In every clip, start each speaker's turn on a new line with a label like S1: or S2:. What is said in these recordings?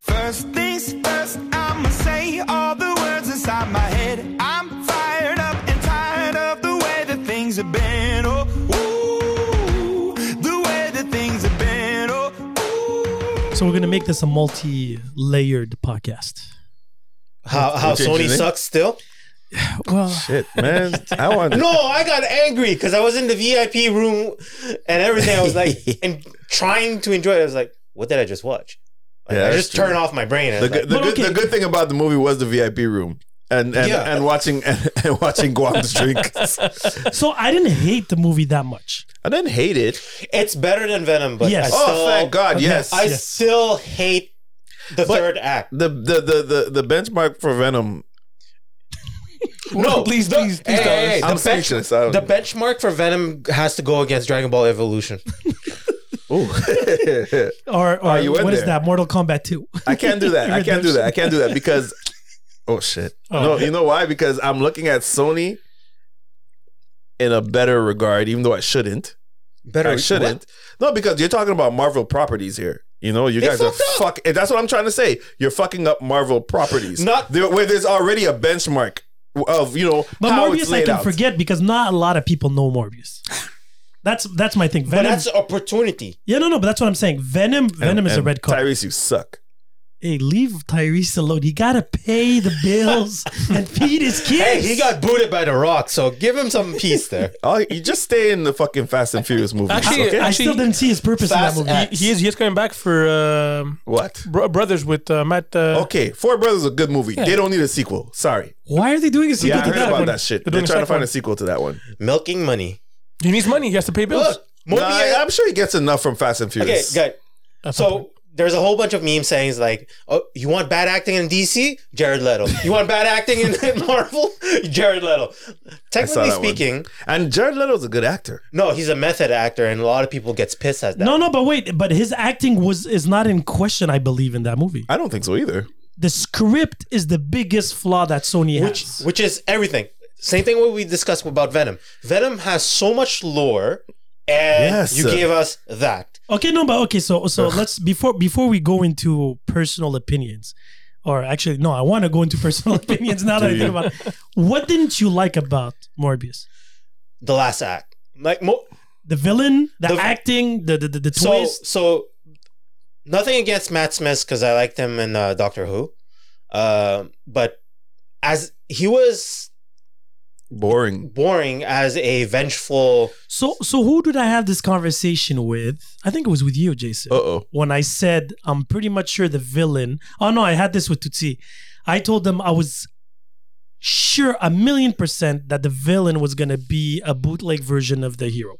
S1: First things first, I'ma say all the words inside my head. I'm fired up and tired of the way that things have been. Oh, ooh, the way that things have been. Oh, ooh.
S2: So we're gonna make this a multi-layered podcast.
S3: How how
S4: changed
S3: Sony
S4: it.
S3: sucks still?
S2: Well,
S4: Shit, man. I want
S3: No, I got angry because I was in the VIP room and everything. I was like, and trying to enjoy it. I was like, what did I just watch? Like,
S4: Yeah,
S3: I
S4: that's
S3: just
S4: true.
S3: turn off my brain. And
S4: the,
S3: I was
S4: good, the,
S2: But
S4: good,
S2: okay.
S4: the good thing about the movie was the VIP room and and,
S3: Yeah.
S4: and watching and, watching Guam's drinks.
S2: so I didn't hate the movie that much.
S4: I didn't hate it.
S3: like, it's better than Venom, but
S2: Yes.
S3: I
S4: Oh,
S3: still,
S4: thank God! Yes,
S3: I
S2: Yes.
S3: still hate the
S4: But-
S3: third act.
S4: the, the the the the benchmark for Venom.
S3: No,
S1: Oh, please,
S3: the-
S1: please, please
S3: hey,
S1: tell
S3: hey,
S1: us.
S3: hey, the
S4: I'm
S3: bench-
S4: speechless. I
S3: The
S4: don't-
S3: benchmark for Venom has to go against Dragon Ball Evolution.
S4: Ooh.
S2: Or, or
S4: Oh, you went
S2: what is
S4: there.
S2: that? Mortal Kombat Two.
S4: I can't do that. I can't do
S2: Redemption.
S4: that. I can't do that because oh shit. No, you know why? Because I'm looking at Sony in a better regard, even though I shouldn't.
S3: Better
S4: I shouldn't. No, because you're talking about Marvel properties here. You know, you
S3: They
S4: guys are
S3: fucked up.
S4: fuck. and That's what I'm trying to say. You're fucking up Marvel properties.
S3: Not-
S4: there, where there's already a benchmark of you know
S2: But
S4: how it's
S2: Morbius, I
S4: laid
S2: can
S4: out.
S2: forget because not a lot of people know Morbius. That's that's my thing.
S3: But
S2: Venom.
S3: that's opportunity.
S2: yeah, no, no, but that's what I'm saying. Venom. Venom
S4: And-
S2: is a
S4: and
S2: red card.
S4: Tyrese, you suck.
S2: hey, leave Tyrese alone. He gotta pay the bills and feed his kids.
S3: Hey, he got booted by The Rock, so give him some peace there.
S4: Oh, you just stay in the fucking Fast and Furious movies.
S1: Actually-
S4: okay?
S2: I still didn't see his purpose in that
S3: Fast
S2: movie.
S3: X.
S1: He is, he is coming back for
S5: uh,
S1: um
S4: what?
S1: bro- Brothers with uh, Matt. Uh,
S4: Okay, Four Brothers is a good movie. They don't need a sequel. Sorry.
S2: Why are they doing a sequel
S4: Yeah, I
S2: to
S4: heard
S2: that
S4: about
S2: one?
S4: that shit.
S1: They're
S4: They're,
S1: doing a
S4: trying
S1: second
S4: to find
S1: one.
S4: a sequel to that one.
S3: Milking money.
S1: He needs money. He has to pay bills.
S3: Look, Mobius.
S4: Nah, I- I'm sure he gets enough from Fast and
S3: okay,
S4: Furious.
S3: good.
S1: That's
S3: So there's a whole bunch of memes saying like, "Oh, you want bad acting in DC? Jared Leto. You want bad acting in Marvel? Jared Leto." Technically
S4: that one.
S3: speaking,
S4: and Jared Leto's a good actor.
S3: no, he's a method actor, and a lot of people gets pissed at that.
S2: No, no, but wait, but his acting was is not in question. I believe in that movie.
S4: I don't think so either.
S2: The script is the biggest flaw that Sony
S3: which
S2: has.
S3: which is everything. Same thing what we discussed about Venom. Venom has so much lore, and
S4: Yes.
S3: you gave us that.
S2: Okay, no, but okay, so so let's before before we go into personal opinions, or actually, no, I want to go into personal opinions now that I think about it. What didn't you like about Morbius?
S3: The last act, like mo-
S2: The villain, the,
S3: The-
S2: acting, the the, the, the
S3: so
S2: twist.
S3: so. Nothing against Matt Smith because I liked him in uh, Doctor Who, uh, but as he was
S4: Boring.
S3: boring as a vengeful.
S2: So so who did I have this conversation with? I think it was with you, Jason.
S4: Uh oh.
S2: when I said I'm pretty much sure the villain. Oh no, I had this with Tutsi. I told them I was sure a million percent that the villain was gonna be a bootleg version of the hero,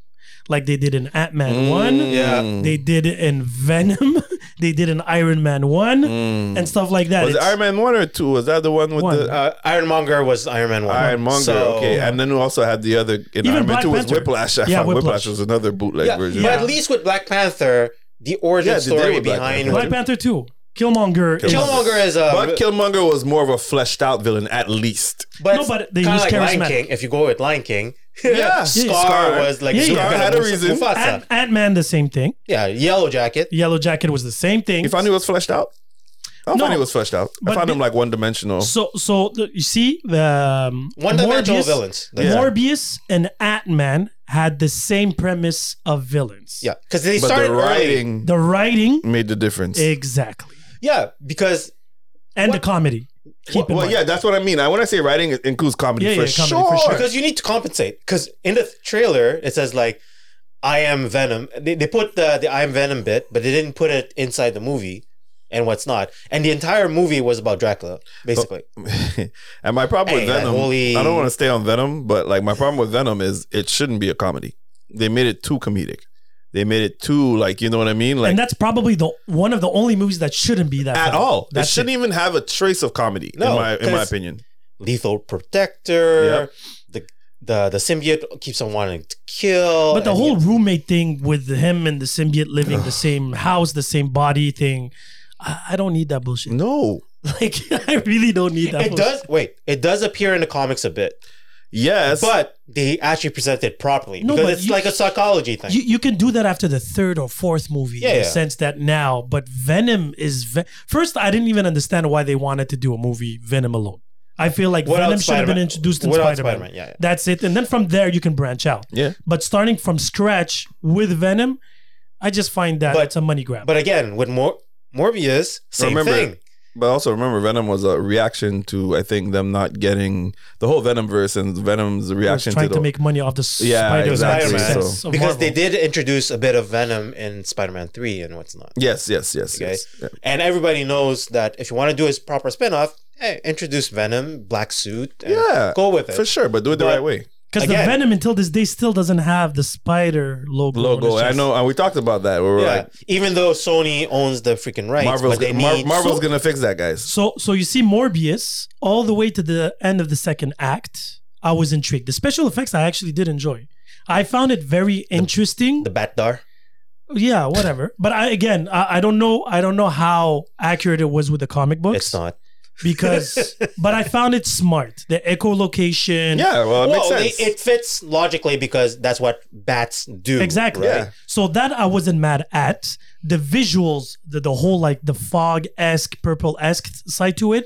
S2: like they did in Ant Man One.
S4: Mm, yeah.
S2: They did it in Venom. they did in Iron Man One
S3: Mm.
S2: and stuff like that.
S4: Mm. Was it
S2: It's-
S4: Iron Man one or two? Was that the one with
S2: One.
S4: the
S3: Uh, Ironmonger was Iron Man one.
S4: Iron Monger?
S3: Uh-huh. So-
S4: okay, and then we also had the other in
S2: Even
S4: Iron Man
S2: Black
S4: two was
S2: Panther.
S4: Whiplash. I
S2: Yeah,
S4: found Whiplash.
S2: Whiplash.
S4: was another bootleg
S3: yeah,
S4: version.
S3: But
S2: Yeah.
S3: at least with Black Panther, the origin
S4: Yeah, they did
S3: story
S4: with Black
S3: behind
S4: Panther.
S2: Black Panther Two. Killmonger. is-
S4: Killmonger.
S3: Killmonger is um, a
S4: But Killmonger was more of a fleshed out villain, at least.
S3: but,
S2: No, but they
S3: kinda
S2: use
S3: like Lion
S2: charismatic.
S3: King. If you go with Lion King,
S4: Yeah.
S3: Scar,
S4: Scar.
S3: was like
S2: Yeah,
S3: the
S2: yeah.
S3: villain
S4: Scar had a
S3: of
S4: reason.
S3: Mufasa.
S2: Ant- Ant-Man the same thing.
S3: yeah, Yellow Jacket.
S2: Yellow Jacket was the same thing.
S4: You found he was fleshed out. I don't
S2: No,
S4: find he was fleshed out. I
S2: but
S4: found
S2: the-
S4: him like one dimensional.
S2: So, so the, you see, the um,
S3: One-dimensional
S2: Morbius-
S3: villains.
S4: Yeah.
S2: Morbius and Ant Man had the same premise of villains.
S3: Yeah, because they
S4: but
S3: started
S4: the
S3: writing.
S4: writing
S2: The writing,
S4: made the difference.
S2: exactly,
S3: Yeah, because
S2: and the
S3: What-
S2: comedy. Keep in
S4: well,
S2: mind.
S4: yeah, that's what I mean. I when I say writing, it includes comedy,
S2: Yeah, yeah,
S4: for,
S2: comedy,
S4: sure.
S2: for sure.
S3: because you need to compensate. Because in the trailer it says like, "I am Venom." They, they put the the "I am Venom" bit, but they didn't put it inside the movie and what's not. And the entire movie was about Dracula, basically.
S4: and my problem
S3: Hey,
S4: with
S3: that
S4: Venom,
S3: holy-
S4: I don't want to stay on Venom, but like my problem with Venom is it shouldn't be a comedy. They made it too comedic. They made it too like you know what I mean, like
S2: and that's probably the one of the only movies that shouldn't be that
S4: at
S2: bad.
S4: all. It
S2: That's
S4: shouldn't even have a trace of comedy
S3: No,
S4: in my in my
S3: 'cause-
S4: opinion.
S3: Lethal Protector.
S4: Yep.
S3: The the the symbiote keeps on wanting to kill.
S2: But the
S3: and
S2: whole
S3: he-
S2: roommate thing with him and the symbiote living the same house, the same body thing. I I don't need that bullshit.
S4: No,
S2: Like I really don't need that.
S3: it
S2: bullshit.
S3: does wait. It does appear in the comics a bit.
S4: Yes,
S3: But they actually present it properly
S2: No,
S3: because
S2: but
S3: it's
S2: you-
S3: like a psychology thing.
S2: You, you can do that after the third or fourth movie in
S3: Yeah,
S2: the
S3: yeah.
S2: sense that now, but Venom is ve- first. I didn't even understand why they wanted to do a movie Venom alone. I feel like
S3: Without
S2: Venom should have been
S3: Spider-Man.
S2: introduced in
S3: Without
S2: Spider Man.
S3: Spider-Man, yeah, yeah.
S2: That's it, and then from there you can branch out.
S4: Yeah.
S2: But starting from scratch with Venom, I just find that
S3: But-
S2: it's a money grab.
S3: but again, with Mor- Morbius, same
S4: Remember-
S3: thing.
S4: But also remember, Venom was a reaction to I think them not getting the whole Venom verse and Venom's
S2: They're
S4: reaction
S2: trying
S4: to
S2: to,
S4: the
S2: make money off the
S4: Yeah,
S2: Spider
S4: exactly,
S2: Man
S4: so-
S3: Because they did introduce a bit of Venom in Spider-Man 3 and what's not.
S4: yes, yes, yes,
S3: Okay.
S4: yes. Yeah.
S3: And everybody knows that if you want to do a proper spin-off, hey, introduce Venom, black suit, and
S4: Yeah,
S3: go with it.
S4: for sure. But do it the
S3: But-
S4: right way.
S2: Because the
S3: Again.
S2: Venom until this day still doesn't have the spider logo. on
S4: Logo.
S2: its
S4: I
S2: chest.
S4: know, and we talked about that. We were
S3: Yeah.
S4: like,
S3: Even though Sony owns the freaking rights,
S4: Marvel's
S3: but they
S4: gonna, Mar-
S3: need
S4: Marvel's
S2: So-
S4: gonna fix that, guys.
S2: So so you see Morbius all the way to the end of the second act. I was intrigued. The special effects I actually did enjoy. I found it very interesting.
S3: the Batdar.
S2: yeah, whatever. But I again, I, I don't know. I don't know how accurate it was with the comic books.
S3: It's not.
S2: because, but I found it smart. The echolocation.
S4: Yeah, well, it makes
S3: Well, they-
S4: sense.
S3: it fits logically because that's what bats do.
S2: Exactly.
S4: Yeah.
S2: So that I wasn't mad at the visuals, the, the whole like the fog esque, purple esque side to it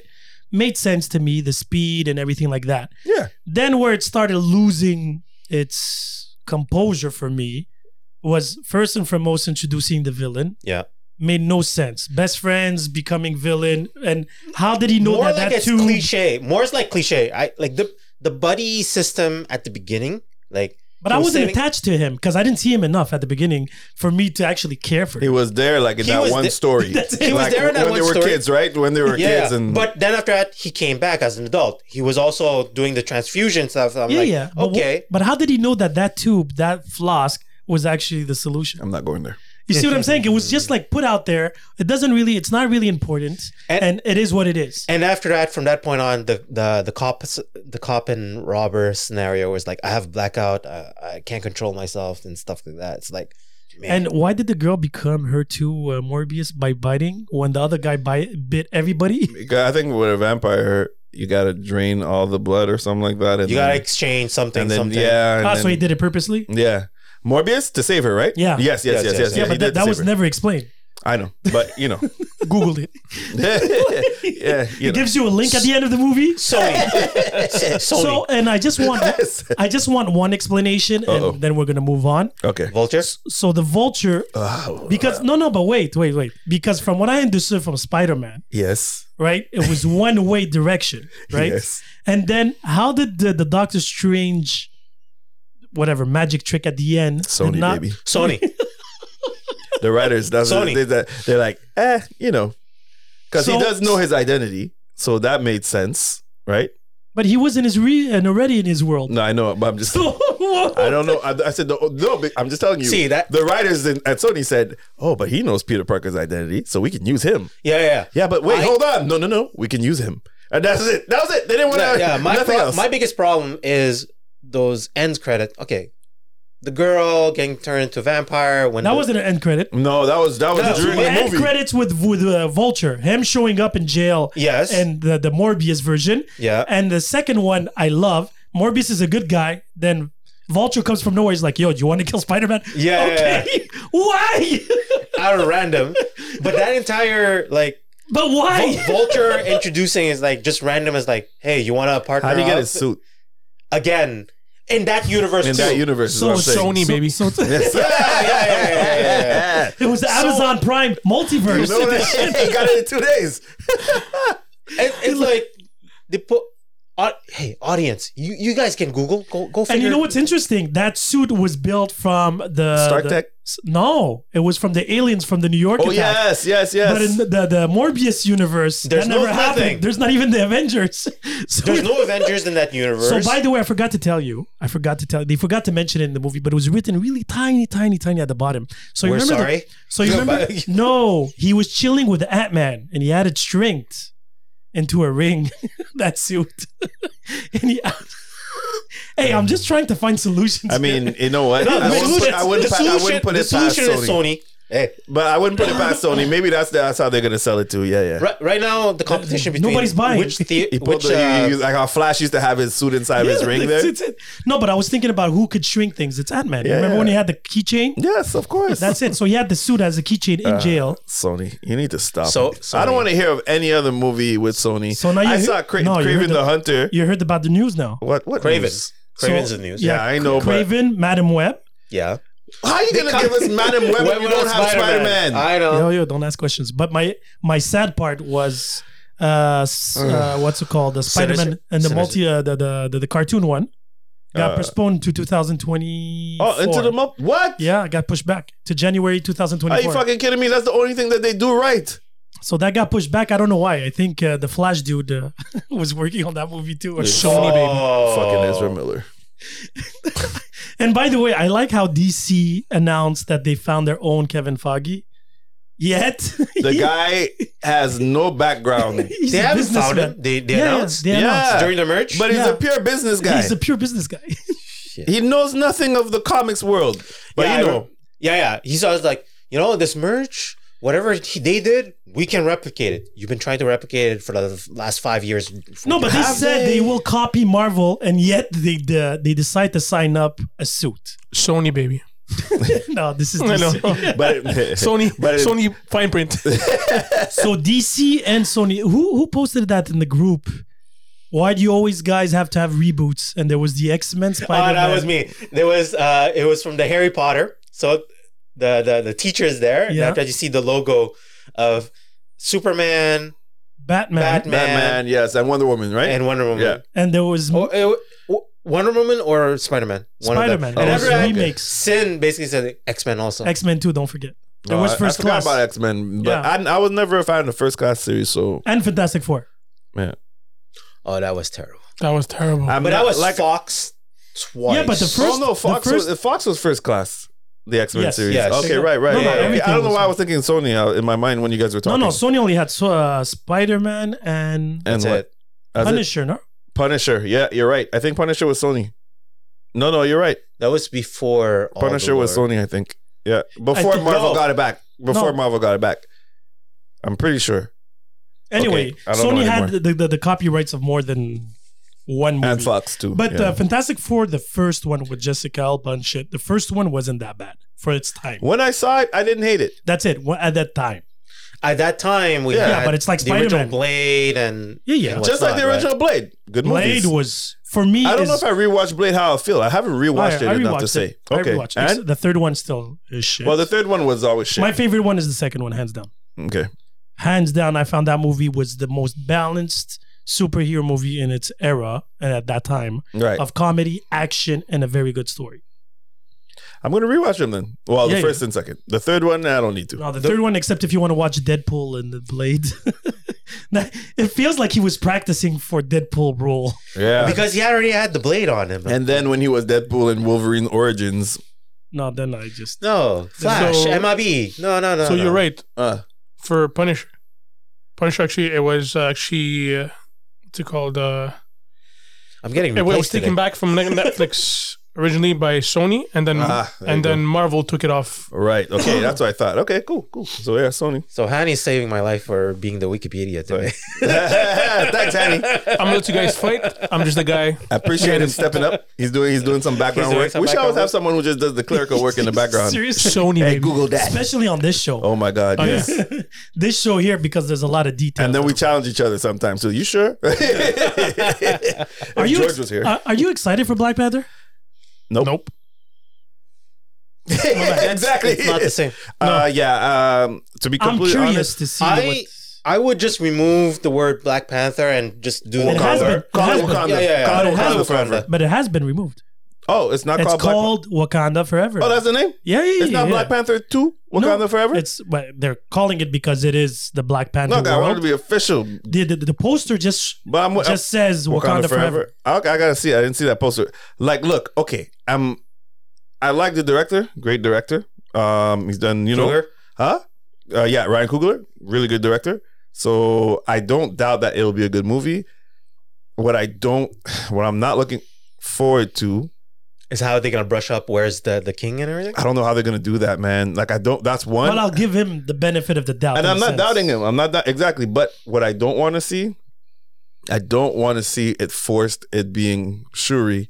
S2: made sense to me. The speed and everything like that.
S4: yeah,
S2: Then where it started losing its composure for me was first and foremost introducing the villain.
S3: Yeah.
S2: Made no sense. Best friends becoming villain, and how did he know
S3: More
S2: that
S3: like
S2: that
S3: it's
S2: too?
S3: cliche. More is like cliche. I like the the buddy system at the beginning. Like,
S2: But I
S3: he was
S2: wasn't
S3: sitting-
S2: attached to him because I didn't see him enough at the beginning for me to actually care for
S4: he
S2: him.
S4: was there like in
S3: He
S4: that
S3: was
S4: one
S3: the-
S4: story.
S2: That's it. He
S3: was
S4: Like,
S3: there in that
S4: when they
S3: one
S4: were
S3: story.
S4: kids, right? When they were kids, and
S3: but then after that, he came back as an adult. He was also doing the transfusion stuff. I'm
S2: yeah,
S3: like,
S2: yeah. But, wh-
S3: okay,
S2: But how did he know that that tube, that flask, was actually the solution?
S4: I'm not going there.
S2: You see what I'm saying? It was just like put out there. It doesn't really. It's not really important, and,
S3: And-
S2: it is what it is.
S3: And after that, from that point on, the the the cop the cop and robber scenario was like, I have blackout, uh, I can't control myself, and stuff like that. It's like, man,
S2: And why did the girl become her too uh, Morbius by biting when the other guy bite, bit everybody?
S4: I think with a vampire, you gotta drain all the blood or something like that. And
S3: you gotta
S4: then-
S3: exchange something,
S4: Mm. and then
S3: something.
S4: yeah, and
S2: Ah, so
S4: then-
S2: he did it purposely.
S4: Yeah. Morbius to save her, right?
S2: Yeah.
S4: Yes, yes, yes, yes. yes,
S2: Yeah, but
S4: he did
S2: that,
S4: to
S2: that
S4: save
S2: was
S4: her.
S2: never explained.
S4: I know, but you know.
S2: Googled it.
S4: yeah, you
S2: It
S4: know.
S2: gives you a link at the end of the movie.
S3: Sony, Sony,
S2: So, and I just want,
S4: Yes.
S2: I just want one explanation, and
S4: Uh-oh.
S2: then we're gonna move on.
S4: Okay. Oh,
S3: vultures.
S2: So the vulture, because no, no, but wait, wait, wait. Because from what I understood from Spider Man,
S4: Yes.
S2: right, it was one way direction, right?
S4: Yes.
S2: And then how did the, the Doctor Strange, whatever magic trick at the end? did
S4: Sony
S2: not-
S4: baby.
S3: Sony,
S4: The writers that's
S3: Sony.
S4: They, that they're like, eh, you know. Because
S2: So-
S4: he does know his identity. So that made sense, right?
S2: But he was in his re and already in his world.
S4: No, I know, but I'm just
S2: So
S4: Mm. I don't know. I, I said no, no. but I'm just telling you.
S3: See, that-
S4: the writers in, at Sony said, "Oh, but he knows Peter Parker's identity, so we can use him."
S3: yeah, yeah,
S4: Yeah, but wait,
S3: I-
S4: hold on. No, no, no. We can use him, and that's it. That was it. They didn't want
S3: yeah.
S4: to.
S3: yeah my
S4: nothing
S3: pro-
S4: else.
S3: my biggest problem is those ends credit. Okay, the girl getting turned into a vampire when
S2: that
S3: the-
S2: wasn't an end credit.
S4: no, that was that was
S3: No,
S4: during
S2: Well,
S4: the
S2: end
S4: movie.
S2: credits with with uh, Vulture, him showing up in jail.
S3: Yes.
S2: and the the Morbius version.
S3: Yeah.
S2: and the second one I love. Morbius is a good guy. Then Vulture comes from nowhere. He's like, "Yo, do you want to kill Spider Man?"
S3: Yeah.
S2: okay. Why?
S3: out of random, but that entire like
S2: but why?
S3: Vul- Vulture introducing is like just random as like, hey, you want to partner?
S4: How do you get
S3: up?
S4: his suit
S3: again in that universe?
S4: in
S3: too.
S4: that universe? So
S2: it's
S5: Sony, baby.
S2: So, so it's-
S3: Yeah, yeah, yeah, yeah, yeah,
S2: it
S3: yeah.
S2: was the Amazon Prime
S4: You
S2: multiverse.
S4: know that he got it in two days.
S3: It- it's like they put. au- hey, audience, you, you guys can Google. Go go figure.
S2: And you know what's interesting? That suit was built from the
S4: Stark
S2: the-
S4: Tech?
S2: s- No, it was from the aliens from the New York
S4: Oh
S2: attack.
S4: yes, yes,
S2: But in
S4: yes.
S2: the, the, the Morbius universe,
S3: There's
S2: that
S3: no
S2: never happened.
S3: nothing.
S2: There's not even the Avengers. So,
S3: There's no Avengers in that universe.
S2: so by the way, I forgot to tell you. I forgot to tell. They forgot to mention it in the movie, but it was written really tiny, tiny, tiny at the bottom. So you
S3: We're
S2: remember? the-
S3: sorry.
S2: so you
S3: No,
S2: remember?
S3: but-
S2: no, he was chilling with the Ant Man, and he added strength into a ring. that suit. and he. hey, I'm just trying to find solutions.
S4: I mean, you know what?
S3: No,
S4: I
S3: the
S4: wouldn't put,
S3: solution-
S4: I wouldn't,
S3: the
S4: pa- I
S3: solution-
S4: wouldn't put
S3: the
S4: it past
S3: solution
S4: Sony.
S3: is Sony. Hey,
S4: But I wouldn't put it past Sony. Maybe that's that's how they're gonna sell it to. Yeah, yeah.
S3: right, right now the competition between
S2: Nobody's buying.
S3: which the,
S4: He pulled
S3: which
S4: the, he- he
S3: uh,
S4: used- like how Flash used to have his suit inside his ring
S2: that's-
S4: there.
S2: it's it. No, but I was thinking about who could shrink things. It's Ant Man.
S4: Yeah,
S2: Remember
S4: yeah.
S2: when he had the keychain?
S4: Yes, Uh-huh. of course.
S2: That's it. So he had the suit as a keychain in jail.
S4: Sony, you need to stop.
S3: So-
S4: I don't
S3: Sony.
S4: want to hear of any other movie with Sony.
S2: So now you
S4: I
S2: hear-
S4: saw Cra-
S2: no, you
S4: Craven
S2: heard
S4: the,
S2: the-
S4: Hunter.
S2: You heard about the news now.
S4: What? What?
S3: Craven.
S4: news?
S3: Craven's
S2: So-
S3: the news.
S4: Yeah, I know.
S2: Craven, Madam Web.
S3: Yeah. yeah.
S4: but how you gonna give us Madam Web
S3: Why
S4: when you
S3: would
S4: don't
S3: I
S4: have Spider Man?
S3: I
S2: Yo,
S3: know.
S2: yo, Oh, don't ask questions. But my my sad part was uh, s- uh what's it called? The Spider Man
S3: Sinister.
S2: and the
S3: Sinister.
S2: multi uh, the, the the the cartoon one got
S4: Uh,
S2: postponed to 2020.
S4: Oh, into the mop. What?
S2: yeah, got pushed back to January
S4: Are you
S2: 2024.
S4: fucking kidding me? That's the only thing that they do right.
S2: so that got pushed back. I don't know why. I think uh, the Flash dude uh, was working on that movie too. or something.
S3: Oh.
S4: Fucking Ezra Miller.
S2: And by the way, I like how DC announced that they found their own Kevin Foggy. Yet
S4: The guy has no background.
S2: he's
S3: They
S2: a
S3: haven't
S2: businessman.
S3: found him. They, they
S2: Yeah, yeah,
S3: announced
S2: they
S4: Yeah.
S2: announced.
S3: during the merge.
S4: But he's
S2: Yeah.
S4: a pure business guy.
S2: He's a pure business guy.
S4: he knows nothing of the comics world. But
S3: yeah,
S4: you
S3: I
S4: know,
S3: re- yeah, yeah. He's always like, you know, this merge, whatever he, they did, we can replicate it. You've been trying to replicate it for the last five years.
S2: No, but they
S3: Have
S2: said they? will copy Marvel, and yet they de- they decide to sign up a suit.
S5: Sony baby.
S2: no, this is
S5: I know.
S2: DC.
S4: but
S5: Sony
S4: But it-
S5: Sony fine print.
S2: so DC and Sony. Who who posted that in the group? Why do you always guys have to have reboots? And there was the X Men
S3: Oh,
S2: Spider
S3: that was me. There was uh, it was from the Harry Potter. So the the the teacher is there, and
S2: Yeah.
S3: after that you see the logo of Superman
S2: Batman,
S3: Batman.
S4: Batman, yes, and Wonder Woman, right?
S3: and Wonder Woman.
S4: Yeah.
S2: and there was
S3: Or, uh, w- Wonder Woman or Spider Man.
S2: Spider-Man.
S3: And
S4: Oh,
S3: after
S4: okay.
S3: that,
S2: Remakes.
S3: Sin basically said X Men also.
S2: X Men Two. Don't forget, there
S4: Oh,
S2: was
S4: I-
S2: First
S4: I forgot
S2: Class
S4: about X Men, but
S2: Yeah.
S4: I, I was never a fan of the First Class series, so
S2: and Fantastic Four.
S4: man,
S3: oh, that was terrible.
S5: That was terrible.
S4: I'm
S3: But that
S4: not-
S3: was
S4: like
S3: Fox twice.
S2: Yeah, but the
S4: oh
S2: first-
S4: no, Fox
S2: the first-
S4: was Fox was First Class, the X Men
S2: Yes.
S4: series.
S3: Yes.
S4: Okay, right, right.
S2: No, no,
S4: yeah, okay.
S2: everything
S4: I don't know
S2: was
S4: why I was thinking Sony uh, in my mind when you guys were
S2: No,
S4: talking.
S2: no, Sony only had so, uh, Spider Man and
S4: and
S3: That's
S4: what?
S3: it.
S4: That's it.
S2: Punisher. No,
S4: Punisher. Yeah, you're right. I think Punisher was Sony. No, no, you're right.
S3: That was before all
S4: Punisher
S3: the
S4: was
S3: lore.
S4: Sony, I think. Yeah, before
S2: think-
S4: Marvel
S3: No.
S4: got it back. Before
S2: No.
S4: Marvel got it back, I'm pretty sure.
S2: Anyway,
S4: I don't know
S2: Sony had
S4: anymore.
S2: the, the, the copyrights of more than one movie.
S4: And Fox too.
S2: But
S4: yeah.
S2: uh, Fantastic Four, the first one with Jessica Alba and shit, the first one wasn't that bad for its time.
S4: when I saw it, I didn't hate it.
S2: That's it wa- at that time.
S3: At that time, we
S4: Yeah,
S3: had
S2: but it's like
S3: the original
S2: Spider-Man.
S3: Blade and
S2: Yeah, yeah.
S3: and
S4: Just like
S3: whatnot,
S4: the
S3: right?
S4: original Blade. Good
S2: Blade
S4: movies.
S2: was for me.
S4: I don't
S2: is,
S4: know if I rewatched Blade how I feel. I haven't rewatched it enough
S2: rewatched
S4: to say.
S2: It. I
S4: Okay.
S2: rewatched it.
S4: and
S2: The third one still is shit.
S4: well, the third one was always shit.
S2: My favorite one is the second one, hands down.
S4: okay.
S2: Hands down, I found that movie was the most balanced superhero movie in its era and at that time
S4: Right.
S2: of comedy, action, and a very good story.
S4: I'm gonna rewatch them then. Well,
S2: Yeah,
S4: the first and second. The third one, I don't need to.
S2: No, the, third one, except if you want to watch Deadpool and the Blade. That- it feels like he was practicing for Deadpool role.
S4: yeah.
S3: because he already had the blade on him.
S4: and then when he was Deadpool in Wolverine Origins,
S2: No, then I just
S3: no, Flash,
S5: So-
S3: MIB. No, no, no.
S5: so
S3: no.
S5: you're right
S4: uh,
S5: for Punisher. Punisher actually it was actually uh, what's it called? Uh,
S3: I'm getting
S5: it was
S3: replaced.
S5: taken
S3: today.
S5: back from Net- Netflix originally by Sony, and then
S4: Ah, there you
S5: and
S4: go.
S5: then Marvel took it off.
S4: right? Okay, that's what I thought. Okay, cool, cool. So yeah, Sony.
S3: So Hanny's saving my life for being the Wikipedia today.
S4: Thanks, Annie.
S5: I'm gonna let you guys fight. I'm just a guy.
S4: I appreciate him stepping up. He's doing he's doing some background
S3: He's doing
S4: work.
S3: some
S4: we should always
S3: background
S4: have
S3: work.
S4: someone who just does the clerical work in the background.
S2: seriously,
S5: Sony baby.
S4: that.
S2: especially on this show,
S4: Oh my God,
S5: yeah.
S4: yes.
S2: this show here because there's a lot of detail.
S4: And then we challenge each other sometimes. So you sure?
S2: are you
S4: George
S2: ex-
S4: was here.
S2: Are, are you excited for Black Panther?
S4: nope.
S5: Nope.
S4: exactly.
S3: it's not the same.
S4: Uh, yeah. Um, to be
S2: I'm
S4: completely
S2: curious
S4: honest,
S2: to see. what,
S3: I I would just remove the word Black Panther and just do
S2: It
S3: the
S2: has
S3: color.
S2: been- it has been.
S4: Wakanda. Wakanda.
S3: Yeah, yeah, yeah.
S4: Call it
S2: It has
S4: Wakanda
S3: been.
S4: forever.
S2: but it has been removed.
S4: Oh, it's not
S2: It's
S4: called.
S2: called
S4: Black-
S2: Wakanda Forever.
S4: oh, that's the name.
S2: yeah, yeah, yeah.
S4: It's not
S2: yeah.
S4: Black Panther Two. Wakanda
S2: No,
S4: Forever.
S2: It's but they're calling it because it is the Black Panther
S4: Look, I wanted to
S2: world.
S4: be uh, official,
S2: The, the, the poster just
S4: but I'm
S2: just says Wakanda, forever.
S4: Okay, I gotta see. it. I didn't see that poster. Like, look, okay, I'm. I like the director. Great director. Um, he's done. You know,
S3: Coogler?
S4: huh? Uh, yeah, Ryan Coogler, really good director. So I don't doubt that it'll be a good movie. What I don't, what I'm not looking forward to
S3: Is how they gonna brush up? Where's the the king and everything?
S4: I don't know how they're gonna do that, man. Like I don't. That's one.
S2: But I'll give him the benefit of the doubt.
S4: and
S2: in
S4: I'm
S2: a
S4: not
S2: sense.
S4: doubting him. I'm not that exactly. But what I don't want to see, I don't want to see it forced. It being Shuri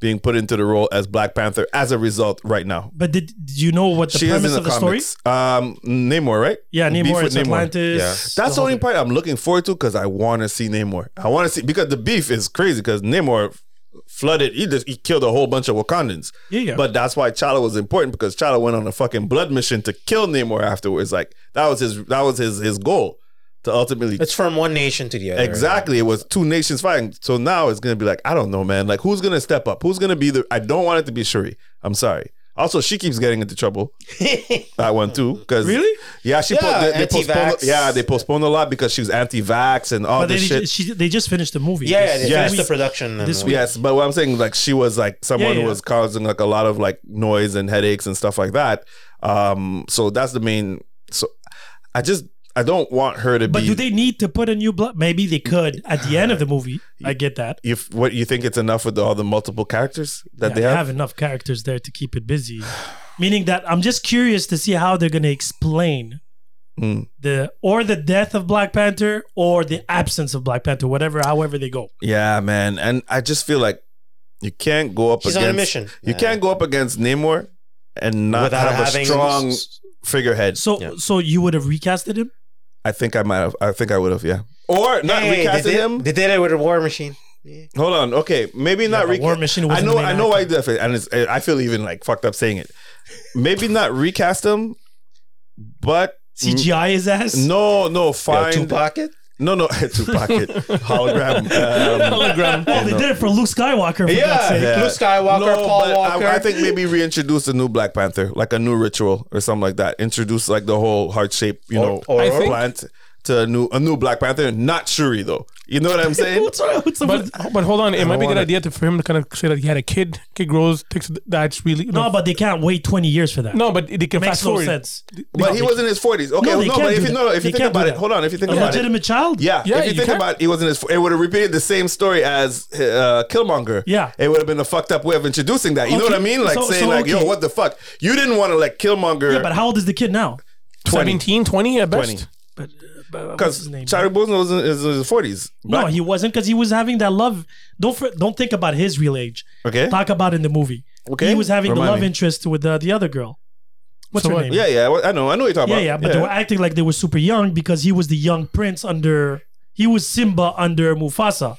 S4: being put into the role as Black Panther as a result right now.
S2: But did, did you know what the
S4: she is in
S2: premise
S4: the,
S2: of the story?
S4: comics. Um, Namor, right?
S2: Yeah,
S4: Beef
S2: Namor
S4: with
S2: is Atlantis.
S3: Yeah.
S4: That's the
S2: whole
S4: only
S2: thing.
S4: part I'm looking forward to because I want to see Namor. I want to see because the beef is crazy because Namor flooded. He just he killed a whole bunch of Wakandans.
S2: Yeah, yeah.
S4: But that's why Chala was important because Chala went on a fucking blood mission to kill Namor afterwards. Like that was his that was his his goal to ultimately
S3: It's from one nation to the other.
S4: Exactly. It was two nations fighting. So now it's gonna be like, I don't know, man. Like who's gonna step up? Who's gonna be the I don't want it to be Shuri. I'm sorry. Also, she keeps getting into trouble. that one too. Because
S2: Really?
S4: Yeah, she
S3: Yeah,
S4: po- they, they postponed
S3: anti-vax.
S4: yeah, they postponed a lot because she was anti vax and all
S2: But they,
S4: this shit.
S2: she, they just finished the movie.
S3: Yeah,
S2: This-
S3: yeah,
S2: this
S3: yes.
S2: week.
S3: the production. And
S2: This week.
S4: yes, but what I'm saying, like she was like someone
S2: Yeah,
S4: who
S2: yeah.
S4: was causing like a lot of like noise and headaches and stuff like that. Um, so that's the main so I just I don't want her to
S2: But
S4: be
S2: do they need to put a new blood? Maybe they could at the end of the movie. I get that.
S4: if what you think it's enough with all the multiple characters that
S2: Yeah,
S4: they have?
S2: enough characters there to keep it busy. Meaning that I'm just curious to see how they're going to explain
S4: Hmm.
S2: the or the death of Black Panther or the absence of Black Panther, whatever, however they go.
S4: Yeah, man, and I just feel like you can't go up
S3: He's on a
S4: against
S3: mission.
S4: You
S3: Yeah.
S4: can't go up against Namor and not
S3: Without
S4: have a
S3: having-
S4: strong figurehead.
S2: So,
S3: Yeah.
S2: so you would have recasted him.
S4: I think I might have. I think I would have. Yeah, or not
S3: Hey,
S4: recasting
S3: they did,
S4: him.
S3: They did it with a war machine. Yeah.
S4: Hold on. Okay, maybe not
S2: but
S4: recast.
S2: War Machine
S4: I
S2: wasn't
S4: know.
S2: the main
S4: I know.
S2: actor.
S4: I definitely and it's, eh, I feel even like fucked up saying it. Maybe not recast him, but
S2: CGI his ass.
S4: no, no,
S3: Yo,
S4: find
S3: two pocket.
S4: no, no, two pocket hologram. Um,
S2: hologram. Oh, they
S4: no.
S2: did it for Luke Skywalker. For God's sake.
S3: Luke Skywalker, Paul
S4: but I-
S3: Walker.
S4: I, think maybe reintroduce a new Black Panther, like a new ritual or something like that. Introduce like the whole heart shape, you know,
S3: or- I think-
S4: plant to a new a new Black Panther. Not Shuri though. You know what I'm saying?
S2: What's wrong with someone?
S5: But but hold on, it might be a
S4: wanna-
S5: good idea to, for him to kind of say that he had a kid. Kid grows, takes that's really
S2: No, but they can't wait 20 years for that.
S5: no, but they can fast
S2: makes no
S5: forward.
S2: sense.
S4: but he was in his 40s. Okay,
S2: No,
S4: no,
S2: they can't
S4: but if
S2: do
S4: you no, no,
S2: that.
S4: if you
S2: They
S4: think
S2: can't do
S4: about it,
S2: that.
S4: hold on. If you think
S2: A
S4: about it,
S2: legitimate child.
S4: yeah,
S5: Yeah,
S4: if you,
S5: you
S4: think
S5: can.
S4: about it, he was in his. It would have repeated the same story as uh, Killmonger.
S2: Yeah.
S4: it would have been a fucked up way of introducing that. You know
S2: Okay,
S4: what I mean? Like
S2: so-
S4: saying
S2: so,
S4: like, "Yo,
S2: okay.
S4: what the fuck? You didn't want to let Killmonger."
S2: Yeah, but how old is the kid now?
S5: 17, 20 at best.
S4: 20.
S2: But
S4: Because Chadwick Boseman was in is in his forties.
S2: No, he wasn't because he was having that love. Don't for, don't think about his real age.
S4: Okay.
S2: Talk about in the movie.
S4: Okay.
S2: He was having
S4: Remind
S2: the love
S4: me.
S2: interest with uh, the other girl. What's
S5: So
S2: her
S5: what-
S2: name?
S4: Yeah, yeah. I- I know. I know what you're talking
S2: yeah,
S4: about.
S2: yeah. But they were acting like they were super young because he was the young prince under. He was Simba under Mufasa.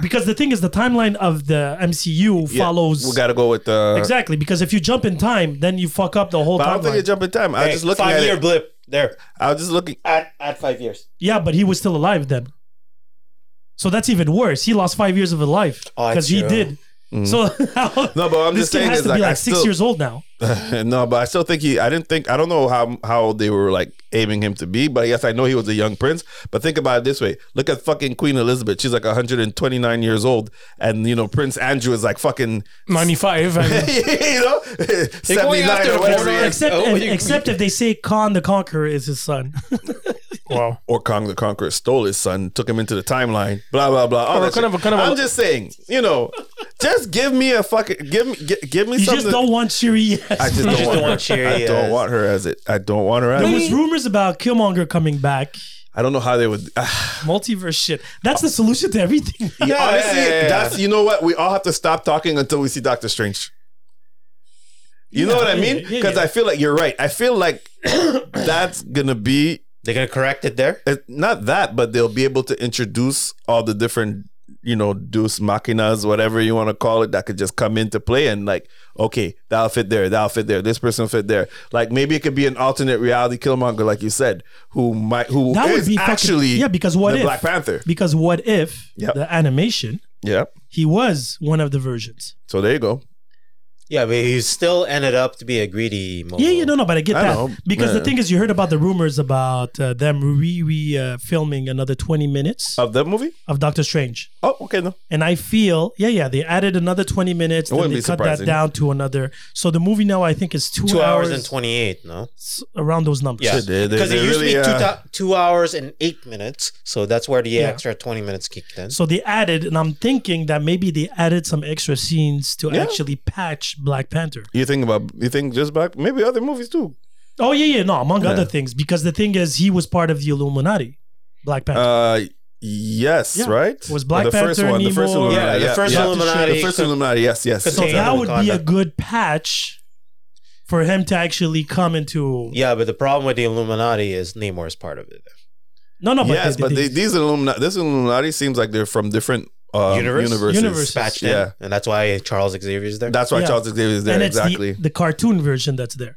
S2: Because the thing is, the timeline of the MCU
S4: Yeah,
S2: follows
S4: We gotta go with the. Exactly.
S2: exactly. Because if you jump in time, then you fuck up the whole
S4: Uh, But I don't think
S2: timeline.
S4: they jump in time. I was
S3: Hey,
S4: just looking
S3: five
S4: at
S3: year
S4: it.
S3: blip there.
S4: I was just looking.
S3: At at five years.
S2: Yeah, but he was still alive then. So that's even worse. He lost five years of his life
S3: Oh,
S2: because
S3: that's
S2: he
S3: true.
S2: did. So
S4: Mm-hmm. No, but I'm
S2: this
S4: just
S2: kid
S4: saying
S2: has
S4: is
S2: to
S4: like,
S2: be
S4: I
S2: like six
S4: still-
S2: years old now.
S4: no, but I still think he. I didn't think. I don't know how how old they were like aiming him to be. But I guess I know he was a young prince. But think about it this way: look at fucking Queen Elizabeth. She's like 129 years old, and you know Prince Andrew is like fucking.
S5: 95. And,
S4: you know,
S3: going
S4: 79
S3: after
S4: or
S3: a
S4: whatever.
S3: moron.
S4: he is.
S2: Except,
S3: Oh,
S2: if,
S3: you-
S2: except if they say Khan the Conqueror is his son.
S5: wow.
S4: or Kong the Conqueror stole his son, took him into the timeline, blah blah blah. All
S5: Or
S4: that shit.
S5: kind of a- kind of a-
S4: I'm just saying, you know, just give me a fucking give me gi- give me
S2: you
S4: something.
S2: just don't want Shuri. Yes.
S4: I just don't,
S3: just
S4: want,
S3: don't
S4: her.
S3: want Sherry
S4: I don't
S3: as-
S4: want her as it. I don't want her as
S2: there
S4: it.
S2: was rumors about Killmonger coming back,
S4: I don't know how they would.
S2: multiverse shit. That's the solution to everything.
S3: Yeah,
S4: honestly,
S3: yeah, yeah, yeah.
S4: that's you know what we all have to stop talking until we see Doctor Strange. You know
S2: Yeah,
S4: what I
S2: yeah,
S4: mean?
S2: yeah, yeah,
S4: Because
S2: yeah.
S4: I feel like you're right. I feel like that's gonna be
S3: They're gonna correct it there.
S4: it, not that, but they'll be able to introduce all the different, you know, deuce machinas, whatever you want to call it, that could just come into play and like, okay, that'll fit there, that'll fit there, this person will fit there. Like maybe it could be an alternate reality Killmonger, like you said, who might who
S2: That would
S4: is
S2: be fucking-
S4: actually
S2: yeah. Because what
S4: the
S2: if
S4: Black Panther.
S2: Because what if
S4: Yep.
S2: the animation
S4: Yeah.
S2: he was one of the versions.
S4: So there you go.
S3: Yeah, but he still ended up to be a greedy. Mogul.
S2: Yeah, yeah, no, no, but I get
S4: I
S2: that
S4: know.
S2: because the
S4: Yeah.
S2: thing is, you heard about the rumors about uh, them re re uh, filming another twenty minutes
S4: of that movie.
S2: of Doctor Strange,
S4: Oh, okay, no.
S2: and I feel yeah, yeah, they added another twenty minutes, then
S4: wouldn't
S2: they
S4: be
S2: cut that
S4: surprising.
S2: down to another. So the movie now I think is two,
S3: two hours and twenty-eight. No,
S2: s- around those numbers.
S3: yeah,
S4: Shit, they- they-
S3: because it
S4: they
S3: used to be
S4: really,
S3: two,
S4: uh,
S3: tou- two hours and eight minutes. So that's where the
S2: Yeah.
S3: extra twenty minutes kicked in.
S2: So they added, and I'm thinking that maybe they added some extra scenes to
S4: Yeah.
S2: actually patch Black Panther.
S4: You think about you think just back maybe other movies too.
S2: Oh yeah, yeah, no, among
S4: Yeah.
S2: other things, because the thing is, he was part of the Illuminati. Black Panther.
S4: Uh, yes,
S2: Yeah.
S4: right.
S2: Was Black
S4: the first
S2: Panther,
S4: one, the first
S2: Nemo-
S4: Illuminati,
S3: yeah, the first
S2: yeah.
S3: Illuminati.
S4: the first Illuminati. Yes, yes.
S3: Because
S2: So
S3: Same
S2: that would be a
S3: conduct.
S2: good patch for him to actually come into.
S3: yeah, but the problem with the Illuminati is Namor is part of it.
S2: No, no, but
S4: yes,
S2: they-
S4: but
S2: they-
S4: they, these Illuminati, this Illuminati seems like they're from different uh,
S3: Universe?
S4: universes.
S2: Universe.
S3: Patched
S4: Yeah.
S3: in, and that's why Charles Xavier's there.
S4: That's why
S2: Yeah.
S4: Charles Xavier is there
S2: and it's
S4: exactly.
S2: the, the cartoon version that's there.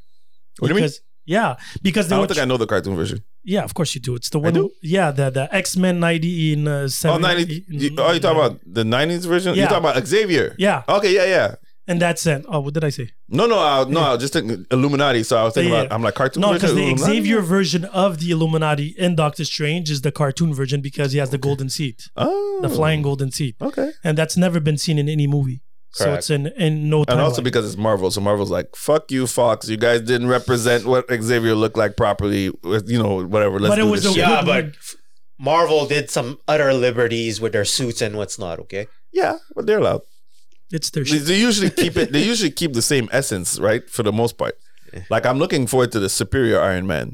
S4: what do you mean?
S2: Because- Yeah, because
S4: I
S2: they
S4: don't
S2: were.
S4: think I know the cartoon version.
S2: yeah, of course you do. It's the one.
S4: do?
S2: who- yeah, the the X Men ninety in uh,
S4: Oh,
S2: seven.
S4: 90, you, oh, you talking about the nineties version?
S2: Yeah.
S4: You talking about Xavier?
S2: Yeah,
S4: Okay, yeah, yeah.
S2: and that's it. Oh, what did I say?
S4: No, no, I, no. I was just thinking Illuminati. So I was thinking
S2: Yeah.
S4: about. I'm like cartoon.
S2: No,
S4: version
S2: because
S4: of
S2: the
S4: Illuminati?
S2: Xavier version of the Illuminati in Doctor Strange is the cartoon version because he has the golden seat,
S4: Oh,
S2: the flying golden seat,
S4: Okay.
S2: and that's never been seen in any movie. So
S3: Correct.
S2: it's in in no time.
S4: And also because it's Marvel, so Marvel's like, "Fuck you, Fox. You guys didn't represent what Xavier looked like properly. With you know, whatever. Let's
S2: But it
S4: do
S2: was
S4: this
S2: a-
S4: shit."
S3: yeah,
S2: Good
S3: but
S2: one.
S3: Marvel did some utter liberties with their suits and what's not. Okay,
S4: yeah, but they're allowed.
S2: it's their
S4: They,
S2: shit.
S4: they usually keep it. They usually keep the same essence, right? For the most part. Like I'm looking forward to the superior Iron Man,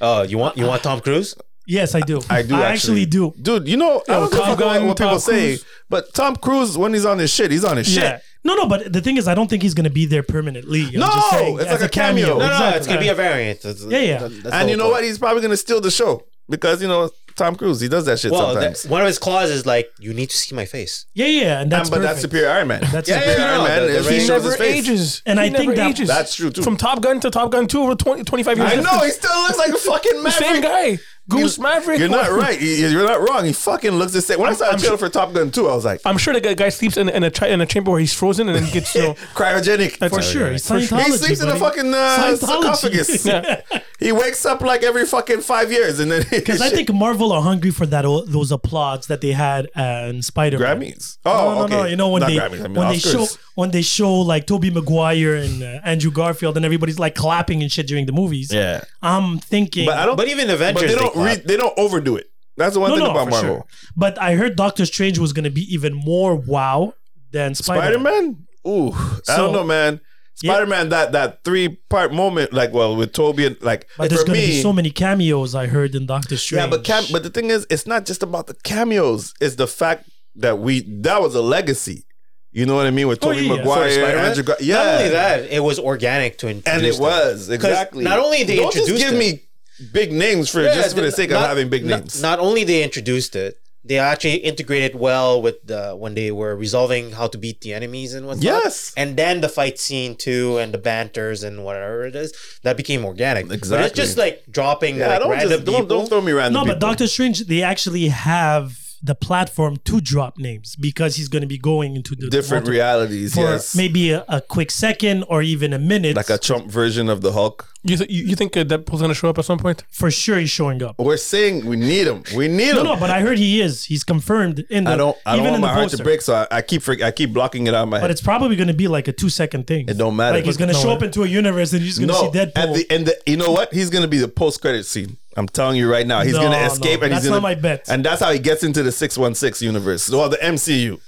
S3: oh, you want you want Tom Cruise?
S2: Yes, I do.
S4: I do
S2: I
S4: actually.
S2: actually do.
S4: dude. You know, I
S2: Yo,
S4: don't give a
S2: Top
S4: fuck about
S2: Gun,
S4: what people
S2: Tom
S4: say,
S2: Cruise.
S4: but Tom Cruise when he's on his shit, he's on his
S2: Yeah.
S4: shit.
S2: No, no, but the thing is, I don't think he's gonna be there permanently. I'm
S4: No,
S2: just saying,
S4: it's
S2: as
S4: like a cameo.
S3: No,
S4: No,
S3: no,
S2: Exactly.
S3: it's gonna be a variant. That's-
S2: Yeah, yeah.
S3: that- that's the
S4: and you
S3: whole
S4: know
S3: point.
S4: what? He's probably gonna steal the show because you know Tom Cruise. He does that shit
S3: Well, that,
S4: sometimes.
S3: one of his clauses is like, you need to see my face.
S2: yeah, yeah, and that's
S4: but
S2: perfect.
S4: that's superior Iron Man.
S2: That's
S4: yeah,
S2: superior
S4: yeah,
S3: Iron
S4: Iron
S3: Man.
S4: Man.
S3: The-
S4: is-
S3: the
S4: he
S3: ring-
S5: He
S4: shows
S5: never
S4: his face.
S5: ages.
S2: And
S5: He
S2: I think
S5: never
S2: that-
S5: ages.
S4: That's true, too.
S5: From Top Gun to Top Gun 2 over 20, 25 years.
S4: I
S5: difference.
S4: know he still looks like a fucking
S5: Same
S4: maverick.
S5: guy. Goose Maverick.
S4: You're not right. You- You're not wrong. He fucking looks the same. When I saw a trailer for Top Gun 2, I was like,
S5: I'm sure the guy- guy sleeps in, in a chi- in a chamber where he's frozen and then gets you know.
S4: cryogenic.
S5: That's-
S2: for sure. He's
S5: For sure.
S2: Scientology.
S4: He sleeps in a
S2: buddy.
S4: fucking uh,
S2: Scientology.
S4: sarcophagus.
S5: Yeah.
S4: He wakes up like every fucking five years, and then
S2: Because I think Marvel are hungry for that o- those applauds that they had uh, in Spider Man.
S4: Grammys. Oh,
S2: no, no,
S4: okay.
S2: no. You know when
S4: Not
S2: they
S4: Grammys, I mean,
S2: when they show
S4: Oscars.
S2: when they show like Toby Maguire and uh, Andrew Garfield and everybody's like clapping and shit during the movies.
S4: Yeah,
S2: I'm thinking.
S4: but I don't.
S3: But even
S4: But
S3: Avengers,
S4: they don't.
S3: clap.
S4: Re, they don't overdo it. That's the one
S2: no,
S4: thing
S2: no,
S4: about
S2: for
S4: Marvel.
S2: sure. But I heard Doctor Strange was going to be even more wow than
S4: Spider
S2: Spider-Man.
S4: Man. Ooh, I
S2: So-
S4: don't know, man.
S2: Yeah.
S4: Spider Man, that that three part moment, like, well, with Toby and like
S2: But there's
S4: for
S2: going to
S4: me,
S2: be so many cameos I heard in Doctor Strange.
S4: yeah. But cam- but the thing is, it's not just about the cameos. It's the fact that we that was a legacy. You know what I mean with
S2: Oh,
S4: Toby
S2: yeah, yeah.
S4: Maguire,
S3: Spider-Man?
S4: Andrew. Gar- yeah,
S3: Not only that, it was organic to introduce.
S4: and it
S3: them.
S4: was exactly.
S3: not only they
S4: don't just
S3: introduced
S4: give
S3: it-
S4: me big names for
S3: Yeah,
S4: just for the
S3: they-
S4: sake
S3: not-
S4: of having big
S3: not-
S4: names.
S3: Not, only they introduced it, they actually integrated well with the, when they were resolving how to beat the enemies and whatnot.
S4: Yes.
S3: and then the fight scene too, and the banters and whatever it is that became organic. but it's
S4: Exactly.
S3: just like dropping
S4: yeah,
S3: like
S4: don't
S3: random
S4: just don't,
S3: people.
S4: don't throw me random.
S2: no, but
S4: people.
S2: Doctor Strange they actually have the platform to drop names because he's going to be going into the
S4: different
S2: multi-
S4: realities.
S2: for
S4: Yes,
S2: maybe a, a quick second or even a minute.
S4: like a Trump version of the Hulk.
S5: You, th- you, you think uh, Deadpool's going to show up at some point?
S2: for sure he's showing up.
S4: We're saying we need him. We need
S2: No,
S4: him.
S2: no, but I heard he is. He's confirmed in the.
S4: I don't. I
S2: even
S4: don't want
S2: in the
S4: my heart to
S2: poster.
S4: break, so I, I keep. I keep blocking it out of my
S2: But
S4: head.
S2: it's probably going to be like a two second thing.
S4: It don't matter.
S2: Like he's going to
S5: No
S2: show up
S5: way.
S2: into a universe and you're just going to
S4: No,
S2: see Deadpool.
S4: at the end, the- you know what? He's gonna be the post-credit scene. I'm telling you right now, he's
S2: No,
S4: gonna escape,
S2: no,
S4: and
S2: that's
S4: he's gonna.
S2: not my bet.
S4: And that's how he gets into the 616 universe, or the MCU.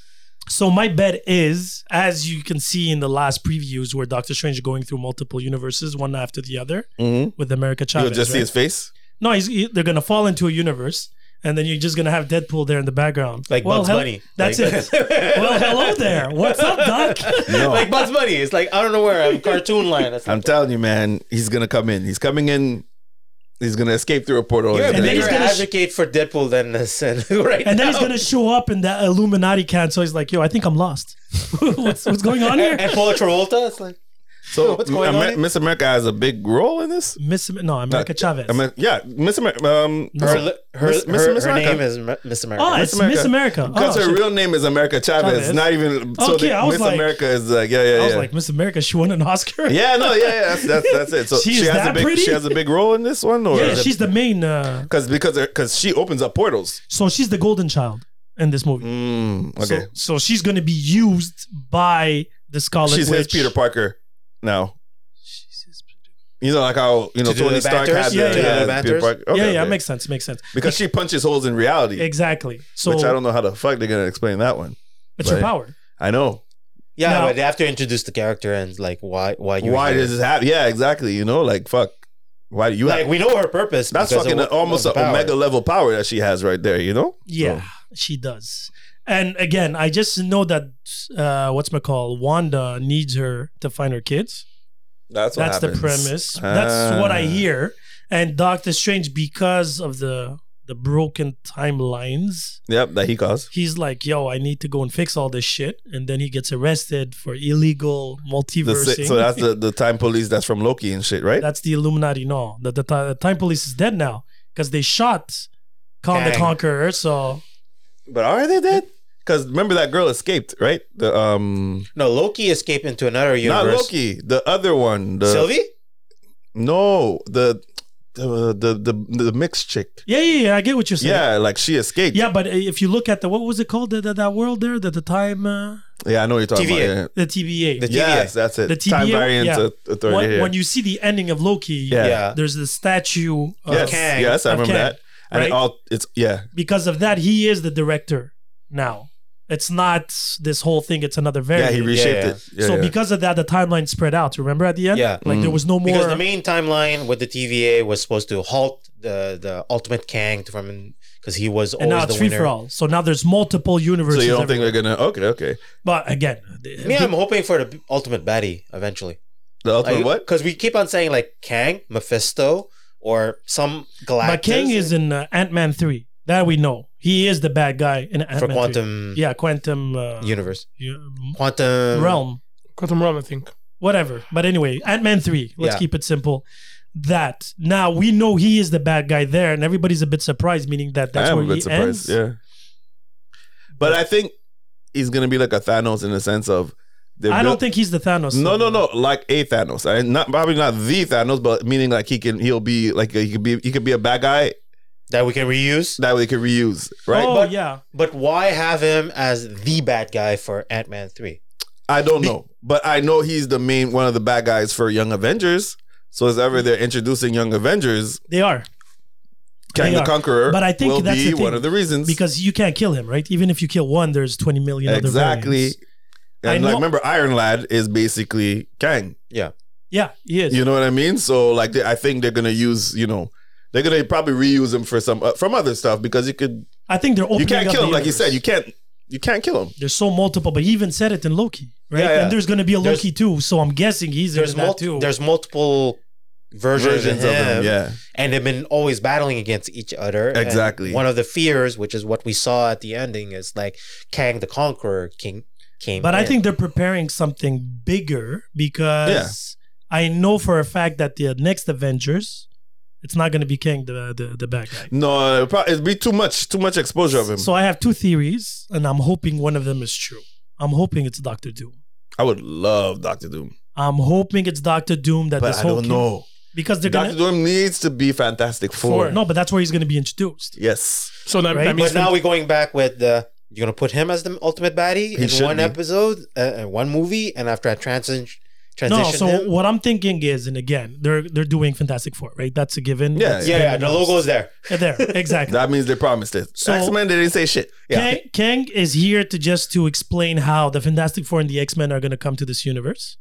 S2: so my bet is, as you can see in the last previews, where Doctor Strange is going through multiple universes, one after the other, with America Chavez.
S4: Mm-hmm. You'll just see
S2: right?
S4: his face.
S2: no, he's, he- they're going to fall into a universe. And then you're just gonna have Deadpool there in the background,
S3: Like Bugs
S2: hel-
S3: Bunny.
S2: That's
S3: Like-
S2: it. well, hello there. What's up, Doc?
S3: Like Bugs Bunny, it's like I don't know where I'm cartoon line. It's like,
S4: I'm telling you, man, he's gonna come in. He's coming in. He's gonna escape through a portal.
S3: you're a
S4: He's
S2: and
S4: gonna-
S2: then he's
S3: bigger
S2: gonna sh-
S3: advocate for Deadpool than this, and right
S2: And then
S3: now.
S2: he's gonna show up in that Illuminati can. So he's like, "Yo, I think I'm lost. what's, what's going on here?"
S3: and Paul Travolta, it's like
S4: So
S3: What's going
S4: Amer-
S3: on?
S4: Miss America has a big role in this.
S2: Miss no America Chavez.
S4: Amer- yeah, Miss America. Um,
S2: No.
S3: Her, her,
S4: Miss-
S3: her,
S4: Miss- Miss
S3: her
S4: America.
S3: name is Ma- Miss America.
S2: oh, it's Miss America. Oh,
S4: Because her
S2: shit.
S4: real name is America Chavez.
S2: Chavez.
S4: Not even so.
S2: Okay,
S4: the-
S2: I was
S4: Miss
S2: like-
S4: America is like yeah, yeah, yeah.
S2: I was like Miss America. She won an Oscar.
S4: yeah, no, yeah, yeah, that's that's, that's it. So
S2: She
S4: she,
S2: is
S4: has
S2: that
S4: a big
S2: pretty?
S4: she has a big role in this one, or
S2: Yeah, she's the main. Uh,
S4: because because because she opens up portals.
S2: so she's the golden child in this movie.
S4: Mm,
S2: So-
S4: okay,
S2: So, she's gonna be used by the Scarlet
S4: she's his
S2: Witch.
S4: Peter Parker now. You know, like how you know
S3: To do
S4: Tony
S3: the
S4: Stark
S3: banters?
S4: had the,
S2: Yeah, yeah.
S3: The
S4: had Peter
S3: banters?
S4: Parker. Okay,
S2: yeah, yeah,
S4: okay.
S2: makes sense. Makes sense.
S4: because she punches holes in reality,
S2: Exactly. So
S4: which I don't know how the fuck they're gonna explain that one.
S2: it's her
S4: but-
S2: power.
S4: I know
S3: Yeah,
S2: Now-
S3: but they have to introduce the character and like why why you
S4: why
S3: here.
S4: does this happen? Yeah, exactly. You know, like fuck, why do you
S3: like
S4: have?
S3: we know her purpose.
S4: That's
S3: because
S4: fucking
S3: of what-
S4: almost
S3: of
S4: an
S3: the power.
S4: omega level power that she has right there. You know?
S2: Yeah, she does. And again, I just know that uh, what's my call? Wanda needs her to find her kids.
S4: That's
S2: That's the premise. That's what I
S4: Ah.
S2: hear. And Doctor Strange, because of the the broken timelines,
S4: Yep, that he caused.
S2: he's like, "Yo, I need to go and fix all this shit." And then he gets arrested for illegal
S4: The,
S2: multiversing.
S4: si- so that's the, the time police that's from Loki and shit, right?
S2: That's the Illuminati. No, the, the, ti- the Time Police is dead now because they shot Khan the
S3: Dang.
S2: Conqueror. So
S4: but are they dead? Because remember that girl escaped, right? The um,
S3: No, Loki escaped into another universe.
S4: not Loki, the other one, the
S3: Sylvie?
S4: no, the the the the, the mixed chick.
S2: yeah, yeah, yeah. I get what you're saying.
S4: Yeah, like she escaped.
S2: Yeah, but if you look at the what was it called the, the, that world there the, the time uh,
S4: yeah, I know what you're talking
S3: TVA.
S4: about. Yeah.
S2: the TVA.
S3: The-
S4: Yes, that's it.
S2: The
S4: time
S2: TVA,
S4: variant
S2: yeah.
S4: au- authority.
S2: when,
S4: yeah.
S2: when you see the ending of Loki,
S4: Yeah.
S3: Yeah.
S2: there's the statue. Of,
S4: yes,
S3: Kang.
S4: yes, I
S2: Of
S4: remember
S2: Kang,
S4: that. And
S2: right?
S4: it all it's yeah,
S2: Because of that, he is the director now. It's not this whole thing. It's another
S4: yeah.
S2: variant.
S4: He reshaped
S3: yeah.
S4: it. Yeah,
S2: so
S4: yeah.
S2: because of that, the timeline spread out. Remember at the end,
S3: Yeah.
S2: like there was no more.
S3: Because the main timeline with the TVA was supposed to halt the the ultimate Kang from because he was
S2: and
S3: always
S2: now it's
S3: the
S2: free
S3: winner.
S2: for all. So now there's multiple universes.
S4: so you don't
S2: everywhere.
S4: think they're gonna okay, okay.
S2: But again, the-
S3: Me, I'm hoping for the ultimate baddie eventually.
S4: The ultimate what?
S3: Because we keep on saying like Kang, Mephisto, or some Galactus.
S2: but King is in uh, Ant Man three. That we know. He is the bad guy in Ant Man
S3: for quantum
S2: Yeah, quantum uh,
S3: universe,
S2: u-
S3: quantum
S2: realm,
S5: Quantum Realm, I think.
S2: whatever. But anyway, Ant Man three. Let's
S3: Yeah.
S2: keep it simple. That now we know he is the bad guy there, and everybody's a bit surprised, meaning that that's
S4: I am
S2: where
S4: a bit
S2: he ends.
S4: surprised. Yeah. But I think he's gonna be like a Thanos in the sense of they're
S2: I
S4: built-
S2: don't think he's the Thanos.
S4: No,
S2: though.
S4: no, no. Like a Thanos, I, not probably not the Thanos, but meaning like he can, he'll be like he could be, he could be a bad guy
S3: that we can reuse.
S4: that we could reuse, right?
S2: Oh
S4: But
S2: yeah,
S3: But why have him as the bad guy for Ant Man three?
S4: I don't know, but I know he's the main one of the bad guys for Young Avengers. So as ever they're introducing Young Avengers,
S2: they are
S4: Kang
S2: They
S4: the
S2: are.
S4: Conqueror,
S2: But I think
S4: will
S2: that's
S4: be
S2: the thing,
S4: one of the reasons
S2: because you can't kill him, right? Even if you kill one, there's twenty million. Other
S4: exactly.
S2: variants.
S4: And
S2: I
S4: like
S2: know-
S4: remember, Iron Lad is basically Kang.
S3: Yeah,
S2: Yeah, he is.
S4: You know what I mean? So like, they, I think they're gonna use, you know, they're gonna probably reuse him for some uh, from other stuff because you could,
S2: I think they're opening.
S4: you can't
S2: up
S4: kill
S2: the
S4: him, like you
S2: universe.
S4: said, you can't, you can't kill him.
S2: There's so multiple, but he even said it in Loki, right?
S4: Yeah, yeah.
S2: And there's going to be a
S3: There's-
S2: Loki too, so I'm guessing he's
S3: there's
S2: in that
S3: multiple.
S2: too.
S3: There's multiple versions,
S4: Versions
S3: of,
S4: of
S3: him,
S4: him, yeah.
S3: and they've been always battling against each other. And
S4: Exactly.
S3: one of the fears, which is what we saw at the ending, is like Kang the Conqueror King came.
S2: but I
S3: in.
S2: think they're preparing something bigger because I know for a fact that the next Avengers, it's not going to be King the the, the bad guy.
S4: No, it'd, probably, it'd be too much, too much exposure of him.
S2: So I have two theories, and I'm hoping one of them is true. I'm hoping it's Doctor Doom.
S4: I would love Doctor Doom,
S2: I'm hoping it's Doctor Doom that
S4: but
S2: this
S4: I
S2: whole
S4: don't
S2: King-
S4: know.
S2: because they're
S4: Doctor
S2: going to
S4: Doom needs to be Fantastic Four.
S2: no, but that's where he's going to be introduced.
S4: Yes,
S5: So that,
S2: Right.
S5: that means
S3: But now we're going back with the. You're gonna put him as the ultimate baddie
S4: He
S3: in
S4: should
S3: one
S4: be.
S3: episode, uh, in one movie, and after I transition, transition
S2: No, so
S3: him.
S2: what I'm thinking is, and again, they're they're doing Fantastic Four, right? That's a given.
S4: Yeah,
S2: That's
S3: yeah,
S2: been
S3: yeah, the
S2: announced.
S3: logo's there.
S2: Yeah, there, exactly.
S4: that means they promised it.
S2: So-
S4: X Men, they didn't say shit. Yeah,
S2: Kang, Kang is here to just to explain how the Fantastic Four and the X Men are going to come to this universe,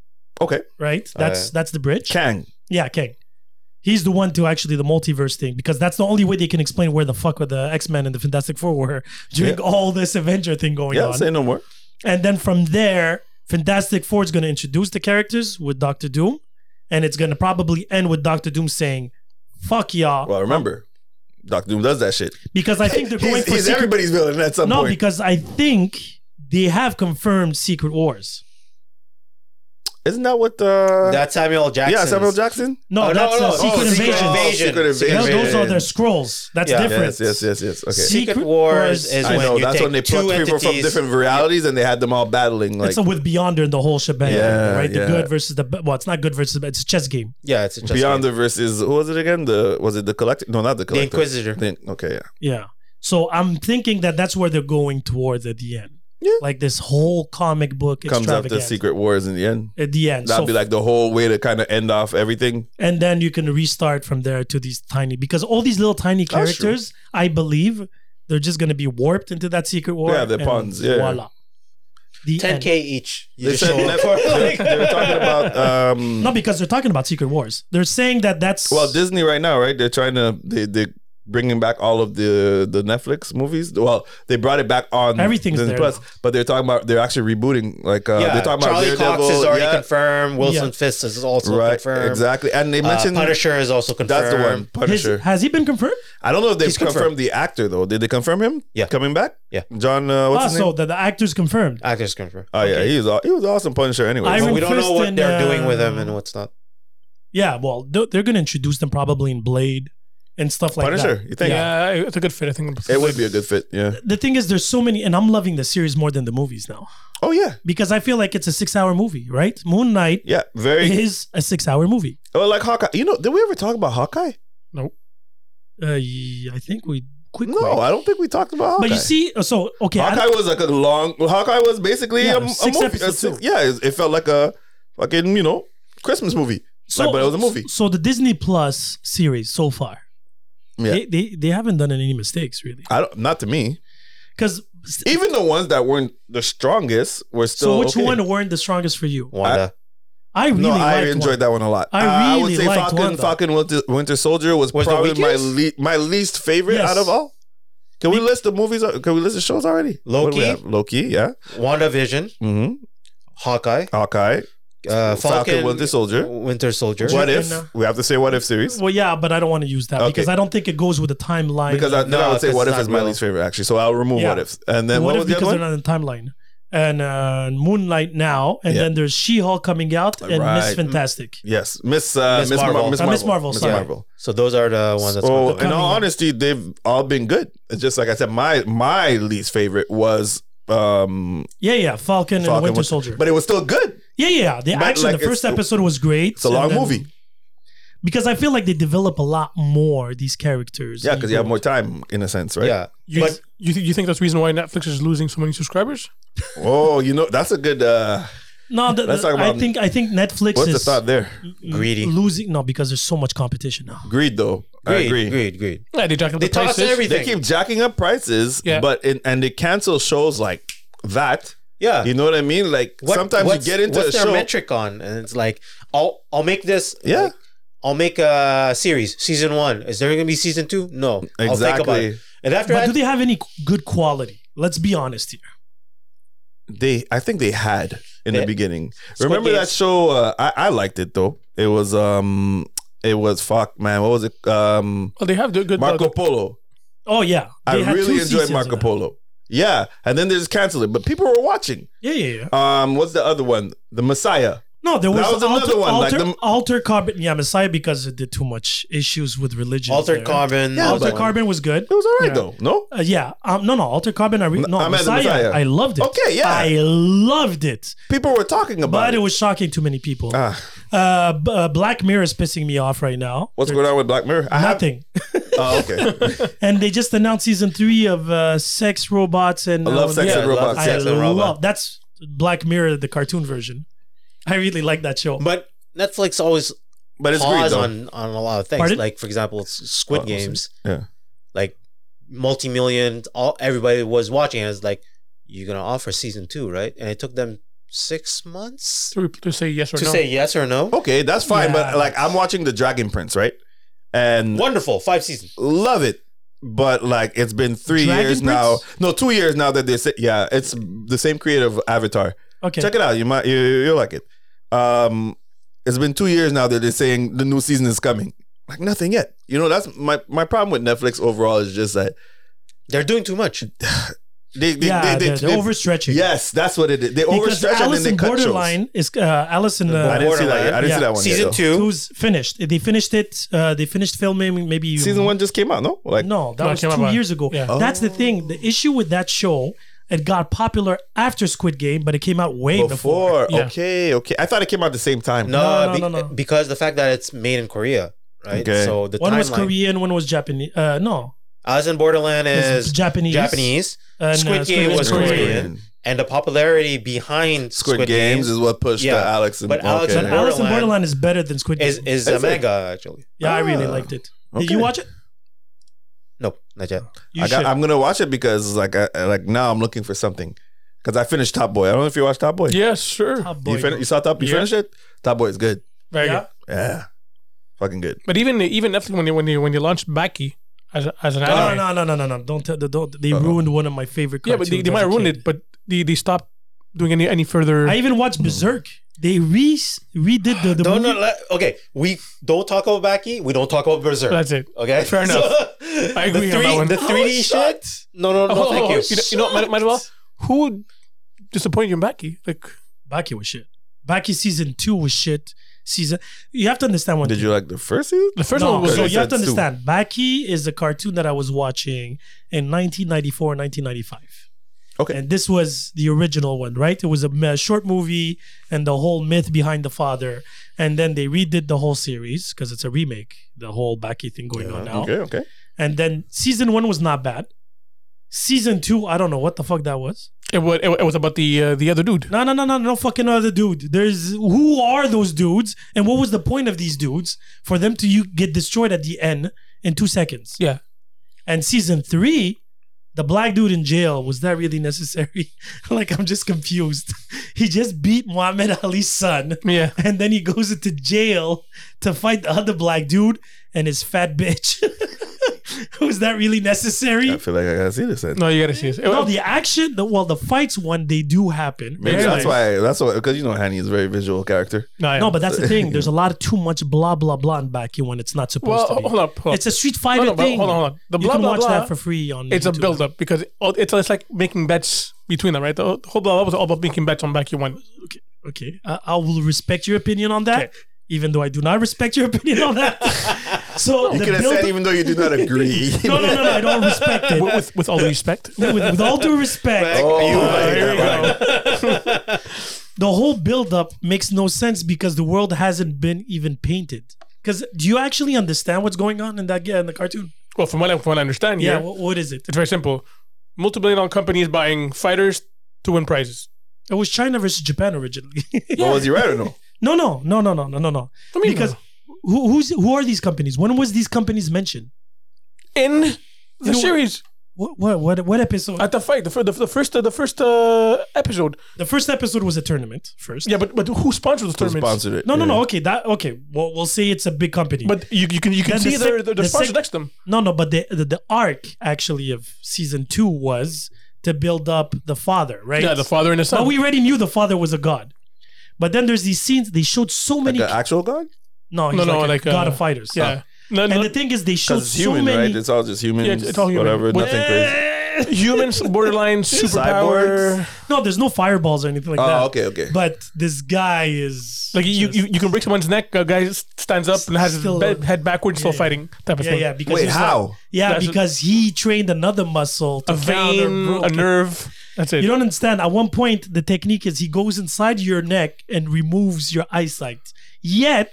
S4: okay.
S2: right?
S4: Uh,
S2: That's that's the bridge.
S4: Kang,
S2: yeah, Kang. He's the one to actually the multiverse thing because that's the only way they can explain where the fuck were the X Men and the Fantastic Four were during
S4: Yeah.
S2: all this Avenger thing going
S4: yeah,
S2: on.
S4: say no more.
S2: And then from there, Fantastic Four is going to introduce the characters with Doctor Doom, and it's going to probably end with Doctor Doom saying, "Fuck y'all,"
S4: Well, remember, Doctor Doom does that shit.
S2: because I think they're going
S4: He's,
S2: for
S4: he's
S2: secret.
S4: everybody's villain at some
S2: no,
S4: point.
S2: because I think they have confirmed Secret Wars.
S4: Isn't that what? Uh,
S3: That's Samuel Jackson.
S4: yeah, Samuel Jackson.
S2: No,
S3: Oh, no,
S2: that's
S3: no,
S2: uh,
S3: oh,
S2: Secret
S3: Secret
S2: Invasion.
S3: Invasion.
S4: Secret
S3: Secret
S4: Invasion.
S2: No, those are
S3: Invasion.
S2: the scrolls. That's
S3: Yeah.
S2: different.
S4: Yes, yes, yes, yes. Okay.
S2: See-
S3: Secret
S2: Secret
S3: Wars
S2: Wars.
S3: is
S4: I
S3: when
S4: know.
S3: you
S4: That's
S3: take
S4: when they
S3: two
S4: plucked people from
S3: entities.
S4: different realities and they had them all battling. Like
S2: it's a with Beyonder and the whole shebang.
S4: Yeah,
S2: right? The
S4: yeah.
S2: good versus the b- well, it's not good versus bad. It's a chess game.
S3: Yeah, it's just
S4: Beyond the versus who was it again? The was it the collector? No, not the
S3: the
S4: collector.
S3: Inquisitor.
S4: Think- okay, yeah.
S2: Yeah. So I'm thinking that that's where they're going towards at the end.
S4: Yeah.
S2: Like this whole comic book
S4: Comes up to
S2: extravaganza
S4: Secret Wars in the end.
S2: at the end.
S4: That'd
S2: So
S4: be like the whole way to kind of end off everything.
S2: and then you can restart from there to these tiny because all these little tiny
S4: sure.
S2: characters, I believe, they're just gonna be warped into that secret war.
S4: Yeah, they're
S2: and
S4: pawns, yeah.
S2: Voila. The end.
S3: 10k each. You
S4: They
S3: just
S4: said
S3: show up for
S4: Netflix- they were
S3: like.
S4: talking about um,
S2: Not because they're talking about secret wars. They're saying that that's
S4: well Disney right now, right? They're trying to they they bringing back all of the the Netflix movies. Well, they brought it back on
S2: Everything's
S4: Disney
S2: there
S4: Plus, but they're talking about they're actually rebooting. Like uh,
S3: Yeah,
S4: they're talking
S3: Charlie
S4: about
S3: Cox
S4: Daredevil,
S3: is already
S4: yeah,
S3: confirmed. Wilson
S2: Yeah.
S3: Fisk is also
S4: right?
S3: confirmed.
S4: Exactly, and they
S3: Uh,
S4: mentioned
S3: Punisher is also confirmed.
S4: that's the one
S2: His-
S4: Punisher.
S2: has he been confirmed?
S4: I don't know if they've
S3: He's confirmed.
S4: confirmed. the actor though. Did they confirm him?
S3: Yeah.
S4: coming back.
S3: Yeah.
S4: John. Uh, what's
S2: Ah,
S4: his
S2: so
S4: name?
S2: the, the actor's confirmed.
S3: Actors confirmed.
S4: Oh yeah, he was aw- he was awesome Punisher. Anyway,
S2: I
S3: But
S2: Iron
S3: we don't know
S2: Fist
S3: what
S2: and,
S3: they're doing
S2: uh,
S3: with him and what's not.
S2: Yeah, well, they're, they're gonna introduce them probably in Blade and stuff like
S4: Punisher.
S2: that.
S4: You think?
S5: yeah, it's a good fit. I think
S4: It would be a good fit. Yeah.
S2: The thing is, there's so many, and I'm loving the series more than the movies now
S4: Oh yeah,
S2: because I feel like it's a six-hour movie, right? Moon Knight
S4: yeah. Very.
S2: is a six-hour movie.
S4: Oh, like Hawkeye. You know, did we ever talk about Hawkeye?
S2: Uh, y- I think we quick.
S4: No, I don't think we talked about Hawkeye.
S2: but you see, uh, so okay, I-
S4: Hawkeye was like a long. Hawkeye was basically
S2: Yeah,
S4: a, a
S2: six
S4: movie.
S2: episodes,
S4: a six-
S2: too.
S4: yeah, it, it felt like a fucking you know Christmas movie.
S2: so,
S4: like, but it was a movie.
S2: So the Disney Plus series so far,
S4: Yeah.
S2: they, they they haven't done any mistakes really,
S4: I don't. Not to me.
S2: because.
S4: Even the ones that weren't the strongest were still.
S2: So which
S4: okay.
S2: one weren't the strongest for you?
S3: Wanda.
S2: I really
S4: no, I
S2: liked
S4: enjoyed
S2: one.
S4: that one a lot.
S2: I
S4: Uh,
S2: really liked
S4: Falcon,
S2: one, though.
S4: Falcon Winter, Winter Soldier was,
S3: Was the
S4: probably my le-
S3: weakest?
S4: my least favorite
S2: Yes.
S4: out of all. Can we list the movies? uh, Can we list the shows already? What do we
S3: Loki.
S4: have? Loki, yeah.
S3: WandaVision,
S4: Mm-hmm.
S3: Hawkeye,
S4: Hawkeye,
S3: uh, Falcon,
S4: Winter Soldier.
S3: Winter Soldier.
S4: What
S2: Chicken,
S4: if
S2: uh,
S4: we have to say what if series?
S2: Well, yeah, but I don't want to use that
S4: Okay.
S2: because I don't think it goes with the timeline.
S4: Because I, then
S3: No,
S4: I would say
S3: because
S4: what if
S3: it's
S4: is
S3: not
S4: my
S3: real.
S4: least favorite actually. So I'll remove
S2: Yeah.
S4: what if, and then what,
S2: what if
S4: was the
S2: because
S4: other
S2: they're
S4: one?
S2: not in the timeline? And uh, Moonlight now, and
S4: Yeah.
S2: then there's She-Hulk coming out, and Miss
S4: Right.
S2: Fantastic.
S4: Yes, Miss uh,
S3: Miss
S4: Miss Mar-
S3: Marvel.
S4: Miss
S2: Uh,
S4: Marvel.
S2: Miss Marvel,
S4: Miss
S2: sorry.
S4: Marvel.
S3: So those are the ones that's
S4: So
S3: confirmed.
S4: in Oh, all
S2: Coming.
S4: honesty, they've all been good. It's just like I said, my my least favorite was um
S2: Yeah, yeah, Falcon, and
S4: Falcon
S2: Winter
S4: Winter-
S2: Soldier.
S4: but it was still good.
S2: yeah, yeah, the
S4: but,
S2: action.
S4: like,
S2: the first
S4: it's-
S2: episode was great.
S4: It's a long movie.
S2: because I feel like they develop a lot more these characters.
S4: Yeah,
S2: and
S4: because you have
S2: go-
S4: more time in a sense, right?
S3: Yeah.
S5: You,
S3: but
S5: you, th- you think that's the reason why Netflix is losing so many subscribers?
S4: Oh, you know that's a good. uh
S2: No, the,
S4: Let's
S2: the-
S4: talk about-
S2: I think I think Netflix
S4: What's the
S2: is
S4: thought there?
S3: greedy.
S2: losing. No, because there's so much competition now.
S4: Greed, though. I
S3: Greed,
S4: agree.
S3: greed, greed.
S5: Yeah, they jacked up
S3: They
S5: the
S3: toss
S5: prices.
S4: They
S3: everything.
S4: keep jacking up prices,
S5: Yeah.
S4: but in, and they cancel shows like that.
S3: yeah.
S4: You know what I mean? Like
S3: What-
S4: sometimes you
S3: what's-
S4: get into
S3: what's
S4: a
S3: their
S4: show.
S3: metric on, and it's like, I'll I'll make this.
S4: Yeah.
S3: like, I'll make a series, season one. Is there gonna be season two? No. I'll think about
S4: Exactly.
S3: it. And after
S2: But do
S3: that,
S2: they have any good quality? Let's be honest here.
S4: They, I think they had in
S3: They-
S4: the beginning.
S3: Squid
S4: Remember that
S3: Games.
S4: show? Uh, I I liked it though. It was um, it was fuck man. What was it? Um,
S5: Well, Oh, they have the good.
S4: Marco Polo.
S2: Oh yeah,
S4: I
S2: They had two
S4: really enjoyed
S2: seasons
S4: Marco
S2: of that.
S4: Polo. Yeah, and then they just canceled it, but people were watching.
S2: Yeah, yeah, yeah.
S4: Um, what's the other one? The Messiah.
S2: No, there was,
S4: That was
S2: alter,
S4: another one, like
S2: Alter,
S4: the-
S2: alter carbon, yeah, Messiah because it did too much issues with religion.
S3: Altered
S2: there.
S3: Carbon.
S4: Yeah,
S2: Alter
S4: but-
S2: carbon was good.
S4: It was all right
S5: Yeah.
S4: though. No,
S2: Uh, yeah, um, no, no, alter carbon. I re-
S4: No,
S2: no,
S4: I meant the
S2: Messiah,
S4: Messiah.
S2: I loved it.
S4: Okay, yeah.
S2: I loved it,
S4: people were talking about
S2: but
S4: it.
S2: it was shocking to many people. Uh,
S4: Ah,
S2: b- uh, Black Mirror is pissing me off right now.
S4: what's going on with Black Mirror? I have-
S2: Nothing,
S4: oh, okay.
S2: and they just announced season three of uh, Sex Robots and
S4: I love
S2: uh,
S4: Sex
S2: yeah,
S4: and Robots.
S2: I
S3: Sex and
S2: love
S3: Robot.
S2: that's Black Mirror, the cartoon version. I really like that show.
S3: But Netflix always
S4: But it's great
S3: pause
S4: though.
S3: on, on a lot of things.
S2: Pardon?
S3: Like for example, it's Squid
S4: Oh, awesome.
S3: Games.
S4: Yeah.
S3: Like multi-million, all everybody was watching. And it's like you're gonna offer season two, right? And it took them six months
S5: To, to say yes or
S3: to
S5: no.
S3: say yes or no.
S4: Okay, that's fine. But
S2: Yeah.
S4: like, I'm watching The Dragon Prince, right? And
S3: Wonderful, five seasons.
S4: love it. But like, it's been three
S2: Dragon
S4: years
S2: Prince?
S4: now. No, two years now that they say, yeah, it's the same creative Avatar.
S2: Okay,
S4: Check it out. You might you you like it. Um, it's been two years now that they're saying the new season is coming. Like nothing yet. You know, that's my my problem with Netflix overall is just that
S3: They're doing too much.
S4: They, they,
S2: yeah,
S4: they, they,
S2: they're, they're
S4: they-
S2: overstretching.
S4: Yes, that's what it is. They
S2: because
S4: overstretch and then they
S2: Allison
S4: cut shows.
S2: Borderline is uh, Allison.
S4: I
S2: Uh,
S4: didn't see that. Yet. I didn't
S2: Yeah.
S4: see that one. yet,
S3: Season
S4: though.
S3: two.
S2: Who's finished? They finished it. Uh, they finished filming. Maybe
S4: Season one just came out. No, like
S2: No, that
S5: No, it
S2: was
S5: came out
S2: two
S5: by-
S2: years ago.
S5: yeah.
S2: That's the thing. The issue with that show, it got popular after Squid Game, but it came out way
S4: before.
S2: before.
S5: Yeah.
S4: Okay, okay. I thought it came out the same time.
S2: No,
S3: No,
S2: no,
S3: be-
S2: no, no.
S3: because the fact that it's made in Korea, right?
S4: Okay.
S3: So the
S2: One was
S3: timeline.
S2: Korean, one was Japanese. Uh, no,
S3: Alice in Borderland
S2: It's
S3: is
S2: Japanese. Uh,
S3: Japanese,
S5: Uh,
S2: And,
S3: Squid Game was
S2: Korean.
S3: Korean. and the popularity behind
S4: Squid, Games is what pushed
S3: Yeah.
S4: the Alex and
S3: But Alex
S2: But
S3: and
S4: okay.
S2: Alice in
S3: Borderland-
S2: Borderland is better than Squid Game.
S3: is is
S4: Is
S3: a
S4: it?
S3: manga actually.
S2: yeah, I really
S4: Ah,
S2: liked it.
S4: okay.
S2: Did you watch it?
S3: No, not yet.
S2: You
S4: I
S2: should.
S4: got, I'm gonna watch it because like I, I- like now I'm looking for something because I finished Top Boy. I don't know if you watched Top Boy.
S5: Yes, sure.
S2: Top Ah, boy,
S4: you, fin-
S2: bro.
S4: you saw Top. You
S5: Yeah.
S4: finished it. Top Boy is good.
S5: Very
S2: Yeah.
S5: good.
S4: Yeah, fucking good.
S5: But even even Netflix when you when you when you launched Baki as a, as an
S2: no,
S5: anime,
S2: no, no, no, no, no! Don't tell. Don't. They
S4: Uh-huh.
S2: ruined one of my favorite.
S5: yeah, but
S2: Cartoons
S5: they, they
S2: as
S5: might
S2: a
S5: ruin
S2: kid.
S5: it. But they they stopped doing any any further.
S2: I even watched Berserk. They re redid the the
S3: Don't
S2: movie.
S3: no, let- okay. We don't talk about Baki. We don't talk about Berserk.
S5: that's it.
S3: okay,
S5: Fair enough. I agree
S3: the
S5: on
S3: three,
S5: that one.
S3: The three D shit. No, no, no.
S5: Oh,
S3: thank you.
S5: you know, you know might, might as well. Who disappointed you in Baki? Like
S2: Baki was shit. Baki season two was shit. Season. You have to understand one
S4: Did
S2: thing.
S4: you like the first season?
S5: the first
S2: No,
S5: one was
S2: so
S4: good.
S2: you have to
S4: That's two.
S2: understand. Baki is a cartoon that I was watching in 1994, 1995.
S4: Okay.
S2: And this was the original one, right? It was a, m- a short movie and the whole myth behind the father. And then they redid the whole series because it's a remake, the whole Baki thing going on now.
S4: Okay, okay.
S2: And then season one was not bad. Season two, I don't know what the fuck that was.
S5: it was it, was about the uh, the other dude.
S2: No, no, no, no, no fucking other dude. There's who are those dudes, and what was the point of these dudes for them to you get destroyed at the end in two seconds?
S5: Yeah.
S2: And season three, the black dude in jail was that really necessary? like I'm just confused. he just beat Muhammad Ali's son,
S5: Yeah.
S2: and then he goes into jail to fight the other black dude and his fat bitch. was that really necessary?
S4: I feel like I gotta see this. then.
S5: No, you gotta see this. It-
S2: No, the action, the, well, the fights one they do happen.
S4: Maybe
S2: Very nice.
S4: that's why. That's why. Because you know, Hanny is a very visual character.
S5: no, yeah.
S2: No, but that's the thing. There's a lot of too much blah blah blah in Baki when it's not supposed
S5: well,
S2: to be.
S5: hold up, hold up.
S2: It's a Street Fighter
S5: No, no, but
S2: thing.
S5: hold on, hold on. The
S2: you
S5: blah,
S2: can
S5: blah,
S2: watch
S5: blah,
S2: that for free on.
S5: it's a
S2: YouTube.
S5: build up because all- it's it's like making bets between them, right? The whole blah blah was all about making bets on Baki one.
S2: Okay, I, I will respect your opinion on that, even though I do not respect your opinion on that. so
S4: You
S2: the
S4: could have
S2: build
S4: said even though you do not agree.
S2: no, no, no, no, I don't respect it.
S5: with, with, with all due respect.
S2: with, with all due respect,
S3: Like,
S4: Oh,
S3: you-
S4: my
S5: There you
S4: God.
S5: go.
S2: the whole build up makes no sense because the world hasn't been even painted. Because do you actually understand what's going on in that in the cartoon?
S5: Well, from what I, from what I understand,
S2: Yeah.
S5: yeah,
S2: What, what is it?
S5: it's very simple. Multi-billion dollar companies buying fighters to win prizes.
S2: It was China versus Japan originally.
S4: But was he right or no?
S2: No, no, no, no, no, no, no, no.
S5: I mean,
S2: because who, who's who are these companies? When was these companies mentioned?
S5: in the
S2: You know-
S5: series
S2: What what what, what episode?
S5: at the fight, the, fir- the, the first uh, the first uh, episode.
S2: the first episode was a tournament first.
S5: Yeah, but but who sponsored the
S4: Who
S5: tournaments?
S4: sponsored it?
S2: No, no,
S4: Yeah.
S2: no. Okay, that okay. Well, we'll say it's a big company.
S5: But you, you can you can
S2: Then
S5: see
S2: the
S5: the
S2: sec-
S5: the, the,
S2: the
S5: sponsor
S2: sec-
S5: next to them.
S2: no, no. But the, the the arc actually of season two was to build up the father, right?
S5: Yeah, the father and the son.
S2: But we already knew the father was a god. But then there's these scenes. They showed so
S4: Like
S2: many.
S4: an actual god?
S2: no, he's
S5: No, no,
S2: like, a
S5: like,
S2: god
S5: uh,
S2: of fighters.
S5: yeah. No, no,
S2: And the thing is, they showed
S4: Because it's
S2: so
S4: human,
S2: many.
S4: right? It's all just humans.
S5: Yeah, it's- it's all human.
S4: Whatever,
S5: But-
S4: nothing crazy.
S5: humans borderline superpower.
S4: Cyborgs?
S2: No, there's no fireballs or anything like that.
S4: Oh, okay, okay.
S2: But this guy is
S5: Like you, you, you can break someone's neck. A guy stands up and has his
S2: Still-
S5: bed, head backwards, still
S2: yeah.
S5: fighting. Type of
S2: Yeah,
S5: thing.
S2: yeah. Because
S4: Wait,
S2: he's
S4: how?
S2: not- yeah,
S5: That's-
S2: because he trained another muscle to
S5: a
S2: counter
S5: vein, a
S2: broken-
S5: nerve. That's it.
S2: You don't understand. At one point, the technique is he goes inside your neck and removes your eyesight. Yet,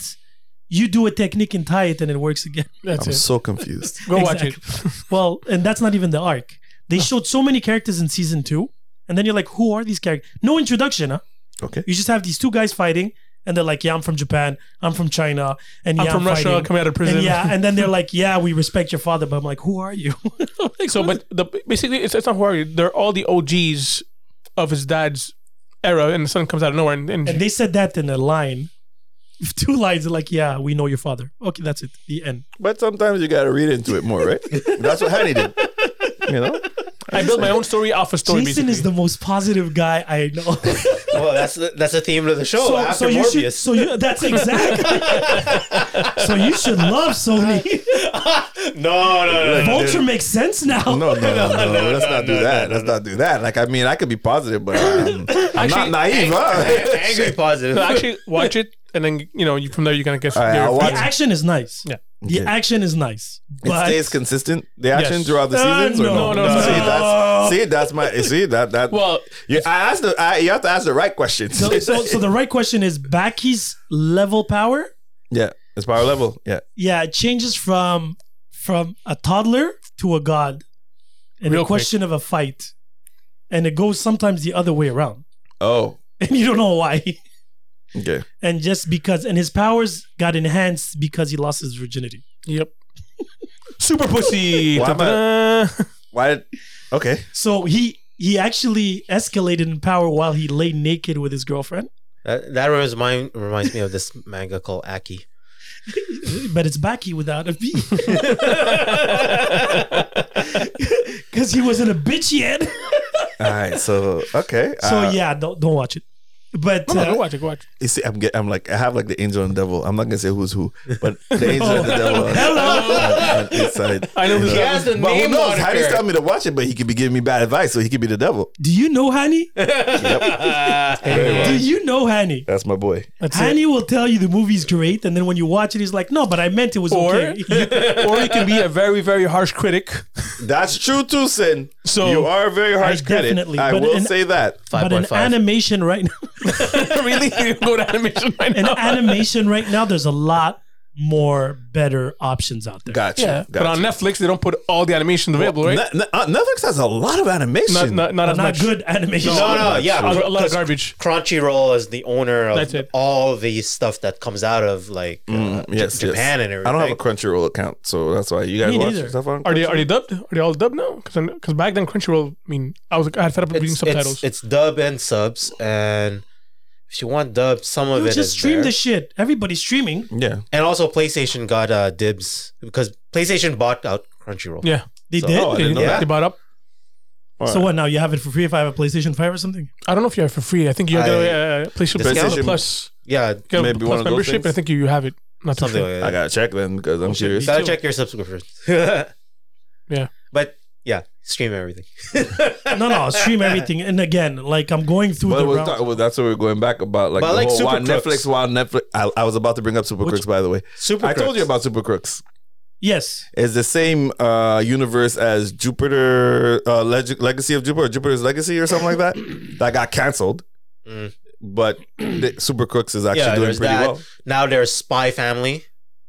S2: you do a technique and tie it, and it works again.
S5: That's
S4: I'm
S5: it.
S4: so confused.
S5: Go watch it.
S2: Exactly. well, and that's not even the arc. They showed so many characters in season two, and then you're like, who are these characters? No introduction, huh?
S4: Okay.
S2: You just have these two guys fighting, and they're like, yeah, I'm from Japan, I'm from China, and
S5: I'm
S2: yeah,
S5: from Russia,
S2: fighting.
S5: coming out of prison.
S2: And yeah, and then they're like, yeah, we respect your father, but I'm like, who are you? Like,
S5: So,
S2: what
S5: but the, basically, it's, it's not Huari. They're all the OGs of his dad's era, and the son comes out of nowhere. And, and,
S2: And they said that in a line. Two lines like, yeah, we know your father. Okay, that's it. The end.
S4: But sometimes you gotta read into it more, right? That's what Hanny did. You know?
S5: I built my own story off a story.
S2: Jason is
S5: basically.
S2: the most positive guy I know.
S3: Well, that's the, that's the theme of the show.
S2: so,
S3: After
S2: so you
S3: Morbius,
S2: should. So you, that's exactly. so you should love Sony.
S3: no, no, no, no.
S2: Vulture makes sense now.
S4: No, no, no, no, no, Let's not do
S3: no,
S4: that.
S3: no,
S4: let's not do that. Like, I mean, I could be positive, but I'm, I'm not
S5: Actually,
S4: naive. Huh?
S3: Angry positive.
S5: No, actually, watch it, and then you know you, from there you're gonna get.
S4: All right,
S5: your-
S4: I'll
S2: The
S4: watch-
S2: action is nice.
S5: Yeah.
S2: The
S4: Okay.
S2: action is nice.
S4: It
S2: But
S4: stays consistent. The action
S5: Yes.
S4: throughout the
S2: Uh,
S4: seasons. or
S5: no, no, no.
S4: See, that's see, that's my see that that.
S5: Well,
S4: you, I asked the I, you have to ask the right questions.
S2: so, so, so the right question is Baki's level power.
S4: yeah, it's power level. Yeah,
S2: Yeah, it changes from from a toddler to a god, and
S5: Real
S2: a question of a fight, and it goes sometimes the other way around,
S4: Oh,
S2: and you don't know why.
S4: okay.
S2: And just because, and his powers got enhanced because he lost his virginity.
S5: Yep. Super pussy.
S4: Why am I-
S5: Ta-da.
S4: Why? did- Okay.
S2: So he he actually escalated in power while he lay naked with his girlfriend.
S3: That, that reminds mine reminds me of this manga called Aki.
S2: But it's Baki without a B. Because he wasn't a bitch yet.
S4: All right. So okay.
S2: So
S4: uh,
S2: yeah, don't don't watch it. But
S5: No, no,
S2: uh,
S5: go watch it. Go watch. it.
S4: You see, I'm get, I'm like I have like the angel and devil. I'm not gonna say who's who, but the angel
S2: oh,
S4: and the devil. on- on- on each side.
S5: I know who's
S4: You
S5: that
S3: has
S5: one.
S3: the
S4: But who
S3: name
S4: knows? Heidi's
S3: moniker.
S4: telling me to watch it, but he could be giving me bad advice, so he could be the devil.
S2: do you know Hani? do you know Hani?
S4: That's my boy.
S5: That's it.
S2: Hani will tell you the movie's great, and then when you watch it, he's like, "No, but I meant it was
S5: Or,
S2: okay."
S5: or you can be a very, very harsh critic.
S4: That's true too, Sin.
S5: So-
S4: you are a very harsh
S2: I
S4: critic.
S2: definitely-
S4: I
S2: but
S4: will
S2: an-
S4: say that.
S2: but an
S3: 5.5.
S2: animation right now,
S5: really, you go to animation right
S2: an
S5: now.
S2: animation right now, there's a lot more better options out there.
S4: Gotcha.
S5: yeah, but
S4: gotcha.
S5: on Netflix they don't put all the animations available, right?
S4: Ne- ne- uh, Netflix has a lot of animation.
S5: Not, not, not
S2: But
S5: as
S2: not
S5: much.
S2: good animation.
S3: no, no, yeah.
S5: A lot- a lot of
S3: because
S5: garbage.
S3: Crunchyroll is the owner
S5: That's it.
S3: of all the stuff that comes out of like uh, J-
S4: Mm, yes, yes.
S3: Japan and everything.
S4: I don't have a Crunchyroll account, so that's why you guys
S2: Me
S4: watch
S2: neither.
S4: stuff on.
S5: Are they are they dubbed? Are they all dubbed now? Because back then Crunchyroll, I mean, I was I had fed up with reading
S3: it's,
S5: subtitles.
S3: it's, it's dub and subs, and if you want dub, some of
S2: You
S3: it
S2: just
S3: is
S2: stream
S3: there.
S2: the shit. Everybody's streaming.
S4: yeah,
S3: and also PlayStation got uh, dibs because PlayStation bought out Crunchyroll.
S5: yeah,
S2: They
S3: So-
S2: did.
S4: Oh, I
S5: they,
S4: didn't know
S5: they
S3: that.
S5: bought up.
S2: so what? Now you have it for free if I have a PlayStation Five or something.
S5: I don't know if you have it for free. I think you have
S3: I-
S5: the uh, PlayStation,
S4: Discount?
S5: PlayStation Plus,
S3: Yeah,
S5: you have
S4: Maybe one
S5: the Plus
S4: of those
S5: membership.
S4: things.
S5: I think you have it. Not too
S3: something
S5: sure.
S3: like that.
S4: I gotta check then because I'm curious.
S3: Gotta
S5: too.
S3: check your subscriptions.
S5: Yeah.
S3: But yeah, stream everything.
S2: No, no, stream everything. And again, like I'm going through
S4: But
S2: the
S4: we're
S2: round.
S4: talk- well, that's what we're going back about, like,
S3: But
S4: the
S3: like
S4: whole
S3: Super
S4: why
S3: Crooks.
S4: Netflix, why Netflix. I, I was about to bring up Super Crooks, by the way.
S3: Super.
S4: I told
S3: Crooks.
S4: you about Super Crooks.
S2: yes,
S4: It's the same uh, universe as Jupiter uh, Leg- Legacy of Jupiter, or Jupiter's Legacy, or something like that. that got canceled.
S3: Mm.
S4: But the, Super Crooks is actually
S3: Yeah,
S4: doing
S3: there's
S4: pretty
S3: that.
S4: well.
S3: Now there's Spy Family,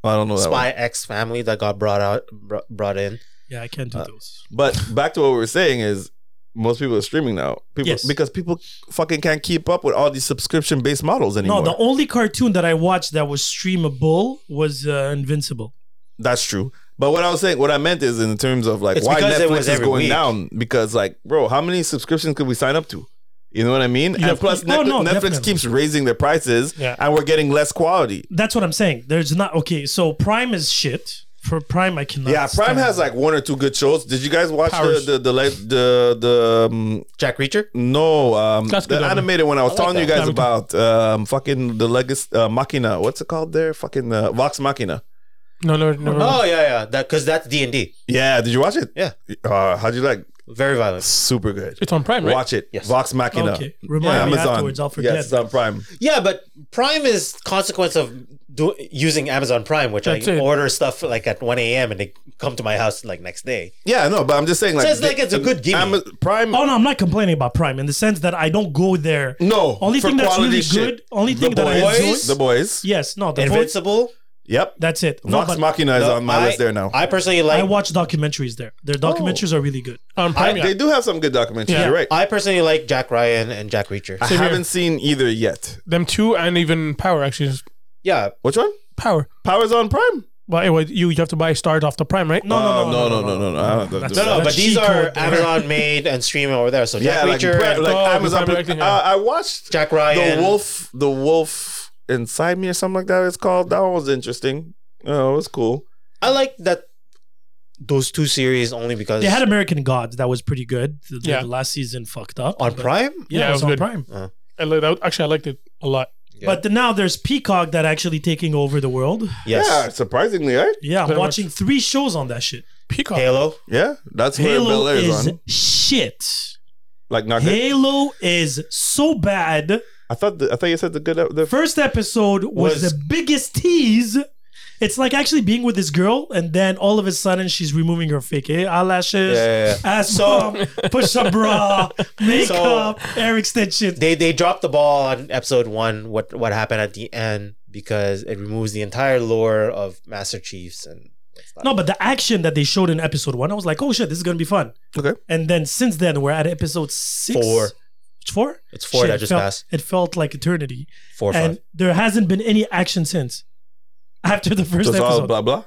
S4: I don't know that one.
S3: Spy X Family that got brought out, br- brought in.
S2: yeah, I can't do
S4: Uh,
S2: those.
S4: But back to what we were saying is most people are streaming now. People
S2: Yes.
S4: because people fucking can't keep up with all these subscription based models anymore.
S2: No, the only cartoon that I watched that was streamable was uh, Invincible.
S4: That's true. But what I was saying, what I meant is in terms of like
S3: It's
S4: why
S3: because it
S4: Netflix
S3: was
S4: is
S3: every
S4: going
S3: week.
S4: down because like, bro, how many subscriptions could we sign up to? You know what I mean?
S2: Yeah, of
S4: and plus,
S2: course.
S4: Netflix,
S2: Oh, no,
S4: Netflix
S2: definitely.
S4: keeps raising their prices,
S5: Yeah.
S4: and we're getting less quality.
S2: That's what I'm saying. There's not okay. So Prime is shit. For Prime, I cannot.
S4: yeah, Prime
S2: stand
S4: has
S2: it.
S4: like one or two good shows. Did you guys watch the
S5: Powers.
S4: the the like, the, the um,
S3: Jack Reacher.
S4: no um,
S5: That's
S4: the
S5: good, I mean.
S4: animated one I was
S3: like
S4: telling you
S3: that.
S4: guys
S5: Yeah, me
S4: about
S5: too.
S4: um, fucking the legacy uh, Machina. What's it called there? Fucking uh, Vox Machina.
S5: No, no, no.
S2: Mm-hmm.
S5: no.
S3: Oh yeah, yeah. That because that's D and D.
S4: Yeah, did you watch it?
S3: Yeah.
S4: Uh, how'd you like?
S3: Very violent.
S4: Super good.
S5: It's on Prime, right?
S4: Watch it.
S3: Yes.
S4: Vox Machina.
S2: Okay. Remind me afterwards, I'll forget.
S4: Yes, it's on Prime.
S3: Yeah, but Prime is consequence of do, using Amazon Prime, which
S5: That's
S3: I
S5: it.
S3: order stuff like at one a.m. and they come to my house like next day.
S4: Yeah, no, but I'm just saying like,
S3: Sounds like it's a good gimme.
S4: Amaz- Prime.
S2: Oh no, I'm not complaining about Prime in the sense that I don't go there.
S4: no,
S2: Only
S4: for
S2: thing that's
S4: quality
S2: really
S4: shit.
S2: good. Only
S4: The
S2: thing that I enjoy.
S4: boys. The boys.
S2: Yes, no, the voice,
S3: Invincible.
S4: Yep.
S2: that's it. No,
S4: Vox
S2: but
S4: Machina is
S3: No,
S4: on my
S3: I-
S4: list there now.
S3: I personally
S2: I
S3: like.
S2: watch documentaries there. Their
S4: Oh.
S2: documentaries are really good.
S5: On Prime, yeah.
S4: They do have some good documentaries.
S5: Yeah.
S4: You're right. I,
S3: I personally like Jack Ryan and Jack Reacher.
S5: Same here.
S4: haven't seen either yet.
S5: Them two and even Power actually. is-
S3: Yeah,
S4: Which one?
S5: Power.
S4: Powers on Prime.
S5: Well, anyway, you you have to buy stars off the Prime, right?
S2: No,
S4: Oh,
S2: no, no,
S4: no, no, no, no. I don't do
S2: That's-
S4: that.
S3: No, no, but
S2: That's
S3: these
S2: cheat
S3: are
S2: code there.
S3: Amazon made and streaming over there. So
S4: Yeah,
S3: Jack
S4: like,
S3: Reacher,
S4: Brad-
S3: and
S4: like
S5: Oh, the
S4: Amazon.
S5: Prime
S4: Prime
S5: Directing,
S4: uh, I watched
S3: Jack
S4: the
S3: Ryan.
S4: wolf. The wolf inside me or something like that. It's called. That one was interesting. Oh, it was cool.
S3: I like that those two series only because
S2: They had American Gods that was pretty good. The, the
S5: Yeah.
S2: last season fucked up.
S3: on
S2: but-
S3: Prime.
S2: Yeah,
S5: Yeah,
S2: it
S5: it
S2: was
S5: was
S2: on
S5: good.
S2: Prime.
S5: I like that. Actually, I liked it a lot.
S3: Yeah.
S2: But now there's Peacock that actually taking over the world.
S3: Yes,
S4: Yeah, surprisingly, right?
S2: Yeah, I'm
S5: Pretty much.
S2: watching three shows on that shit.
S5: Peacock.
S3: Halo.
S4: Yeah, that's where Bel
S2: Halo
S4: Air is
S2: is
S4: on.
S2: shit.
S4: Like not good.
S2: Halo is so bad.
S4: I thought the, I thought you said the good the
S2: The first episode was,
S3: Was-
S2: the biggest tease. It's like actually being with this girl, and then all of a sudden she's removing her fake eh, eyelashes,
S3: Yeah, yeah,
S2: ass bump, push up bra, makeup, hair extensions.
S3: They they dropped the ball on episode one. What what happened at the end because it removes the entire lore of Master Chiefs and whatnot.
S2: No, but the action that they showed in episode one, I was like, oh shit, this is gonna be fun.
S4: Okay.
S2: And then since then, we're at episode six,
S3: Four.
S2: It's four.
S3: It's four
S2: Shit,
S3: that
S2: it
S3: just
S2: felt-
S3: passed.
S2: It felt like eternity,
S3: four or
S2: and
S3: five.
S2: there hasn't been any action since. After the first
S4: just all
S2: episode,
S4: blah blah.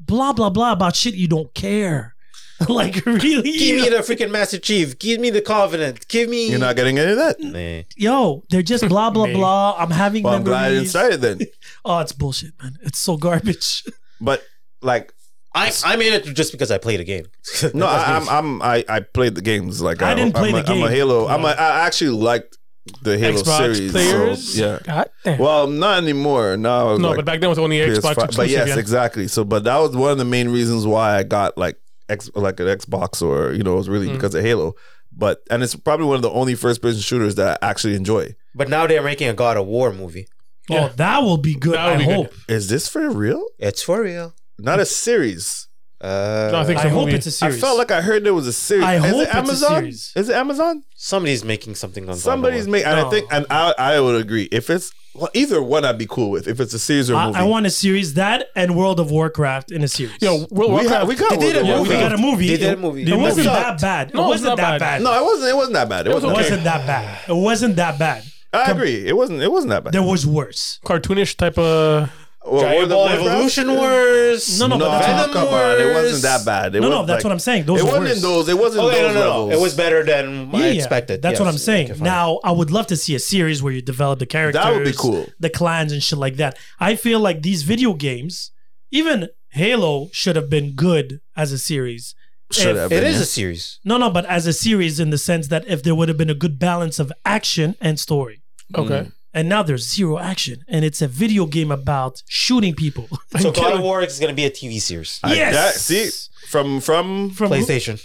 S2: blah blah blah about shit you don't care. like really,
S3: Give me the freaking Master Chief. Give me the Covenant. Give me.
S4: You're not getting any of that.
S3: Nah.
S2: yo, they're just blah blah
S5: Me.
S2: blah. I'm having
S4: Well, I'm glad I didn't
S2: memories.
S4: start it then.
S2: oh, it's bullshit, man. It's so garbage. Oh,
S4: But like
S3: I I'm in it just because I play the game.
S4: no, I, I'm I'm I, I played the games. Like
S2: I didn't play
S4: am
S2: the
S4: a, I'm
S2: game.
S4: a Halo. I'm a, I actually liked the Halo
S5: Xbox
S4: series. so,
S5: players.
S4: yeah.
S5: God damn.
S4: Well, not anymore. Now
S5: no,
S4: like,
S5: but back then it was only Xbox.
S4: PS5. But
S5: exclusive,
S4: yes,
S5: yeah.
S4: exactly. So, but that was one of the main reasons why I got like X, like an Xbox, or you know, it was really because of Halo. But and it's probably one of the only first person shooters that I actually enjoy.
S3: But now they're making a God of War movie.
S5: Yeah.
S2: Oh, that will be good.
S5: That will
S2: I
S5: be good.
S2: hope.
S4: Is this for real?
S3: It's for real.
S4: Not a series.
S3: Uh,
S5: No, I think
S2: I hope
S5: movie.
S2: it's a series.
S4: I felt like I heard there was a series.
S2: I
S4: Is
S2: hope
S4: it
S2: it's a
S4: Amazon?
S2: series.
S4: Is it Amazon?
S3: somebody's making something on God of
S4: Somebody's
S3: War.
S4: making. And I
S2: No.
S4: think, and I, I would agree. If it's well, either one, I'd be cool with. If it's a series or
S2: I,
S4: movie,
S2: I want a series that and World of Warcraft in a series.
S5: Yo, World
S4: We,
S5: of
S4: had,
S5: Warcraft.
S4: we got
S3: They did
S4: World
S5: a
S2: we
S4: of
S5: movie.
S2: got a
S4: Warcraft.
S2: movie.
S3: They did a
S2: It-
S3: movie.
S2: It,
S3: The
S2: wasn't
S4: movie
S2: that
S4: sucked.
S2: bad.
S5: No,
S2: it
S5: it's
S2: wasn't
S5: not
S2: that
S5: bad.
S2: bad.
S4: No, it wasn't. It wasn't that bad. It
S5: was
S4: wasn't.
S2: it
S5: okay.
S2: wasn't that bad. It wasn't that bad.
S4: I agree. It wasn't. It wasn't that bad.
S2: There was worse.
S5: cartoonish type of.
S4: Well,
S3: Dragon
S4: World of
S3: Ball
S4: Warcraft?
S3: Evolution Wars.
S2: No, no, but that's
S4: Venom
S2: not-
S4: come on, it wasn't that bad. It
S2: No, no,
S4: was,
S2: that's
S4: like-
S2: what I'm saying. Those
S4: it
S2: were
S4: wasn't
S2: worse.
S4: in those. It wasn't
S3: Oh,
S4: those
S3: yeah, no, no,
S4: levels.
S3: no. It was better than I
S2: Yeah,
S3: expected.
S2: That's what
S3: Yes.
S2: I'm saying.
S3: Okay, fine.
S2: now, I would love to see a series where you develop the characters.
S4: That would be cool.
S2: The clans and shit like that. I feel like these video games, even Halo, should have been good as a series.
S4: Should
S2: If-
S4: have
S3: it
S4: been,
S3: is
S4: yeah.
S3: a series.
S2: No, no, but as a series in the sense that if there would have been a good balance of action and story.
S5: Okay.
S2: And now there's zero action, and it's a video game about shooting people.
S3: So God of War is going to be a TV series.
S4: I-
S2: Yes!
S4: that- see, from from
S2: From
S3: PlayStation.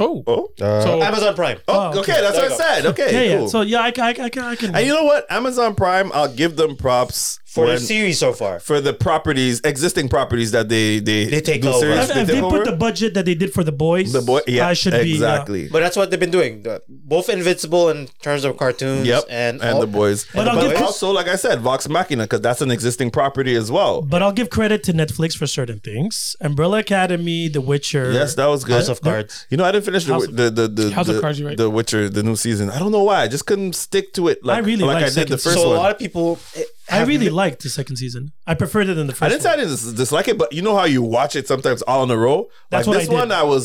S5: Oh.
S4: oh
S2: Uh,
S5: so
S3: Uh, Amazon Prime.
S4: oh
S2: okay.
S4: okay, that's
S3: There
S4: what
S3: you
S4: I
S3: go.
S4: said. Okay,
S2: yeah, yeah.
S4: cool.
S2: So yeah, I, ca- I, ca- I can, I can.
S4: and you know what? Amazon Prime, I'll give them props
S3: For
S4: when-
S3: the series so far.
S4: for the properties, existing properties that they they
S3: They take
S4: do
S3: over.
S4: series,
S2: if,
S3: That's-
S2: if
S4: take
S2: they
S4: over.
S2: put the budget that they did for the boys,
S4: the boy, yeah,
S2: I should be uh, yeah.
S4: exactly.
S3: uh, But that's what they've been doing. The- Both Invincible in terms of cartoons
S4: Yep,
S3: and,
S4: and,
S3: all-
S4: the boys,
S2: But I'll give-
S4: also like I said, Vox Machina, because that's an existing property as well.
S2: But I'll give credit to Netflix for certain things. Umbrella Academy, The Witcher.
S4: Yes, that was good.
S3: House of Cards.
S4: You know, I didn't finish the
S2: House of-
S4: the the the,
S5: House of
S4: the,
S5: Cards, you're right.
S4: the Witcher the new season. I don't know why. I just couldn't stick to it. Like
S2: I really
S4: like
S2: like
S4: I did
S2: second
S4: the first
S3: so
S4: one.
S3: a lot of people. eh,
S2: I
S3: have
S2: really
S3: mi-
S2: liked the second season. I preferred it than the first.
S4: I didn't say I didn't dis- dislike it, but you know how you watch it sometimes all in a row.
S2: That's
S4: like
S2: what
S4: this
S2: I did.
S4: one, I was.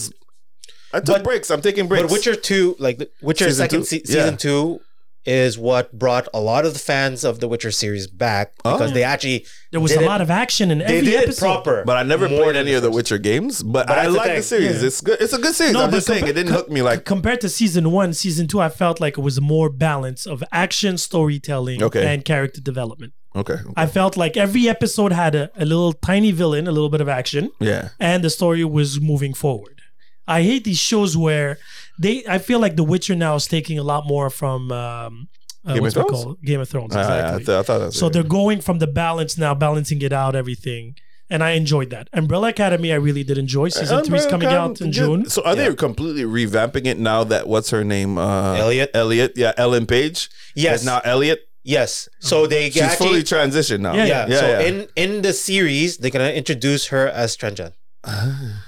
S4: I took
S3: But-
S4: breaks. I'm taking breaks.
S3: But Witcher two, like the- Witcher
S4: Season
S3: second
S4: two?
S3: se-
S4: Yeah.
S3: season two, is what brought a lot of the fans of the Witcher series back because they actually
S2: There was
S3: did
S2: a
S3: it-
S2: lot of action in
S3: they
S2: every
S3: did it
S2: episode.
S3: proper.
S4: Oh. But I never
S3: More
S4: played
S3: than
S4: any of the
S3: first.
S4: Witcher games. But,
S3: But
S4: I
S3: that's the
S4: like the,
S3: thing.
S4: series.
S2: Yeah.
S4: It's good. It's a good series. I'm
S2: but
S4: just saying
S2: compa-
S4: it didn't
S2: co-
S4: hook me like.
S2: compared to season one, season two, I felt like it was more balance of action, storytelling,
S4: Okay.
S2: and character development.
S4: Okay.
S2: I felt like every episode had a, a little tiny villain, a little bit of action,
S4: Yeah.
S2: and the story was moving forward. I hate these shows where they. I feel like The Witcher now is taking a lot more from um, uh,
S4: Game of
S2: what's it
S4: Thrones?
S2: called? Game of Thrones.
S4: I- I-
S2: Exactly.
S4: I, th- I thought that's
S2: So they're going from the balance now, balancing it out, everything. And I enjoyed that. Umbrella Academy, I really did enjoy. Season
S4: Uh,
S2: three is coming out in June.
S4: So are they completely revamping it now that what's her name? Uh,
S3: Elliot?
S4: Elliot. Yeah. Ellen Page.
S3: Yes.
S4: Is now Elliot.
S3: Yes, so they
S4: She's
S3: actually
S4: fully transitioned now.
S2: Yeah,
S3: yeah.
S4: Yeah,
S3: so
S4: yeah.
S3: in in the series, they're gonna introduce her as transgen.
S4: Ah.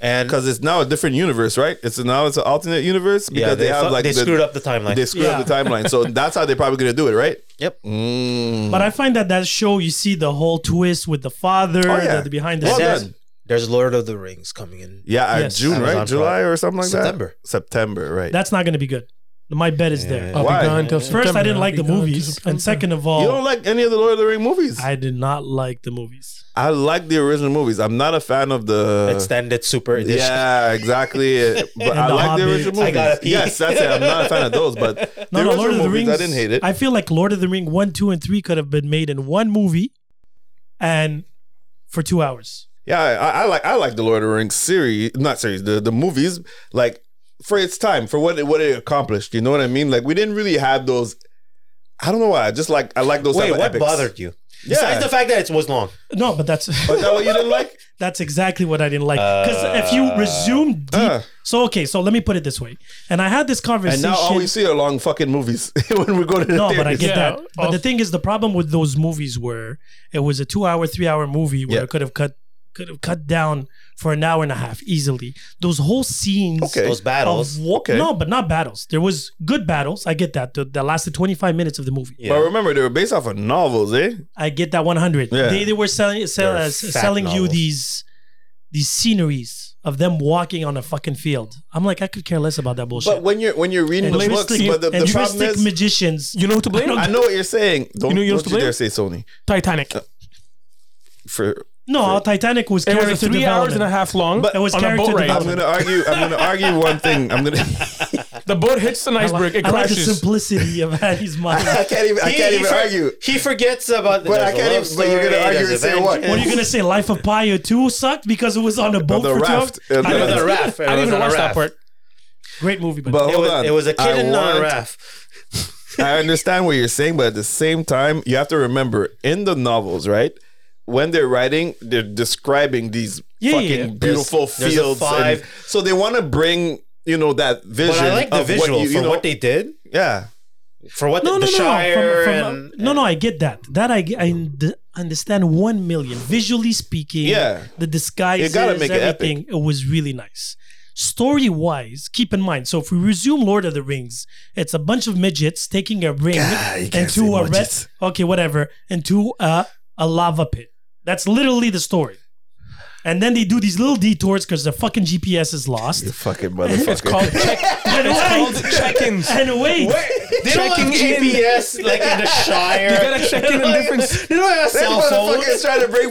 S3: and
S4: Because it's now a different universe, right? It's now it's an alternate universe because
S3: yeah,
S4: they, have
S3: fu-
S4: like
S3: they
S4: the,
S3: screwed up the timeline.
S4: They screwed up the timeline. So that's how they're probably gonna do it, right?
S3: yep.
S4: Mm.
S2: But I find that that show, you see the whole twist with the father,
S4: Oh, yeah.
S2: the, the behind the
S4: Well
S3: And
S2: scenes.
S3: then
S4: done.
S3: there's Lord of the Rings coming in.
S4: yeah, uh,
S2: Yes.
S4: June,
S3: Amazon
S4: right? July
S3: Prime.
S4: or something like
S3: September.
S4: that. September. September, right?
S2: That's not going to be good. My bet is there.
S5: I'll
S4: Why?
S5: be gone until
S2: First, I didn't like the movies, and second of all,
S4: Oh, You don't like any of the Lord of the Rings movies. I,
S2: I did not like the movies.
S4: like the original movies. I'm not a fan of the
S3: Extended super edition.
S4: Yeah, exactly. But I
S2: The
S4: like the
S2: Hobbit.
S4: original movies.
S3: I gotta pee.
S4: Yes, that's it. I'm not a fan of those, but
S2: No,
S4: the
S2: no,
S4: original
S2: Lord of the
S4: movies,
S2: Rings.
S4: I didn't hate it.
S2: I feel like Lord of the Ring one, two, and three could have been made in one movie, and for two hours.
S4: yeah, I, I like I like the Lord of the Rings series, not series, the the movies. Like for its time, for what it, what it accomplished. You know what I mean? Like we didn't really have those. I don't know why. I just like I like those.
S3: Wait,
S4: type of
S3: what
S4: epics.
S3: bothered you? Besides the fact that it was long.
S2: No, but that's
S4: Is that what you didn't like?
S2: that's exactly what I didn't like. Because if you resume deep,
S4: uh.
S2: so okay, so let me put it this way. And I had this
S4: And
S2: conversation.
S4: now all we see are long fucking movies when we go to the
S2: no, but I
S4: theaters.
S2: get
S5: Yeah,
S2: that. But the
S5: off-
S2: thing is, the problem with those movies were it was a two-hour, three-hour movie where
S4: Yeah.
S2: it could have cut could have cut down for an hour and a half easily. Those whole scenes.
S4: Okay.
S3: Those battles.
S2: Of wa-
S4: Okay.
S2: No, but not battles. There was good battles. I get that. That that lasted 25 minutes of the movie.
S4: But remember, they were based off of novels, eh?
S2: I get that 100.
S4: Yeah.
S2: They, they were selling sell,
S3: They're
S2: uh, s-
S3: fat
S2: selling you
S3: novels.
S2: these these sceneries of them walking on a fucking field. I'm like, I could care less about that bullshit.
S4: But when you're when you're reading the books,
S2: Interesting-
S4: but the, the problem
S2: interesting
S4: is,
S2: magicians.
S5: You know who to blame?
S4: I know what you're saying. Don't
S5: You know
S4: you,
S5: you
S4: don't
S5: used to
S4: you
S5: play
S4: dare
S5: it?
S4: say Sony
S5: Titanic.
S4: for.
S2: No, Titanic was
S5: it
S2: character
S5: was three hours and a
S2: development.
S5: half long.
S4: But-
S2: It was
S5: on a boat
S2: character
S5: ride.
S4: I'm
S2: development.
S4: gonna argue. I'm gonna argue one thing. I'm gonna.
S5: The boat hits an
S2: I
S5: iceberg.
S2: like,
S5: It
S2: I like the
S5: crashes.
S2: simplicity of Annie's mind.
S4: I can't even. I
S3: He-
S4: can't
S3: he
S4: even
S3: for-
S4: argue.
S3: He forgets about the
S4: But I
S3: there's a
S4: can't
S3: love
S4: even- but you're gonna
S3: story,
S4: argue
S3: there's
S4: and say what?
S2: What are
S3: vengeance.
S2: you gonna say? Life of Pi 2 sucked because it was on a boat
S4: the
S2: for two
S4: raft.
S2: hours?
S4: Yeah,
S2: I know
S4: the-
S2: that's
S3: It was
S2: a
S3: on a raft. It
S5: I didn't
S3: was
S5: even
S3: on a
S5: watch that
S3: raft.
S5: part.
S2: great movie, but,
S4: But
S3: It
S4: hold
S3: was,
S4: on.
S3: it was a kid
S4: I
S3: in on a
S4: want-
S3: raft.
S4: I understand what you're saying, but at the same time, you have to remember in the novels, right? When they're writing, they're describing these
S2: Yeah,
S4: fucking
S2: yeah.
S4: beautiful
S3: there's a
S4: fields, and,
S3: five-
S4: so they want to bring you know that vision.
S3: But I like the
S4: of
S3: visual
S4: what you, you
S3: for
S4: know,
S3: what they did,
S4: Yeah,
S3: for what
S2: no,
S3: the,
S2: no, no,
S3: the Shire
S2: no. From, from,
S3: and
S2: no, no. I get that. That I, I
S4: Mm.
S2: und- understand. One million, visually speaking.
S4: Yeah.
S2: The disguises,
S4: You gotta make it epic.
S2: everything. It, was really nice. Story wise, keep in mind. So if we resume Lord of the Rings, it's a bunch of midgets taking a ring
S4: you can't
S2: into
S4: say
S2: a red,
S4: midgets.
S2: okay, whatever, into a, a lava pit. That's literally the story. And then they do these little detours because their fucking GPS is lost.
S4: fucking motherfucker.
S5: It's called check.
S2: and
S5: it's
S2: wait,
S5: called check-ins. You
S2: and wait.
S3: they don't have
S5: Checking in.
S3: GPS like in the Shire.
S5: gotta check in in different.
S3: They don't have
S4: That
S3: cell phones.
S4: trying to bring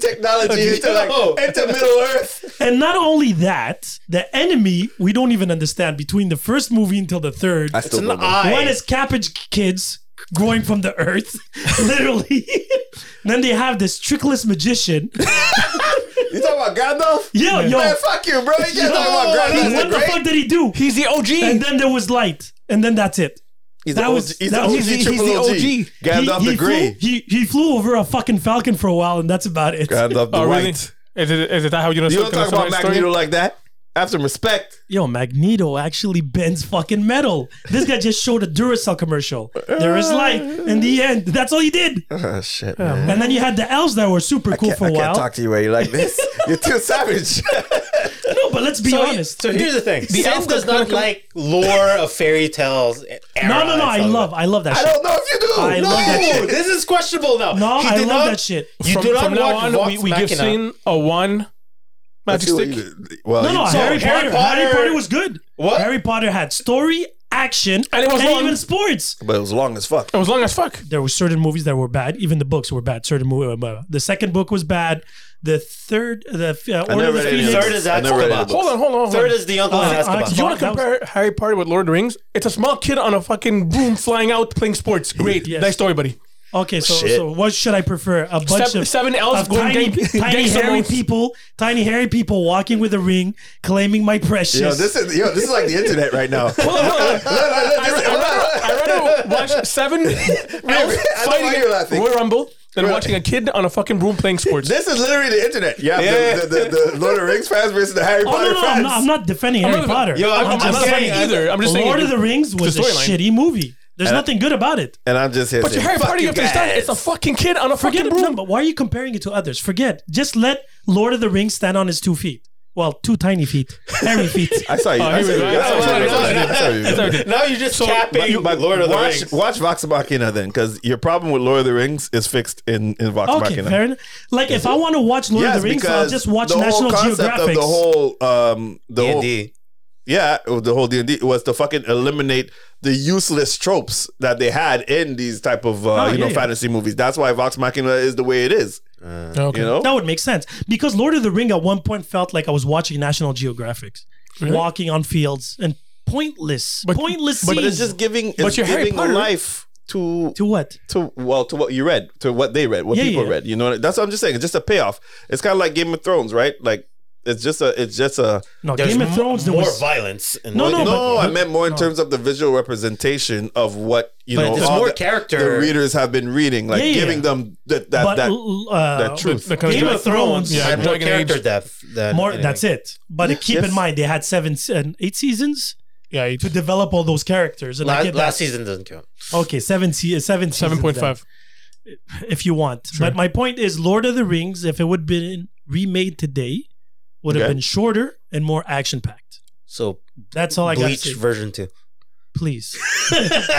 S4: technology into
S3: No.
S4: into Middle Earth.
S2: And not only that, the enemy we don't even understand between the first movie until the third.
S4: I still
S3: It's an
S4: don't know.
S3: eye.
S2: One is cabbage kids growing from the earth, literally. then they have this trickless magician.
S4: You talking about Gandalf?
S2: Yo, yo,
S4: Man, fuck you, bro. You can't
S2: yo,
S4: talk about Gandalf.
S2: what
S4: What
S2: the fuck did he do?
S5: Oh, He's the
S2: And
S5: OG.
S2: then there was light, and then that's it.
S4: He's
S2: that
S4: the OG.
S2: was-
S4: he's
S2: that
S4: the
S2: was-
S4: OG,
S2: he's the-
S5: he's
S4: triple
S5: the
S4: OG.
S5: OG.
S4: Gandalf
S2: he,
S4: the
S2: he
S4: Grey.
S2: Flew, he he flew over a fucking falcon for a while, and that's about it.
S4: Gandalf the
S5: Oh,
S4: White.
S5: really? Is it, is it that how you know
S4: You don't
S5: something
S4: talk
S5: about
S4: about
S5: story?
S4: Magneto like that. Have some respect.
S2: Yo, Magneto actually bends fucking metal. This guy just showed a Duracell commercial. There is light in the end. That's all he did.
S4: Oh, shit, man.
S2: And then you had the elves that were super cool for a while.
S4: to you where you're like this. You're too savage.
S2: No, but let's be
S3: So,
S2: honest.
S3: so here's the thing: Sam
S5: elf
S3: does not
S5: could-
S3: like lore of fairy tales. Era
S2: no, no, no. I love, I love that
S4: I
S2: shit.
S4: don't know if you do.
S2: I
S4: no.
S2: love that
S3: Ooh, this is questionable now.
S2: No,
S3: He
S2: I
S3: did
S2: love
S3: not-
S2: that shit.
S3: You
S5: From,
S3: do not
S5: from now
S3: watch
S5: on, we, we give
S3: Machina.
S5: Sin a one
S4: Let's
S5: magic
S4: see what
S5: stick.
S4: you do. Well,
S2: No, no.
S4: you-
S3: So,
S2: Harry, Potter,
S3: Harry
S2: Harry
S3: Potter-
S2: Potter was good.
S3: What?
S2: Harry Potter had story, action,
S5: And it was long.
S2: even sports.
S4: but it was long as fuck.
S2: Oh,
S5: It was long as fuck.
S2: There were certain movies that were bad. Even the books were bad. Certain movie, uh, the second book was bad. The third, the uh, Order of
S4: never
S2: the
S4: read any
S2: Phoenix.
S4: of
S3: Third is
S4: those. I never read any of
S3: Azkaban.
S4: those.
S5: Hold on, hold on, hold on.
S3: Third is the uncle in
S2: Uh,
S5: Do
S3: Azkaban.
S5: you want to
S2: That was-
S5: compare Harry Potter with Lord of the Rings? It's a small kid on a fucking broom flying out playing sports. Great.
S2: Yes.
S5: Nice story, buddy.
S2: Okay, so,
S4: Shit.
S2: so what should I prefer? A bunch
S5: Seven-
S2: of
S5: seven elves
S2: of
S5: going
S2: tiny,
S5: gang-
S2: tiny
S5: gangster
S2: hairy
S5: modes.
S2: people, tiny hairy people walking with a ring, claiming my precious.
S4: Yo, this is yo, this is like the internet right now.
S5: Hold on, hold on. I
S4: this-
S5: ra- I'd rather, I'd rather watch seven elves
S4: why
S5: fighting
S4: you're
S5: at
S4: laughing.
S5: Royal Rumble than
S4: Really?
S5: watching a kid on a fucking broom playing sports.
S4: This is literally the internet. Yeah,
S3: Yeah.
S4: The, the, the, the Lord of the Rings fans versus the Harry
S2: oh no,
S4: Potter
S2: no, no,
S4: fans.
S2: I'm not, I'm not defending Harry
S5: not-
S2: Potter.
S3: Yo, I'm-
S2: I'm
S5: I'm
S2: just
S5: not
S2: saying
S5: saying either. I'm just saying
S2: Lord of the Rings was a
S5: storyline.
S2: shitty movie. There's
S4: And I-
S2: nothing good about it.
S4: and I'm just here.
S5: But your
S4: saying,
S5: Harry
S4: fuck
S5: Potter, you have to
S4: guys.
S5: understand, it's a fucking kid on a
S2: Forget
S5: fucking
S2: it, no,
S5: broom.
S2: but why are you comparing it to others? Forget. Just let Lord of the Rings stand on his two feet. Well, two tiny feet, hairy feet.
S4: I saw you.
S5: Oh,
S4: I
S5: here
S4: saw
S5: we
S4: you.
S5: go.
S4: I saw you. I saw you. I saw you.
S3: Now you're just capping
S4: But
S3: Lord of the
S4: watch,
S3: Rings.
S4: Watch Vox Machina then, because your problem with Lord of the Rings is fixed in in Vox
S2: Okay,
S4: Machina.
S2: fair enough. Like if I want to watch Lord of the Rings, I'll just watch
S4: the
S2: National
S4: whole concept
S2: Geographic.
S4: of the whole um the whole
S3: D&D.
S4: yeah, with the whole D and D was to fucking eliminate the useless tropes that they had in these type of uh,
S2: Oh,
S4: you
S2: yeah,
S4: know
S2: yeah.
S4: fantasy movies. That's why Vox Machina is the way it is.
S5: Okay.
S4: You know,
S2: That would make sense because Lord of the Ring at one point felt like I was watching National Geographics, walking on fields and pointless,
S5: But-
S2: pointless
S4: but it's
S2: scenes.
S4: just giving
S5: But
S4: it's
S5: your Harry
S4: giving
S5: Potter-
S4: life to
S2: to what?
S4: to well to what you read to what they read what
S2: Yeah,
S4: people
S2: yeah.
S4: read you know that's what i'm just saying it's just a payoff it's kind of like game of thrones right like it's just a it's just a
S2: No,
S3: There's
S2: Game of Thrones. There
S3: more
S2: was
S3: violence. In
S2: No,
S3: what
S4: no,
S2: no,
S3: they-
S2: but-
S4: i meant more in terms of the visual representation of what you
S3: But
S4: know
S3: there's
S4: all
S3: more
S4: the,
S3: character.
S4: the readers have been reading like
S2: Yeah, yeah.
S4: giving them that that
S2: but
S4: that,
S2: l- uh,
S4: that truth
S5: The kind of
S2: Game
S5: dra-
S2: of Thrones.
S5: Yeah,
S3: had more
S5: Dragon Age.
S3: character depth than
S2: More.
S3: anything.
S2: That's it. But keep in mind, they had seven, se- eight seasons
S5: Yeah, you-
S2: to develop all those characters. And I
S3: Last,
S2: get
S3: last
S2: that.
S3: season doesn't count.
S2: Okay, seven, se- seven seasons
S5: seven point
S2: then,
S5: five.
S2: if you want. But my point is, Lord of the Rings, if it would been remade today, would have
S4: Okay.
S2: been shorter and more action packed.
S3: So
S2: That's all I got to
S3: Bleach
S2: say.
S3: version two.
S2: Please,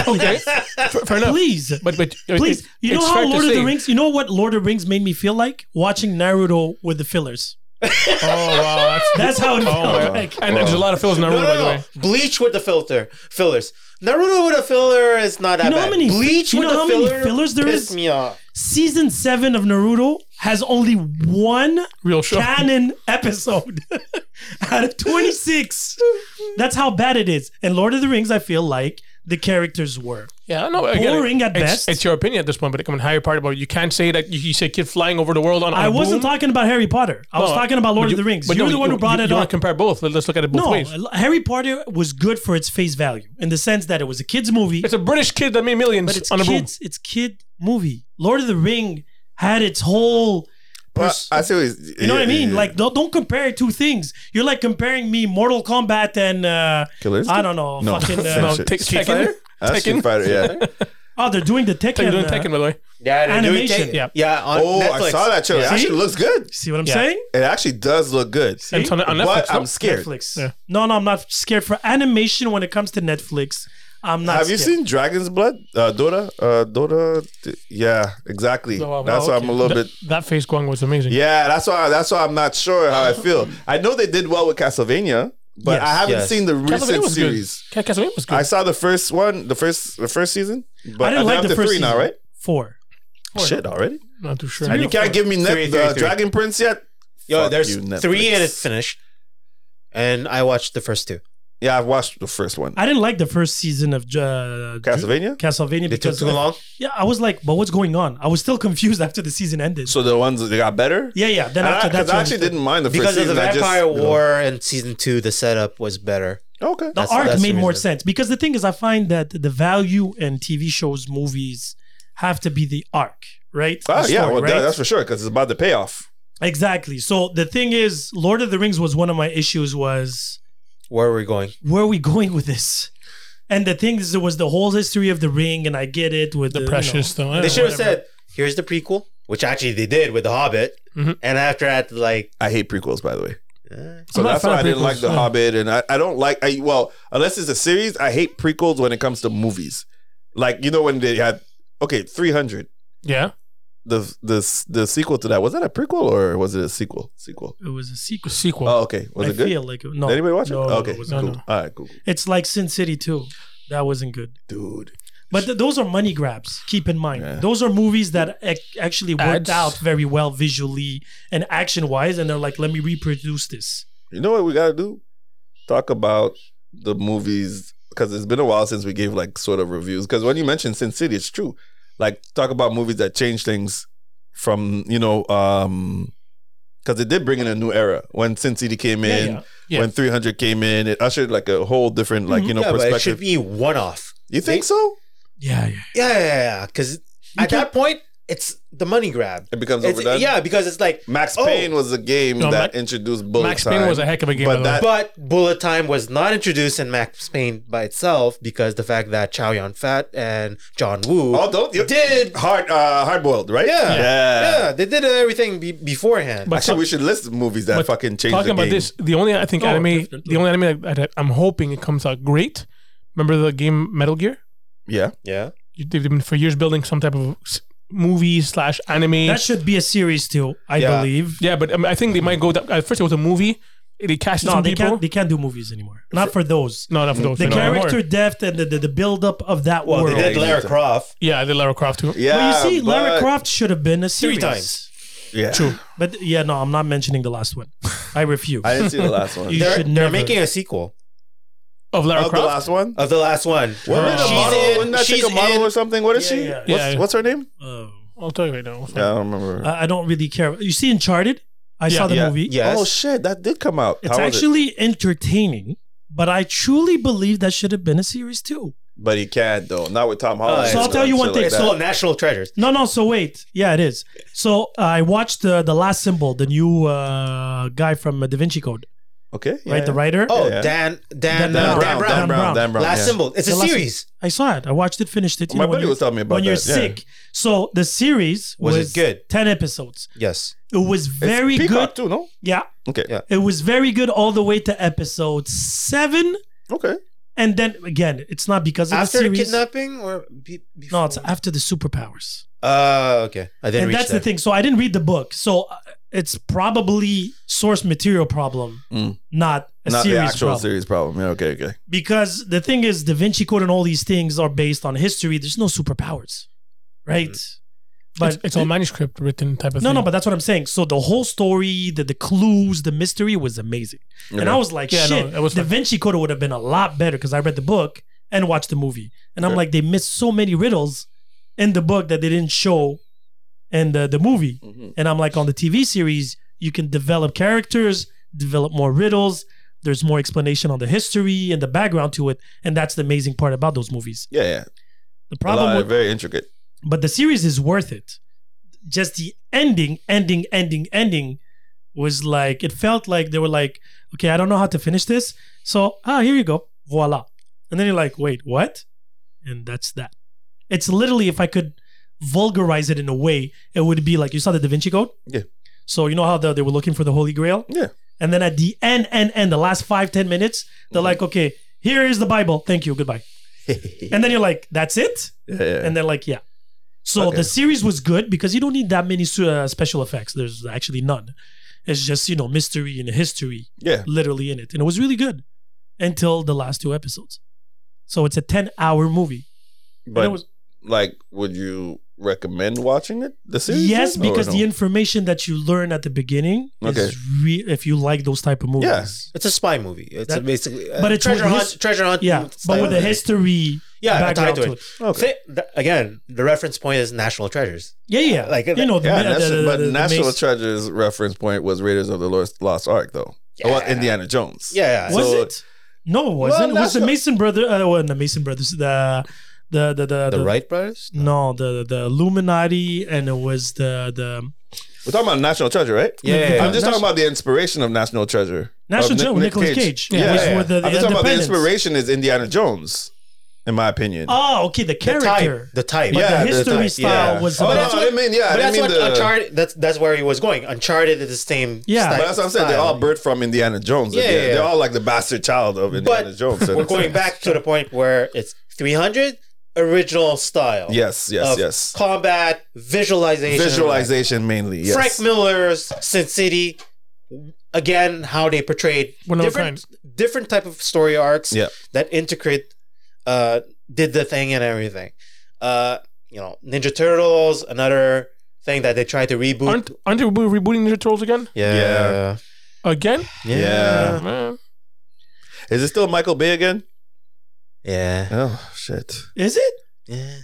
S5: Okay, fair, fair enough.
S2: please.
S5: But but it-
S2: Please,
S5: it-
S2: you know
S5: it's fair
S2: how
S5: to
S2: Lord of the
S5: say-
S2: Rings. You know what Lord of the Rings made me feel like watching Naruto with the fillers.
S5: Oh wow, that's,
S2: That's how it
S5: oh,
S2: felt.
S5: wow.
S2: like.
S5: and there's a lot of fills in
S3: No,
S5: Naruto,
S3: no,
S5: by the
S3: no.
S5: way.
S3: Bleach with the filter fillers. Naruto with a filler is not that
S2: You know
S3: bad.
S2: how many-
S3: Bleach
S2: you
S3: with
S2: know
S3: a
S2: how many
S3: filler
S2: fillers there
S3: pissed
S2: is?
S3: me off.
S2: Season seven of Naruto has only one
S5: Real show.
S2: canon episode out of 26. That's how bad it is. And Lord of the Rings, I feel like the characters were.
S5: Yeah, no, again,
S2: Boring at
S5: it's,
S2: best.
S5: It's your opinion at this point, but it come in higher part about it. You can't say that you, you say kid flying over the world on. on
S2: I
S5: a
S2: wasn't
S5: boom.
S2: talking about Harry Potter. I was
S5: No,
S2: talking about
S5: but
S2: Lord
S5: you-
S2: of the Rings.
S5: but
S2: You're
S5: no,
S2: the one who brought
S5: you,
S2: it
S5: you want
S2: up.
S5: to compare both. Let- Let's look at it both
S2: No,
S5: ways.
S2: Harry Potter was good for its face value in the sense that it was a kids movie,
S5: It's a British kid that made millions
S2: but it's
S5: on a boom.
S2: kids. It's kid movie. Lord of the Ring had its whole.
S4: Well,
S2: pers-
S4: I see what he's-
S2: you know what I
S4: yeah,
S2: mean?
S4: yeah,
S2: Like,
S4: yeah.
S2: don't, don't compare two things. You're like comparing me Mortal Kombat and uh,
S4: Killer Instinct?
S2: I don't know,
S4: No.
S2: fucking. Uh,
S4: No.
S5: Take
S4: Street
S5: Tekken.
S4: Fighter? That's Street
S5: Tekken.
S4: Fighter, yeah.
S2: Oh, they're doing the Tekken.
S5: They're doing
S2: uh,
S5: Tekken, by the way.
S3: Yeah, they're doing
S2: Animation.
S3: Tekken.
S5: Yeah.
S3: yeah. On
S4: oh, I
S3: Netflix.
S4: saw that trailer. It
S2: See?
S4: actually looks good.
S2: See what I'm
S5: Yeah.
S2: saying?
S4: It actually does look good.
S5: And it's on, on Netflix.
S4: but
S5: no?
S4: I'm scared.
S2: Netflix.
S5: Yeah.
S2: No, no, I'm not scared for animation. When it comes to Netflix, I'm not.
S4: Have you
S2: scared.
S4: seen Dragon's Blood? Uh, Dota? Uh, Dota? D- Yeah, exactly.
S5: Oh, wow,
S4: that's why I'm
S5: okay.
S4: a little
S5: That-
S4: bit.
S5: That face Guang was amazing.
S4: Yeah, that's why. That's why I'm not sure how I feel. I know they did well with Castlevania, but
S2: Yes,
S4: I haven't
S3: yes.
S4: seen the
S5: Castlevania
S4: recent
S5: was good.
S4: series.
S5: Ca- Castlevania was good.
S4: I saw the first one, the first, the first season. But
S2: I didn't
S4: think
S2: like
S4: I'm
S2: the
S4: to
S2: first
S4: three now,
S2: season.
S4: right?
S2: Four.
S4: Shit, already.
S5: not too sure.
S4: And you can't give me net,
S3: Three, three,
S4: the
S3: three.
S4: Dragon Prince yet.
S3: Yo,
S4: Fuck
S3: there's
S4: you, Netflix.
S3: three and it's finished. And I watched the first two.
S4: Yeah, I've watched the first one.
S2: I didn't like the first season of uh,
S4: Castlevania.
S2: Castlevania
S3: They took
S2: because
S3: too long.
S2: yeah, I was like, but what's going on? I was still confused after the season ended.
S4: So the ones that got better.
S2: yeah, yeah. Then
S4: And I,
S2: after that,
S4: 'cause I actually didn't mind the first
S3: Because of the
S4: season. I just-
S3: Vampire
S4: you know.
S3: War and season two, the setup was better.
S4: Okay.
S2: The
S3: That's-
S2: art
S3: that's the
S2: made more
S3: reason.
S2: sense because the thing is, I find that the value in TV shows, movies, have to be the arc, right?
S4: Ah,
S2: The
S4: yeah,
S2: story,
S4: well, that-
S2: right?
S4: that's for sure because it's about the payoff.
S2: Exactly. So the thing is, Lord of the Rings was one of my issues. Was
S3: Where are we going?
S2: where are we going with this? And the thing is, there was the whole history of the ring, and I get it with the,
S5: the
S2: you know-
S5: precious though.
S3: They should have said, here's the prequel, which actually they did with The Hobbit.
S2: Mm-hmm.
S5: Mhm.
S3: And after that, like,
S4: I hate prequels, by the way.
S3: eh.
S4: So
S5: I'm not a
S4: that's
S5: fan
S4: why
S5: of
S4: I didn't like
S5: prequels,
S4: The
S5: yeah.
S4: Hobbit, and I, I don't like I well unless it's a series. I hate prequels when it comes to movies. Like you know when they had okay three hundred
S5: Yeah.
S4: the the the sequel to that was that a prequel or was it a sequel sequel?
S2: it was a sequel.
S5: Sequel.
S4: Oh okay, was
S2: I
S4: it good?
S2: feel like no.
S4: Did anybody watch it?
S2: No, no,
S4: okay,
S2: it
S4: cool.
S2: wasn't.
S5: No, no.
S4: All right, cool.
S2: It's like Sin City too. That wasn't good.
S4: Dude,
S2: But th- those are money grabs. Keep in mind,
S4: Yeah.
S2: those are movies that ac- actually worked
S5: Ads.
S2: out very well visually and action wise, and they're like, let me reproduce this.
S4: you know what we gotta do? Talk about the movies because it's been a while since we gave like sort of reviews. Because when you mentioned Sin City, it's true. Like talk about movies that change things from you know um because it did bring in a new era when Sin City came in.
S2: yeah.
S5: Yeah.
S4: When 300 came in, it ushered like a whole different, like, you know,
S3: yeah, but it should
S4: perspective.
S3: be one off.
S4: you think so?
S2: Yeah, yeah.
S3: Yeah, yeah, yeah. Because at that point, it's the money grab.
S4: It becomes
S3: It's-
S4: overdone.
S3: yeah, because it's like,
S4: Max
S3: Oh.
S4: Payne was a game
S5: No,
S4: that
S5: Ma-
S4: introduced bullet
S5: Max Payne was a
S4: time.
S5: heck of a game.
S4: Oh, But
S5: by the way.
S4: that-
S3: but bullet time was not introduced in Max Payne by itself because the fact that Chow Yun Fat and John Woo
S4: Oh, don't- you-
S3: did
S4: hard, uh, hard boiled, right?
S3: Yeah.
S4: yeah.
S3: Yeah, they did everything be- beforehand.
S5: But
S4: Actually,
S5: so-
S4: we should list movies that
S5: but
S4: fucking changed
S5: talking
S4: the
S5: about
S4: game.
S5: this, the only I think
S2: Oh,
S5: anime,
S2: definitely.
S5: the only anime that, that I'm hoping it comes out great. Remember the game Metal Gear?
S4: Yeah,
S3: yeah.
S5: You- They've been for years building some type of s- movie slash anime.
S2: That should be a series too, I
S3: Yeah.
S2: believe.
S5: yeah, but um, I think they might go. That, at first, it was a movie. they casted
S2: No,
S5: some
S2: they
S5: people.
S2: can't. They can't do movies anymore. Not for those.
S5: no, not for those.
S2: the
S5: no, more.
S2: character depth and the, the, the build up of that
S3: Well,
S2: world.
S3: they did
S4: Right.
S3: Lara Croft.
S5: Yeah, the Lara Croft too.
S4: Yeah,
S2: Well, you see, Lara
S4: but-
S2: Croft should have been a series.
S3: Three times.
S4: Yeah,
S5: True.
S2: But yeah, no, I'm not mentioning the last one. I refuse.
S4: I didn't see the last one.
S2: You
S4: Of
S3: They're,
S2: should never.
S3: they're making a sequel
S5: Of Lara
S4: Oh, the
S5: Croft.
S4: last one.
S3: of the last one.
S4: Wasn't it a
S3: She's
S4: model?
S3: in-
S4: Wasn't that chick
S3: she's
S4: a model
S3: in-
S4: or something? What is
S2: Yeah,
S4: she?
S2: yeah.
S4: What's,
S5: Yeah.
S4: what's her name?
S2: Uh,
S5: I'll tell you right now.
S4: Yeah, I don't remember.
S2: I I don't really care. You see, Uncharted. I
S5: Yeah.
S2: saw the
S4: yeah.
S2: movie.
S3: Yes.
S4: Oh shit, that did come out.
S2: It's
S4: How was it?
S2: actually entertaining, but I truly believe that should have been a series too.
S4: but he can't though. Not with Tom Holland.
S3: So I'll
S4: and
S2: tell you
S4: shit
S2: one thing.
S4: Like
S3: It's
S4: that.
S3: called National Treasures.
S2: No, no. So wait, yeah, it is. So I watched uh, the Last Symbol, the new uh, guy from uh, Da Vinci Code,
S4: okay, yeah.
S2: right? The writer.
S3: Oh,
S4: Yeah.
S3: Dan Dan,
S2: Dan
S3: uh, Dan
S2: Brown,
S3: Brown.
S4: Dan Brown, Dan Brown.
S3: Last
S4: yeah.
S3: symbol. It's
S2: The
S3: a
S2: last-
S3: series.
S2: I saw it. I watched it, finished it. You
S4: My
S2: know, when
S4: buddy
S2: you-
S4: was telling me about
S2: when you're
S4: that, yeah.
S2: sick. So the series was,
S3: Was it good?
S2: Ten episodes.
S3: Yes.
S2: It was
S4: It's
S2: very good.
S4: Peacock too. No,
S2: Yeah,
S4: okay,
S3: Yeah.
S2: it was very good all the way to episode seven,
S4: okay.
S2: and then again, it's not because of
S3: After
S2: the series.
S3: kidnapping or be,
S2: no,
S3: before?
S2: it's after the superpowers.
S3: Uh, okay. I didn't
S2: and
S3: reach
S2: that's
S3: that.
S2: the thing. So I didn't read the book. So uh, it's probably source material problem,
S4: Mm.
S2: not a
S4: Not
S2: series
S4: the actual
S2: problem.
S4: series problem. Yeah, okay, okay.
S2: Because the thing is, Da Vinci Code and all these things are based on history. There's no superpowers, right?
S4: Mm.
S2: But
S5: It's, it's all manuscript written type of
S2: no,
S5: thing.
S2: no. But that's what I'm saying. So the whole story, the the clues, the mystery was amazing, and
S4: Okay.
S2: I was like,
S5: Yeah, no,
S2: shit,
S5: it was
S2: Da
S5: fun.
S2: Vinci Code would have been a lot better because I read the book and watched the movie, and I'm
S4: Okay.
S2: like, they missed so many riddles in the book that they didn't show in the the movie. And I'm like, on the TV series, you can develop characters, develop more riddles. There's more explanation on the history and the background to it, and that's the amazing part about those movies.
S4: Yeah, yeah.
S2: The
S4: A lot,
S2: problem, with,
S4: very intricate.
S2: but the series is worth it. Just the ending, ending, ending, ending was like it felt like they were like, okay, I don't know how to finish this, so ah, here you go, voila. And then you're like, wait, what? And that's that. It's literally if I could vulgarize it in a way, it would be like you saw the Da Vinci Code.
S4: Yeah.
S2: So you know how the, they were looking for the Holy Grail.
S4: Yeah.
S2: And then at the end, end, end, the last five, ten minutes, they're
S4: Mm-hmm.
S2: like, okay, here is the Bible. Thank you. Goodbye. and then you're like, that's it.
S4: Yeah, yeah.
S2: And they're like, yeah. So
S4: Okay.
S2: the series was good because you don't need that many su- uh, special effects. There's actually none. It's just you know mystery and history
S4: yeah.
S2: literally in it, and it was really good until the last two episodes. So it's a ten-hour movie.
S4: But
S2: it was-
S4: like, would you recommend watching it? The series?
S2: yes,
S4: or
S2: because
S4: Oh, no?
S2: the information that you learn at the beginning
S4: Okay.
S2: is re- if you like those type of movies.
S4: Yeah.
S3: It's a spy movie. It's
S2: That-
S3: a basically,
S2: but
S3: but
S2: it's
S3: it's treasure
S2: with
S3: hunt.
S2: his-
S3: treasure hunt.
S2: Yeah, but
S3: style.
S2: with the history
S3: Yeah,
S2: background
S3: tied
S2: to
S3: to
S2: it.
S3: it. Say- th- again, the reference point is National Treasures.
S2: Yeah, yeah.
S3: Like,
S2: you know, the,
S4: Yeah,
S2: the-
S4: that's
S2: the-
S4: but
S2: the- the
S4: National
S2: maze-
S4: Treasure's reference point was Raiders of the Lost, Lost Ark, though. Well,
S3: Yeah.
S4: Indiana Jones.
S3: Yeah, yeah.
S2: was
S4: So-
S2: it? No, it wasn't. it was the
S4: National-
S2: Mason brother? Uh, well, the Mason brothers. The the the the,
S3: the, Wright brothers.
S2: No, the the Illuminati, and it was the the
S4: We're talking about National Treasure, right?
S3: Yeah, yeah, yeah.
S4: I'm just
S2: National-
S4: talking about the inspiration of National Treasure.
S2: National
S4: Of Ni-
S2: Treasure with
S4: Nick
S2: Nicolas Cage.
S4: Yeah,
S2: Yeah,
S4: yeah,
S2: which
S4: yeah.
S2: were the- the
S4: I'm just talking about the
S2: Independence.
S4: inspiration is Indiana Jones, in my opinion.
S2: oh, okay, the
S3: The
S2: character.
S3: type. The type.
S2: But
S4: Yeah,
S2: the
S4: the
S2: history
S4: type,
S2: style
S4: yeah.
S2: was
S4: Oh,
S2: about-
S4: no, I didn't mean- yeah,
S3: But
S4: I didn't
S3: that's
S4: mean
S3: what
S4: the-
S3: Uncharted. That's that's where he was going. Uncharted is the same.
S2: Yeah.
S3: style-
S4: But that's what I'm saying. They're all
S3: style.
S4: birthed from Indiana Jones.
S3: Yeah,
S4: they're,
S3: yeah, yeah.
S4: they're all like the bastard child of Indiana
S3: But
S4: Jones. in
S3: we're
S4: a
S3: going
S4: sense.
S3: back to the point where it's 300 original style.
S4: Yes, yes,
S3: of
S4: yes.
S3: Combat visualization.
S4: Visualization mainly. Yes.
S3: Frank Miller's Sin City. Again, how they portrayed
S5: One of a
S3: different different type of story arcs
S4: Yeah.
S3: that integrate uh, did the thing and everything. Uh, you know, Ninja Turtles, another thing that they tried to reboot.
S5: Aren't aren't they rebo- rebooting Ninja Turtles again?
S3: yeah.
S5: Again? Oh,
S3: Yeah.
S4: Yeah.
S5: Man.
S4: Is it still Michael Bay again?
S3: Yeah.
S4: Oh shit,
S2: Is it?
S3: Yeah.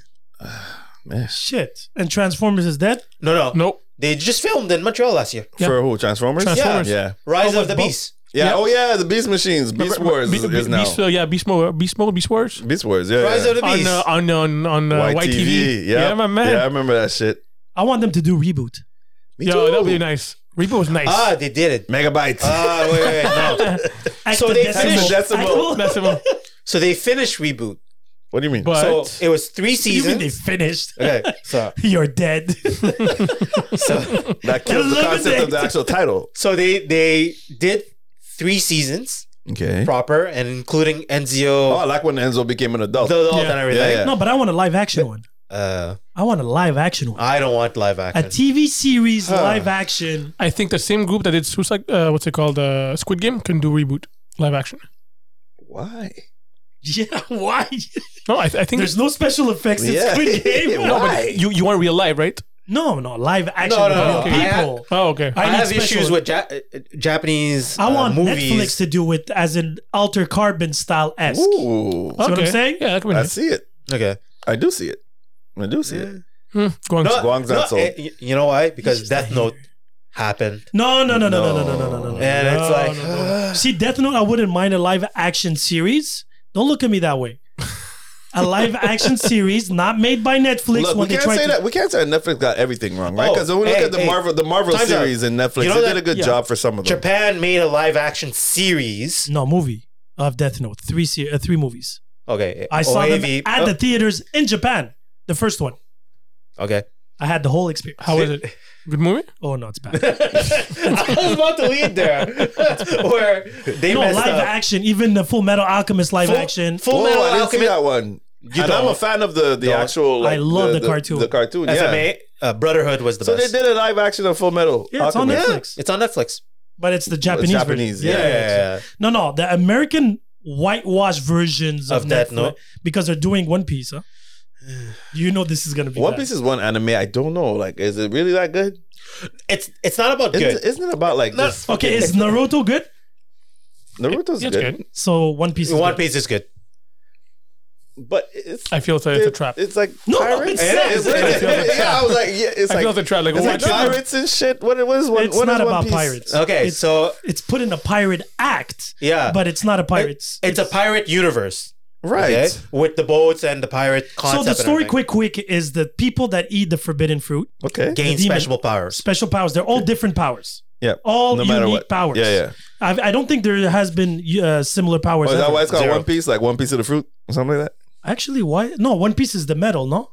S4: man.
S2: Shit. And Transformers is dead?
S3: No, no,
S5: Nope.
S3: They just filmed in Montreal last year.
S5: Yeah.
S4: For who? Transformers.
S5: Transformers.
S4: Yeah. yeah.
S3: Rise
S2: Oh,
S3: of the
S2: but-
S3: Beast.
S4: Yeah. Oh yeah, the Beast Machines, Beast Wars
S5: Be-
S4: is,
S5: be-
S4: is now.
S5: Beast, uh, yeah, Beast Mode, Beast Mode, Beast Wars.
S4: Beast Wars. Yeah.
S3: Rise
S4: yeah.
S3: of the
S5: On
S3: Beast.
S5: uh, on on on uh, YTV.
S4: Yeah.
S5: Yeah, my man.
S4: Yeah, I remember that shit.
S2: I want them to do reboot.
S4: Me
S5: Yo, that would
S4: too.
S5: be nice. Reboot was nice.
S3: ah, they did it.
S4: Megabytes.
S3: Ah, wait, wait, wait, no. So they finished-
S4: Decibel.
S5: That's the one.
S3: So they finished reboot.
S4: what do you mean?
S5: But
S3: So it was three
S2: You mean they
S3: seasons.
S2: finished?
S3: Okay, so
S2: You're dead.
S4: that kills the concept of
S2: eliminate.
S4: the actual title.
S3: so they they did three seasons
S4: Okay.
S3: proper and including
S4: Oh, I
S3: Enzio,
S4: like when Enzo became an adult.
S3: the adult
S5: Yeah.
S3: and everything.
S4: Oh, Yeah, yeah.
S2: no, but I want a live action one.
S3: Uh,
S2: I want a live action one.
S3: I don't want live
S2: A
S3: action.
S2: TV series
S3: Ah, Huh.
S2: live action.
S5: I think the same group that did Suicide, uh, what's it called, uh, Squid Game, can do reboot live action.
S4: Why?
S2: Yeah, why?
S5: No, I, th- I think
S2: There's no special effects in
S4: Yeah.
S2: Squid Game.
S5: no,
S2: no,
S5: but you you want real life, right?
S2: no, no, live action
S3: No,
S2: with
S3: no,
S2: real
S3: no. I ha-
S2: people.
S5: Oh, okay.
S2: I
S3: I,
S2: need
S3: have
S2: special-
S3: issues with ja- uh, uh, Japanese
S2: I
S3: uh,
S2: want
S3: movies.
S2: Netflix to do it as an Alter Carbon style esque.
S4: Ooh,
S2: what I'm
S5: Okay.
S2: saying?
S5: Yeah, that could be
S4: I
S5: nice.
S4: see it.
S3: Okay.
S4: I do see it. I do see it.
S5: Hmm, go on.
S3: No,
S4: Guang's
S3: no,
S4: not sold.
S3: eh, y- you know why? Because
S2: just
S3: Death
S2: a
S3: Note happened,
S2: No, no, no, no, no, no, no, no, no, no.
S3: and
S2: no,
S3: it's like
S2: no, no. see, Death Note. I wouldn't mind a live action series. Don't look at me that way. A live action series not made by Netflix.
S4: Look, we
S2: when they
S4: can't
S2: try
S4: say
S2: to,
S4: that. We can't say Netflix got everything wrong, right?
S3: Oh,
S4: Because when we
S3: hey,
S4: look at the
S3: hey.
S4: Marvel, the Marvel
S3: Time's up.
S4: series and Netflix,
S3: You know
S4: they
S3: that-
S4: did a good
S2: yeah.
S4: job for some of them.
S3: Japan made a live action series.
S2: No movie of Death Note. Three se- uh, three movies.
S3: Okay,
S2: I saw
S3: OAV
S2: them at
S3: oh,
S2: the theaters in Japan. The first one.
S3: okay.
S2: I had the whole experience.
S5: How is it? Good movie?
S2: Oh no, it's bad.
S3: I was about to lead there, where they
S2: no live
S3: messed up.
S2: action. Even the Full Metal Alchemist live
S3: Full-
S2: action.
S3: Full
S4: Whoa,
S3: Metal
S4: Oh, I didn't see
S3: Alchemist,
S4: that one.
S3: You
S4: and I'm a
S3: don't.
S4: fan of the the
S3: Don't.
S4: actual.
S2: I love the cartoon.
S4: The cartoon. Yeah.
S3: FMA, uh, Brotherhood was the
S4: So they
S3: best.
S4: did a live action of Full Metal.
S2: Yeah, it's on
S4: Alchemist.
S2: Netflix.
S3: It's on Netflix.
S2: but it's the Japanese,
S4: Japanese,
S2: version.
S4: yeah.
S2: No, no, the American whitewash versions of,
S3: Of Death
S2: Netflix,
S3: Note.
S2: because they're doing One Piece. Huh? You know this is gonna be
S4: One
S2: bad.
S4: Piece is one anime. I don't know. Like, is it really that good?
S3: It's it's not about
S4: Isn't,
S3: good.
S4: it- isn't it about like
S3: No,
S4: this?
S2: Okay, is Naruto good?
S4: Naruto's
S5: Yeah, it's
S4: good,
S5: good.
S2: So One Piece. Is
S3: One
S2: good.
S3: Piece is good.
S4: but it's
S5: I feel it's a, it's a trap.
S4: It's like
S2: No, no,
S4: pirates.
S2: it's
S4: yeah,
S2: not.
S4: it's-
S5: I feel it's a
S4: yeah, I was like, yeah, it's
S5: I
S4: like
S5: feel it's a trap. Like,
S4: It's
S5: oh,
S4: like
S5: it's not-
S4: pirates and shit. What, what is one?
S2: It's
S4: what is
S2: not
S4: one
S2: about
S4: piece?
S2: pirates.
S3: Okay,
S2: It's-
S3: so
S2: It's put in a pirate act.
S3: Yeah.
S2: but it's not a pirate.
S3: it's, a pirate universe,
S4: Right.
S3: okay? With the boats and the pirate
S2: So
S3: concept.
S2: the
S3: and
S2: story,
S3: everything.
S2: quick, quick, is the people that eat the forbidden fruit
S4: Okay.
S3: gain
S2: the demon-
S3: special powers.
S2: special powers. They're all different powers.
S4: Yeah.
S2: All
S4: No matter
S2: unique
S4: what.
S2: Oh, powers.
S4: Yeah, yeah.
S2: I, I don't think there has been uh, similar powers.
S4: Oh, is that
S2: ever.
S4: why it's called
S3: Zero.
S4: One Piece? Like one piece of the fruit or something like that?
S2: Actually, why? No, One Piece is the metal, no?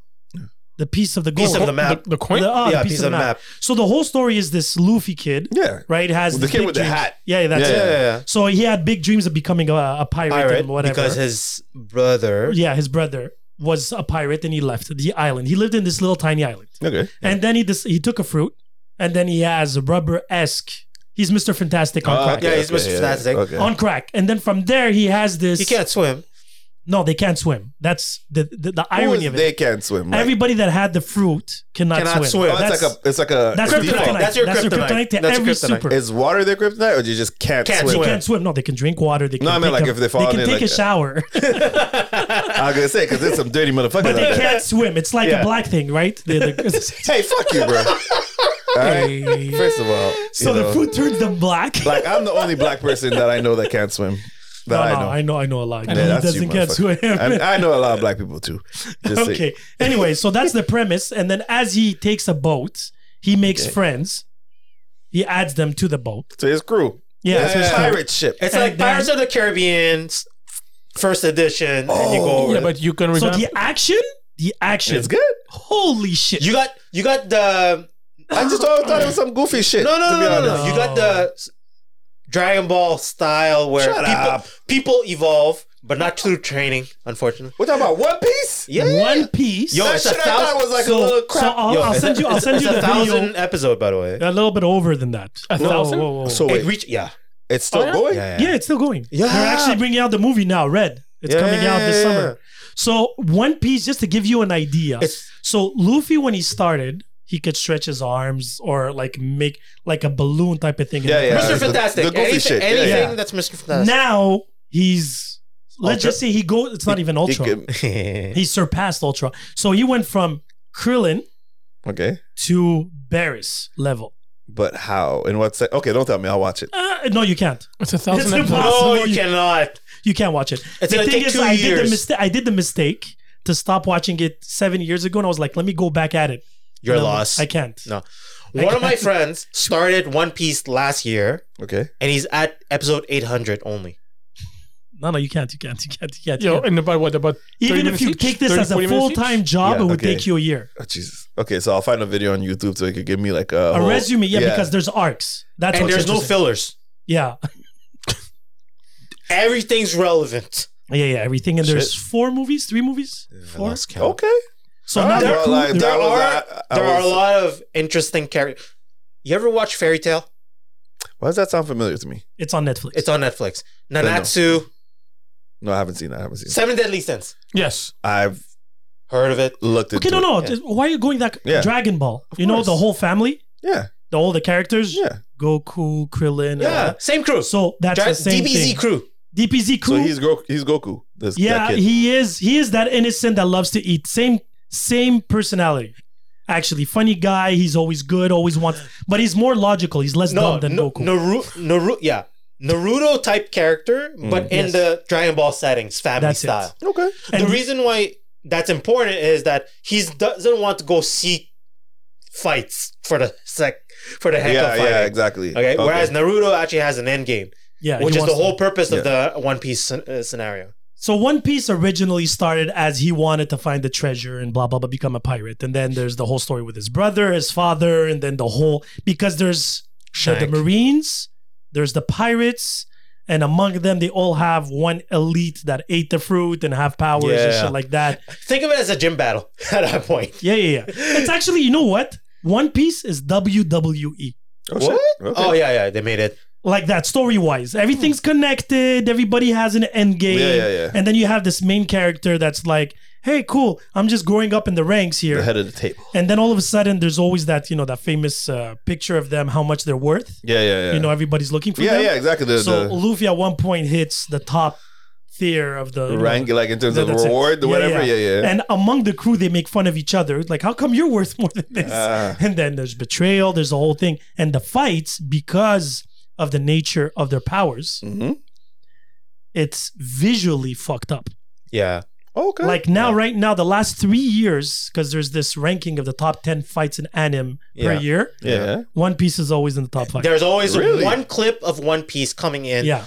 S2: The piece of the gold.
S3: Piece of the map.
S5: the, the coin.
S2: The- ah, the
S3: Yeah,
S2: piece, of the map. So the whole story is this Luffy kid,
S4: Yeah.
S2: right? Has
S4: Well, the
S2: these
S4: kid
S2: big
S4: with the
S2: dreams.
S4: hat.
S2: Yeah, yeah, that's
S4: Yeah,
S2: it.
S4: yeah,
S3: yeah.
S2: So he had big dreams of becoming a, a pirate,
S3: Pirate,
S2: and whatever.
S3: because his brother.
S2: yeah, his brother was a pirate, and he left the island. He lived in this little tiny island.
S4: Okay.
S2: And then he dis- he took a fruit, and then he has a rubber esque. He's Mister Fantastic on
S4: Oh,
S2: crack.
S4: okay,
S3: Yeah, he's
S4: okay,
S3: Mr. Fantastic.
S4: Okay.
S2: On crack, and then from there he has this.
S3: He can't swim.
S2: No, they can't swim. That's the the, the
S4: Who
S2: irony
S4: is
S2: of it.
S4: they can't swim. Like,
S2: Everybody that had the fruit cannot,
S3: Cannot
S2: swim.
S3: swim.
S4: oh, it's like a. It's like a.
S2: that's
S4: it's
S2: kryptonite.
S4: default.
S2: That's your kryptonite. to
S3: That's your
S2: every
S3: kryptonite.
S2: super.
S4: Is water their kryptonite, or you just can't,
S3: Can't
S2: they
S4: swim?
S3: swim.
S2: can't swim. No, they can drink water. They can
S4: No, I mean,
S2: take
S4: like,
S2: a,
S4: if they fall
S2: they can
S4: in,
S2: take a
S4: like, uh,
S2: shower,
S4: I was gonna say because there's some dirty motherfuckers out
S2: but they
S4: there.
S2: can't swim. It's like
S3: Yeah.
S2: a black thing, right? They're the-
S4: Hey, fuck you, bro. All right. First of all,
S2: so
S4: you
S2: the
S4: know,
S2: food turns them black.
S4: Like I'm the only black person that I know that can't swim.
S2: no, no,
S4: That I know.
S2: I know, I know a lot.
S4: Yeah,
S2: he
S4: that's
S2: doesn't
S4: you,
S2: get swim.
S4: motherfucker. I, I know a lot of black people too. Just saying.
S2: okay. Anyway, so that's the premise. And then as he takes a boat, he makes friends. He adds them to the boat.
S4: to his crew.
S2: Yeah,
S4: It's
S2: so
S4: a
S2: it's like-
S4: pirate ship.
S3: It's
S2: And
S3: like
S2: then-
S3: Pirates of the Caribbean, first edition, and you
S2: Oh,
S3: go over.
S5: yeah,
S3: it.
S5: but you can
S2: So
S5: revamp.
S2: the action, the action,
S4: It's good.
S2: Holy shit!
S3: you got you got the
S4: I just thought, thought it was some goofy shit.
S3: no no
S4: to
S3: no
S4: be
S3: no, no,
S4: honest.
S3: no. You got the s- Dragon Ball style where
S4: Shut
S3: people
S4: up.
S3: people evolve, but not through training, unfortunately.
S4: We're talking about One Piece.
S3: Yeah.
S2: One piece.
S3: Yo,
S4: That
S3: it's a
S4: shit I thought
S3: thousand-
S4: was like
S2: so,
S4: a little
S2: so
S4: crap.
S2: I'll,
S3: Yo,
S2: I'll
S3: it's
S2: send
S3: a-
S2: you. I'll
S3: it's a-
S2: send you
S3: it's
S2: the
S3: a thousand
S2: video.
S3: episode by the way.
S2: A little bit over than that.
S5: A thousand?
S2: Whoa, whoa, whoa.
S4: so
S3: It
S4: wait,
S3: reached yeah.
S4: it's still
S5: Oh, yeah?
S4: going.
S3: Yeah,
S2: yeah, it's still going.
S3: Yeah.
S2: they're actually bringing out the movie now. Red. It's
S3: Yeah,
S2: coming out this
S3: yeah, yeah.
S2: summer. So One Piece, just to give you an idea.
S3: It's
S2: So Luffy, when he started, he could stretch his arms or like make like a balloon type of thing. in
S4: Yeah,
S2: the
S4: yeah.
S2: front.
S3: Mr.
S4: it's the-
S3: Fantastic.
S4: the goofy
S3: anything
S4: shit. Yeah,
S3: anything
S2: yeah.
S3: that's Mr. Fantastic.
S2: Now he's let's
S4: Ultra?
S2: just say he goes. It's not even
S4: He
S2: Ultra. He,
S4: could-
S2: surpassed Ultra. So he went from Krillin
S4: okay,
S2: to Barris level.
S4: but how? And what's that? Okay, don't tell me. I'll watch it.
S2: Uh, no, you can't.
S5: It's a thousand.
S2: It's
S5: episodes.
S2: impossible.
S3: no, you cannot.
S2: You can't watch it.
S3: It's gonna take two
S2: I did
S3: years.
S2: the mistake. I did the mistake to stop watching it seven years ago, and I was like, let me go back at it.
S3: You're
S2: No,
S3: lost.
S2: I can't.
S3: No. One of my friends started One Piece last year
S4: Okay,
S3: and he's at episode 800 only.
S2: No, no, you can't. You can't. You can't. You can't. you
S5: Yo,
S2: can't.
S5: and about what about 30
S2: Even if
S5: minutes
S2: you
S5: each?
S2: take this
S5: 30,
S2: as a
S5: 40 minutes
S2: full
S5: each?
S2: time job,
S4: Yeah,
S2: it would
S4: okay.
S2: take you a year.
S4: oh, Jesus. Okay, so I'll find a video on YouTube so it could give me like a,
S2: A
S4: whole-
S2: resume, yeah, because there's arcs. That's
S3: Oh, and
S2: what's
S3: there's no
S2: interesting.
S3: fillers.
S2: Yeah,
S3: Everything's relevant.
S2: yeah, yeah. Everything and there's
S4: Shit.
S2: four movies, three movies, four.
S3: count. Ah,
S4: okay.
S2: So
S4: All
S2: now
S4: right,
S2: the
S4: well,
S2: coup-
S4: like,
S2: the-
S4: that
S3: there
S4: was-
S3: are
S4: I- I
S3: there are a
S4: was-
S3: lot of interesting characters. You ever watch Fairy Tale?
S4: Why does that sound familiar to me?
S2: it's on Netflix.
S3: It's on Netflix. Nanatsu,
S4: No, I haven't seen that. I haven't seen it.
S3: Seven Deadly Sins.
S5: Yes.
S4: I've
S3: Heard of it?
S4: looked at
S2: okay, no, no.
S3: yeah.
S2: just- why are you going that?
S4: Yeah.
S2: Dragon Ball. you know
S4: course.
S2: the whole family,
S4: Yeah.
S2: the all the characters.
S4: Yeah.
S2: Goku, Krillin. and all
S3: Yeah,
S2: that.
S3: same crew.
S2: So that's
S3: Dra-
S2: the same
S3: DBZ
S2: thing.
S3: crew.
S2: DPZ crew.
S4: So he's Goku. He's Goku. This,
S2: yeah,
S4: that kid.
S2: he is. He is that innocent that loves to eat. Same same personality. Actually, funny guy. He's always good. Always wants, but he's more logical. He's less
S3: No,
S2: dumb than
S3: no
S2: Goku.
S3: Naru- Naru- yeah, Naruto type character,
S4: Mm.
S3: but in
S2: Yes.
S3: the Dragon Ball settings, family
S2: That's it.
S3: style.
S4: okay.
S2: And
S3: the
S2: he-
S3: reason why that's important is that he doesn't want to go seek fights for the sec for the heck
S4: Yeah,
S3: of fighting.
S4: yeah, exactly.
S3: Okay? whereas Naruto actually has an end game,
S2: yeah, he
S3: which is the
S2: wants to-
S3: whole purpose of the One Piece scen- uh, scenario.
S2: So One Piece originally started as he wanted to find the treasure and blah blah blah become a pirate. And then there's the whole story with his brother, his father, and then the whole because there's the, the
S3: Shank.
S2: Marines, there's the pirates, and among them they all have one elite that ate the fruit and have powers and
S3: Yeah.
S2: shit like that.
S3: Think of it as a gym battle at that point.
S2: Yeah, yeah, yeah. It's actually, you know what? One Piece is E. WWE.
S4: oh, shit. Okay.
S3: Oh yeah, yeah, they made it.
S2: Like that, story wise. Everything's connected, everybody has an end game.
S4: Hmm. Yeah, yeah, yeah.
S2: And then you have this main character that's like, hey, cool, I'm just growing up in the ranks
S4: the
S2: here.
S4: head of the table.
S2: And then all of a sudden, there's always that, you know, that famous uh, picture of them, how much they're worth.
S4: Yeah, yeah, yeah.
S2: You know, everybody's looking for
S4: yeah,
S2: them.
S4: yeah, exactly. The,
S2: So
S4: the
S2: Luffy at one point hits the top tier of the you know,
S4: rank, like in terms
S2: that-
S4: of
S2: that's it.
S4: reward,
S2: Yeah,
S4: whatever. Yeah, yeah.
S2: And among the crew, they make fun of each other. Like, how come you're worth more than this?
S4: Ah.
S2: And then there's betrayal. There's a whole thing. And the fights, because of the nature of their powers,
S4: Mhm.
S2: it's visually fucked up.
S3: Yeah,
S4: Okay.
S2: Like now, right now, the last three years, because there's this ranking of the top ten fights in anime per
S3: Yeah.
S2: year.
S4: yeah.
S2: One Piece is always in the top five.
S3: there's always
S4: Really?
S3: one clip of One Piece coming in.
S2: yeah,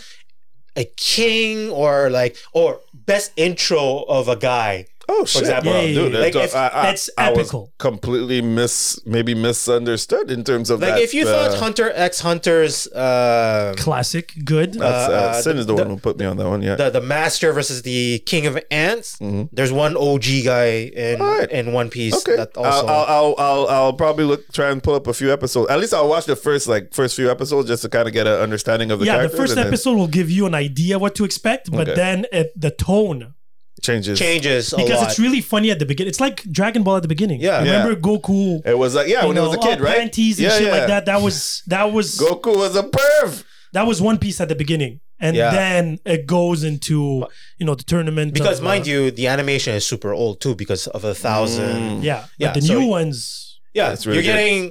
S3: a king or like or best intro of a guy.
S4: Oh shit,
S3: example.
S4: Wow,
S2: Yeah, yeah,
S4: dude,
S2: yeah.
S4: that's-
S3: Like, if-
S4: I, I-
S2: that's
S4: I was
S2: epical.
S4: completely mis, maybe misunderstood in terms of
S3: Like
S4: that,
S3: if you
S4: uh,
S3: thought Hunter X Hunter's uh,
S2: classic, good.
S4: that's, uh,
S3: uh, uh,
S4: Sin is the,
S3: the-
S4: one who put me on that one. Yeah.
S3: the the master versus the king of ants,
S4: Mhm.
S3: there's one OG guy in
S4: Alright.
S3: in One Piece
S4: Okay,
S3: that also
S4: I'll, I'll, I'll, I'll, I'll probably look try and pull up a few episodes. At least I'll watch the first like first few episodes just to kind of get an understanding of the
S2: yeah, the
S4: characters.
S2: first
S4: and then
S2: episode will give you an idea what to expect, but
S4: Okay.
S2: then it, the tone
S4: changes.
S3: changes a
S2: because
S3: lot.
S2: it's really funny at the beginning. It's like Dragon Ball at the beginning.
S3: Yeah.
S2: remember Goku?
S4: It was like yeah,
S2: you
S4: when I was a
S2: know,
S4: kid,
S2: all
S4: right?
S2: Panties and
S4: yeah,
S2: shit
S4: yeah.
S2: like that. That was that was
S4: Goku was a perv.
S2: that was One Piece at the beginning, and
S3: Yeah.
S2: then it goes into you know the tournament.
S3: because
S2: of,
S3: mind
S2: uh,
S3: you, the animation is super old too because of a thousand.
S2: yeah,
S3: Yeah,
S2: yeah, the
S3: so
S2: new
S3: it-
S2: ones.
S3: Yeah,
S4: That's really
S3: you're
S4: good.
S3: getting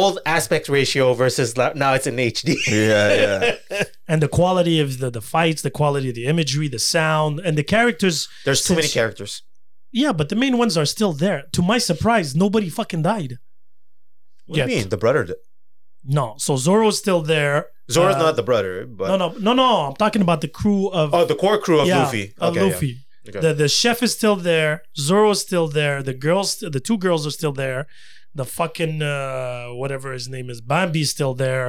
S3: old aspect ratio versus la- now it's in HD.
S4: Yeah, yeah.
S2: And the quality of the, the fights, the quality of the imagery, the sound, and the characters.
S3: There's too many
S2: Since-
S3: characters.
S2: Yeah, but the main ones are still there. To my surprise, nobody fucking died.
S3: What do you mean the brother? did-
S2: No, so Zoro's still there.
S3: Zoro's
S2: Uh,
S3: not the brother, but
S2: No, no, no, no. I'm talking about the crew of
S3: oh, the core crew of
S2: yeah,
S3: Luffy.
S2: Of
S3: Okay, yeah.
S2: Luffy.
S3: Okay.
S2: The the chef is still there. Zoro's still there. The girls, the two girls are still there. The fucking uh, whatever his name is, Bambi's still there.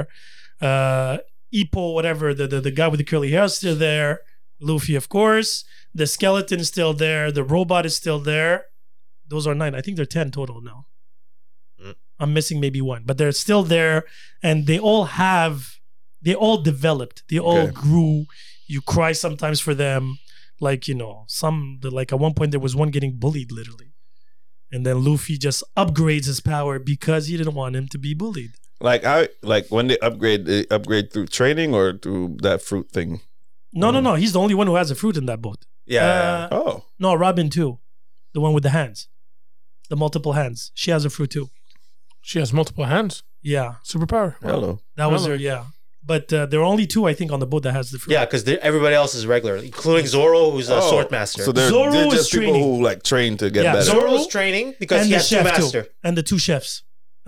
S2: Uh, Ipo, whatever the, the the guy with the curly hair is still there. Luffy, of course. The skeleton is still there. The robot is still there. Those are nine. I think they're ten total now.
S3: Mm.
S2: I'm missing maybe one, but they're still there, and they all have. They all developed. They all
S4: Okay.
S2: grew. You cry sometimes for them like you know some the- like at one point there was one getting bullied literally and then luffy just upgrades his power because he didn't want him to be bullied
S4: Like I like when they upgrade, they upgrade through training or through that fruit thing.
S2: no no no he's the only one who has a fruit in that boat
S3: Yeah, yeah,
S2: Uh,
S4: Oh,
S2: no robin too the one with the hands the multiple hands she has a fruit too
S5: She has multiple hands.
S2: yeah
S5: Superpower.
S4: hello.
S2: that was
S5: Oh.
S2: her yeah but uh, there are only two i think on the boat that has the fruit
S3: yeah, because everybody else is regular, including Zoro, who's a
S4: oh.
S3: sword master.
S4: So they're,
S2: Zoro
S4: they're
S2: is
S4: just people
S2: training.
S4: who like train to get
S2: Yeah,
S4: better.
S2: Zoro-
S3: Zoro's training because
S2: and
S3: he
S2: the
S3: has two
S2: chef too
S3: master.
S2: and the two chefs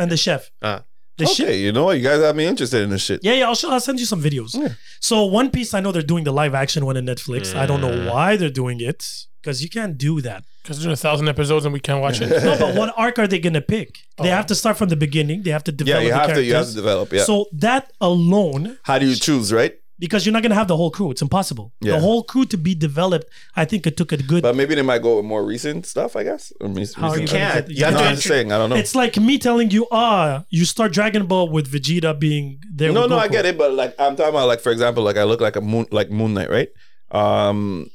S2: and the chef
S3: Ah.
S2: the
S4: okay,
S2: chef
S4: you know what? You guys have me interested in this shit.
S2: Yeah, yeah, I'll, show, I'll send you some videos.
S4: Yeah.
S2: So One Piece, I know they're doing the live action one in Netflix. I don't know why they're doing it because you can't do that.
S5: Because there's a thousand episodes and we can't watch it.
S2: No, but what arc are they gonna pick? They have to start from the beginning. They have to
S4: Yeah,
S2: develop.
S4: you
S2: the
S4: have to.
S2: characters.
S4: You have to develop. Yeah.
S2: So that alone,
S4: How do you choose? Right?
S2: because you're not gonna have the whole crew. It's impossible.
S4: Yeah.
S2: The whole crew to be developed, I think it took a good.
S4: But maybe they might go with more recent stuff, I guess. Or me-
S2: How are
S4: recent-
S2: you
S3: can't.
S2: gonna get-
S3: You have
S4: No,
S3: to
S4: I'm just saying. I don't know.
S2: It's like me telling you, ah, you start Dragon Ball with Vegeta being there.
S4: no,
S2: with
S4: no, I
S2: Goku.
S4: get it. But like, I'm talking about like, for example, like I look like a moon, like Moon Knight, right? Um,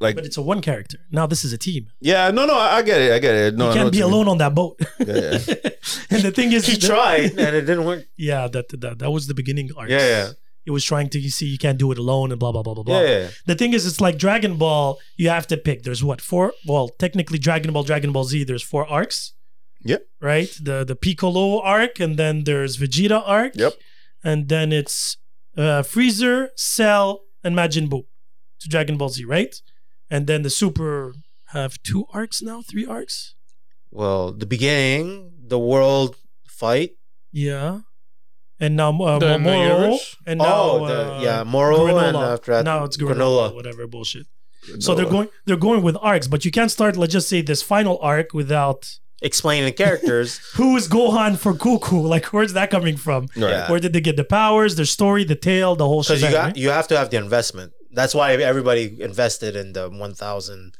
S4: like
S2: But it's a one character. Now this is a team.
S4: yeah, no, no, I I get it. I get it. No,
S2: You
S4: I know
S2: can't
S4: what
S2: be
S4: you mean.
S2: alone on that boat.
S4: Yeah, yeah.
S2: and the thing is,
S3: He tried and it didn't work.
S2: yeah, that, that that was the beginning arc.
S3: Yeah, yeah.
S2: It was trying to you see you can't do it alone and blah blah blah blah blah.
S3: Yeah, yeah.
S2: The thing is, it's like Dragon Ball. You have to pick. There's what four? Well, technically, Dragon Ball, Dragon Ball Z. There's four arcs.
S4: Yep.
S2: Right. The the Piccolo arc, and then there's Vegeta arc.
S4: Yep.
S2: And then it's uh, Freezer, Cell, and Majin Buu to Dragon Ball Z, right? And then the Super have two arcs now, three arcs.
S3: Well, the beginning, the world fight.
S2: Yeah. And now uh,
S5: The- the
S2: Momoro,
S5: universe?
S2: and now
S3: Oh, the,
S2: uh,
S3: yeah, Moro and uh,
S2: Granola.
S3: after that,
S2: now it's granola, whatever bullshit. So they're
S4: No.
S2: going they're going with arcs, but you can't start let's just say this final arc without
S3: Explaining the characters.
S2: who is Gohan for Goku? Like where's that coming from?
S4: Right.
S3: Yeah.
S2: Where did they get the powers, their story, the tale, the whole shit?
S3: Because you got you have to have the investment. That's why everybody invested in the 1,000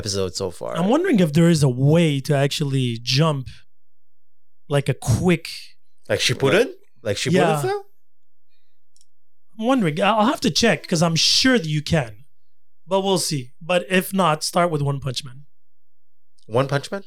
S3: episodes so far.
S2: I'm wondering if there is a way to actually jump like a quick
S3: like Shippuden, like Shippuden
S2: Yeah.
S3: style?
S2: I'm wondering. I'll I'll have to check because I'm sure that you can. But we'll see. But if not, start with One Punch Man.
S3: One Punch Man.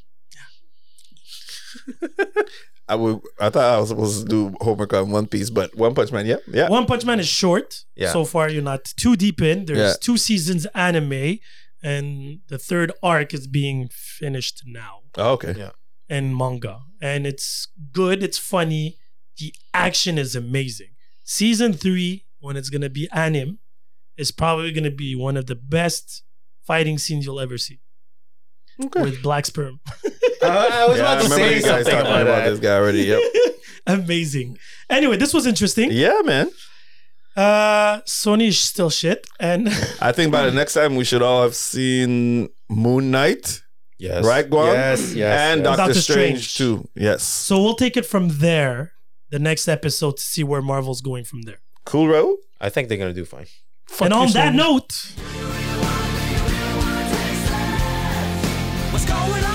S4: I would. I thought I was supposed to do homework on One Piece, but One Punch Man. Yeah, yeah.
S2: One Punch Man is short.
S3: Yeah.
S2: So far, you're not too deep in. There's
S4: Yeah.
S2: two seasons anime, and the third arc is being finished now
S4: Oh, okay.
S3: Yeah.
S2: in manga. And it's good. It's funny. The action is amazing. Season three, when it's gonna be anime, is probably gonna be one of the best fighting scenes you'll ever see
S4: Okay.
S2: with Black Sperm.
S3: I, I was
S4: Yeah, I
S3: about to
S4: remember
S3: say
S4: you guys
S3: something
S4: talking
S3: about,
S4: about,
S3: that.
S4: this guy already. Yep.
S2: Amazing. Anyway, this was interesting.
S4: yeah, man.
S2: Uh, Sony is still shit, and
S4: I think by the next time we should all have seen Moon Knight,
S3: Yes. uh,
S4: right, Guam?
S3: Yes. Yes.
S4: and
S3: yes.
S4: Doctor
S2: Doctor
S4: Strange,
S2: Strange.
S4: too. Yes.
S2: so we'll take it from there. The next episode to see where Marvel's going from there.
S4: Cool, Raul.
S3: I think they're gonna do fine.
S2: and
S5: you,
S2: on that
S5: Sony.
S2: note.
S1: What's going on?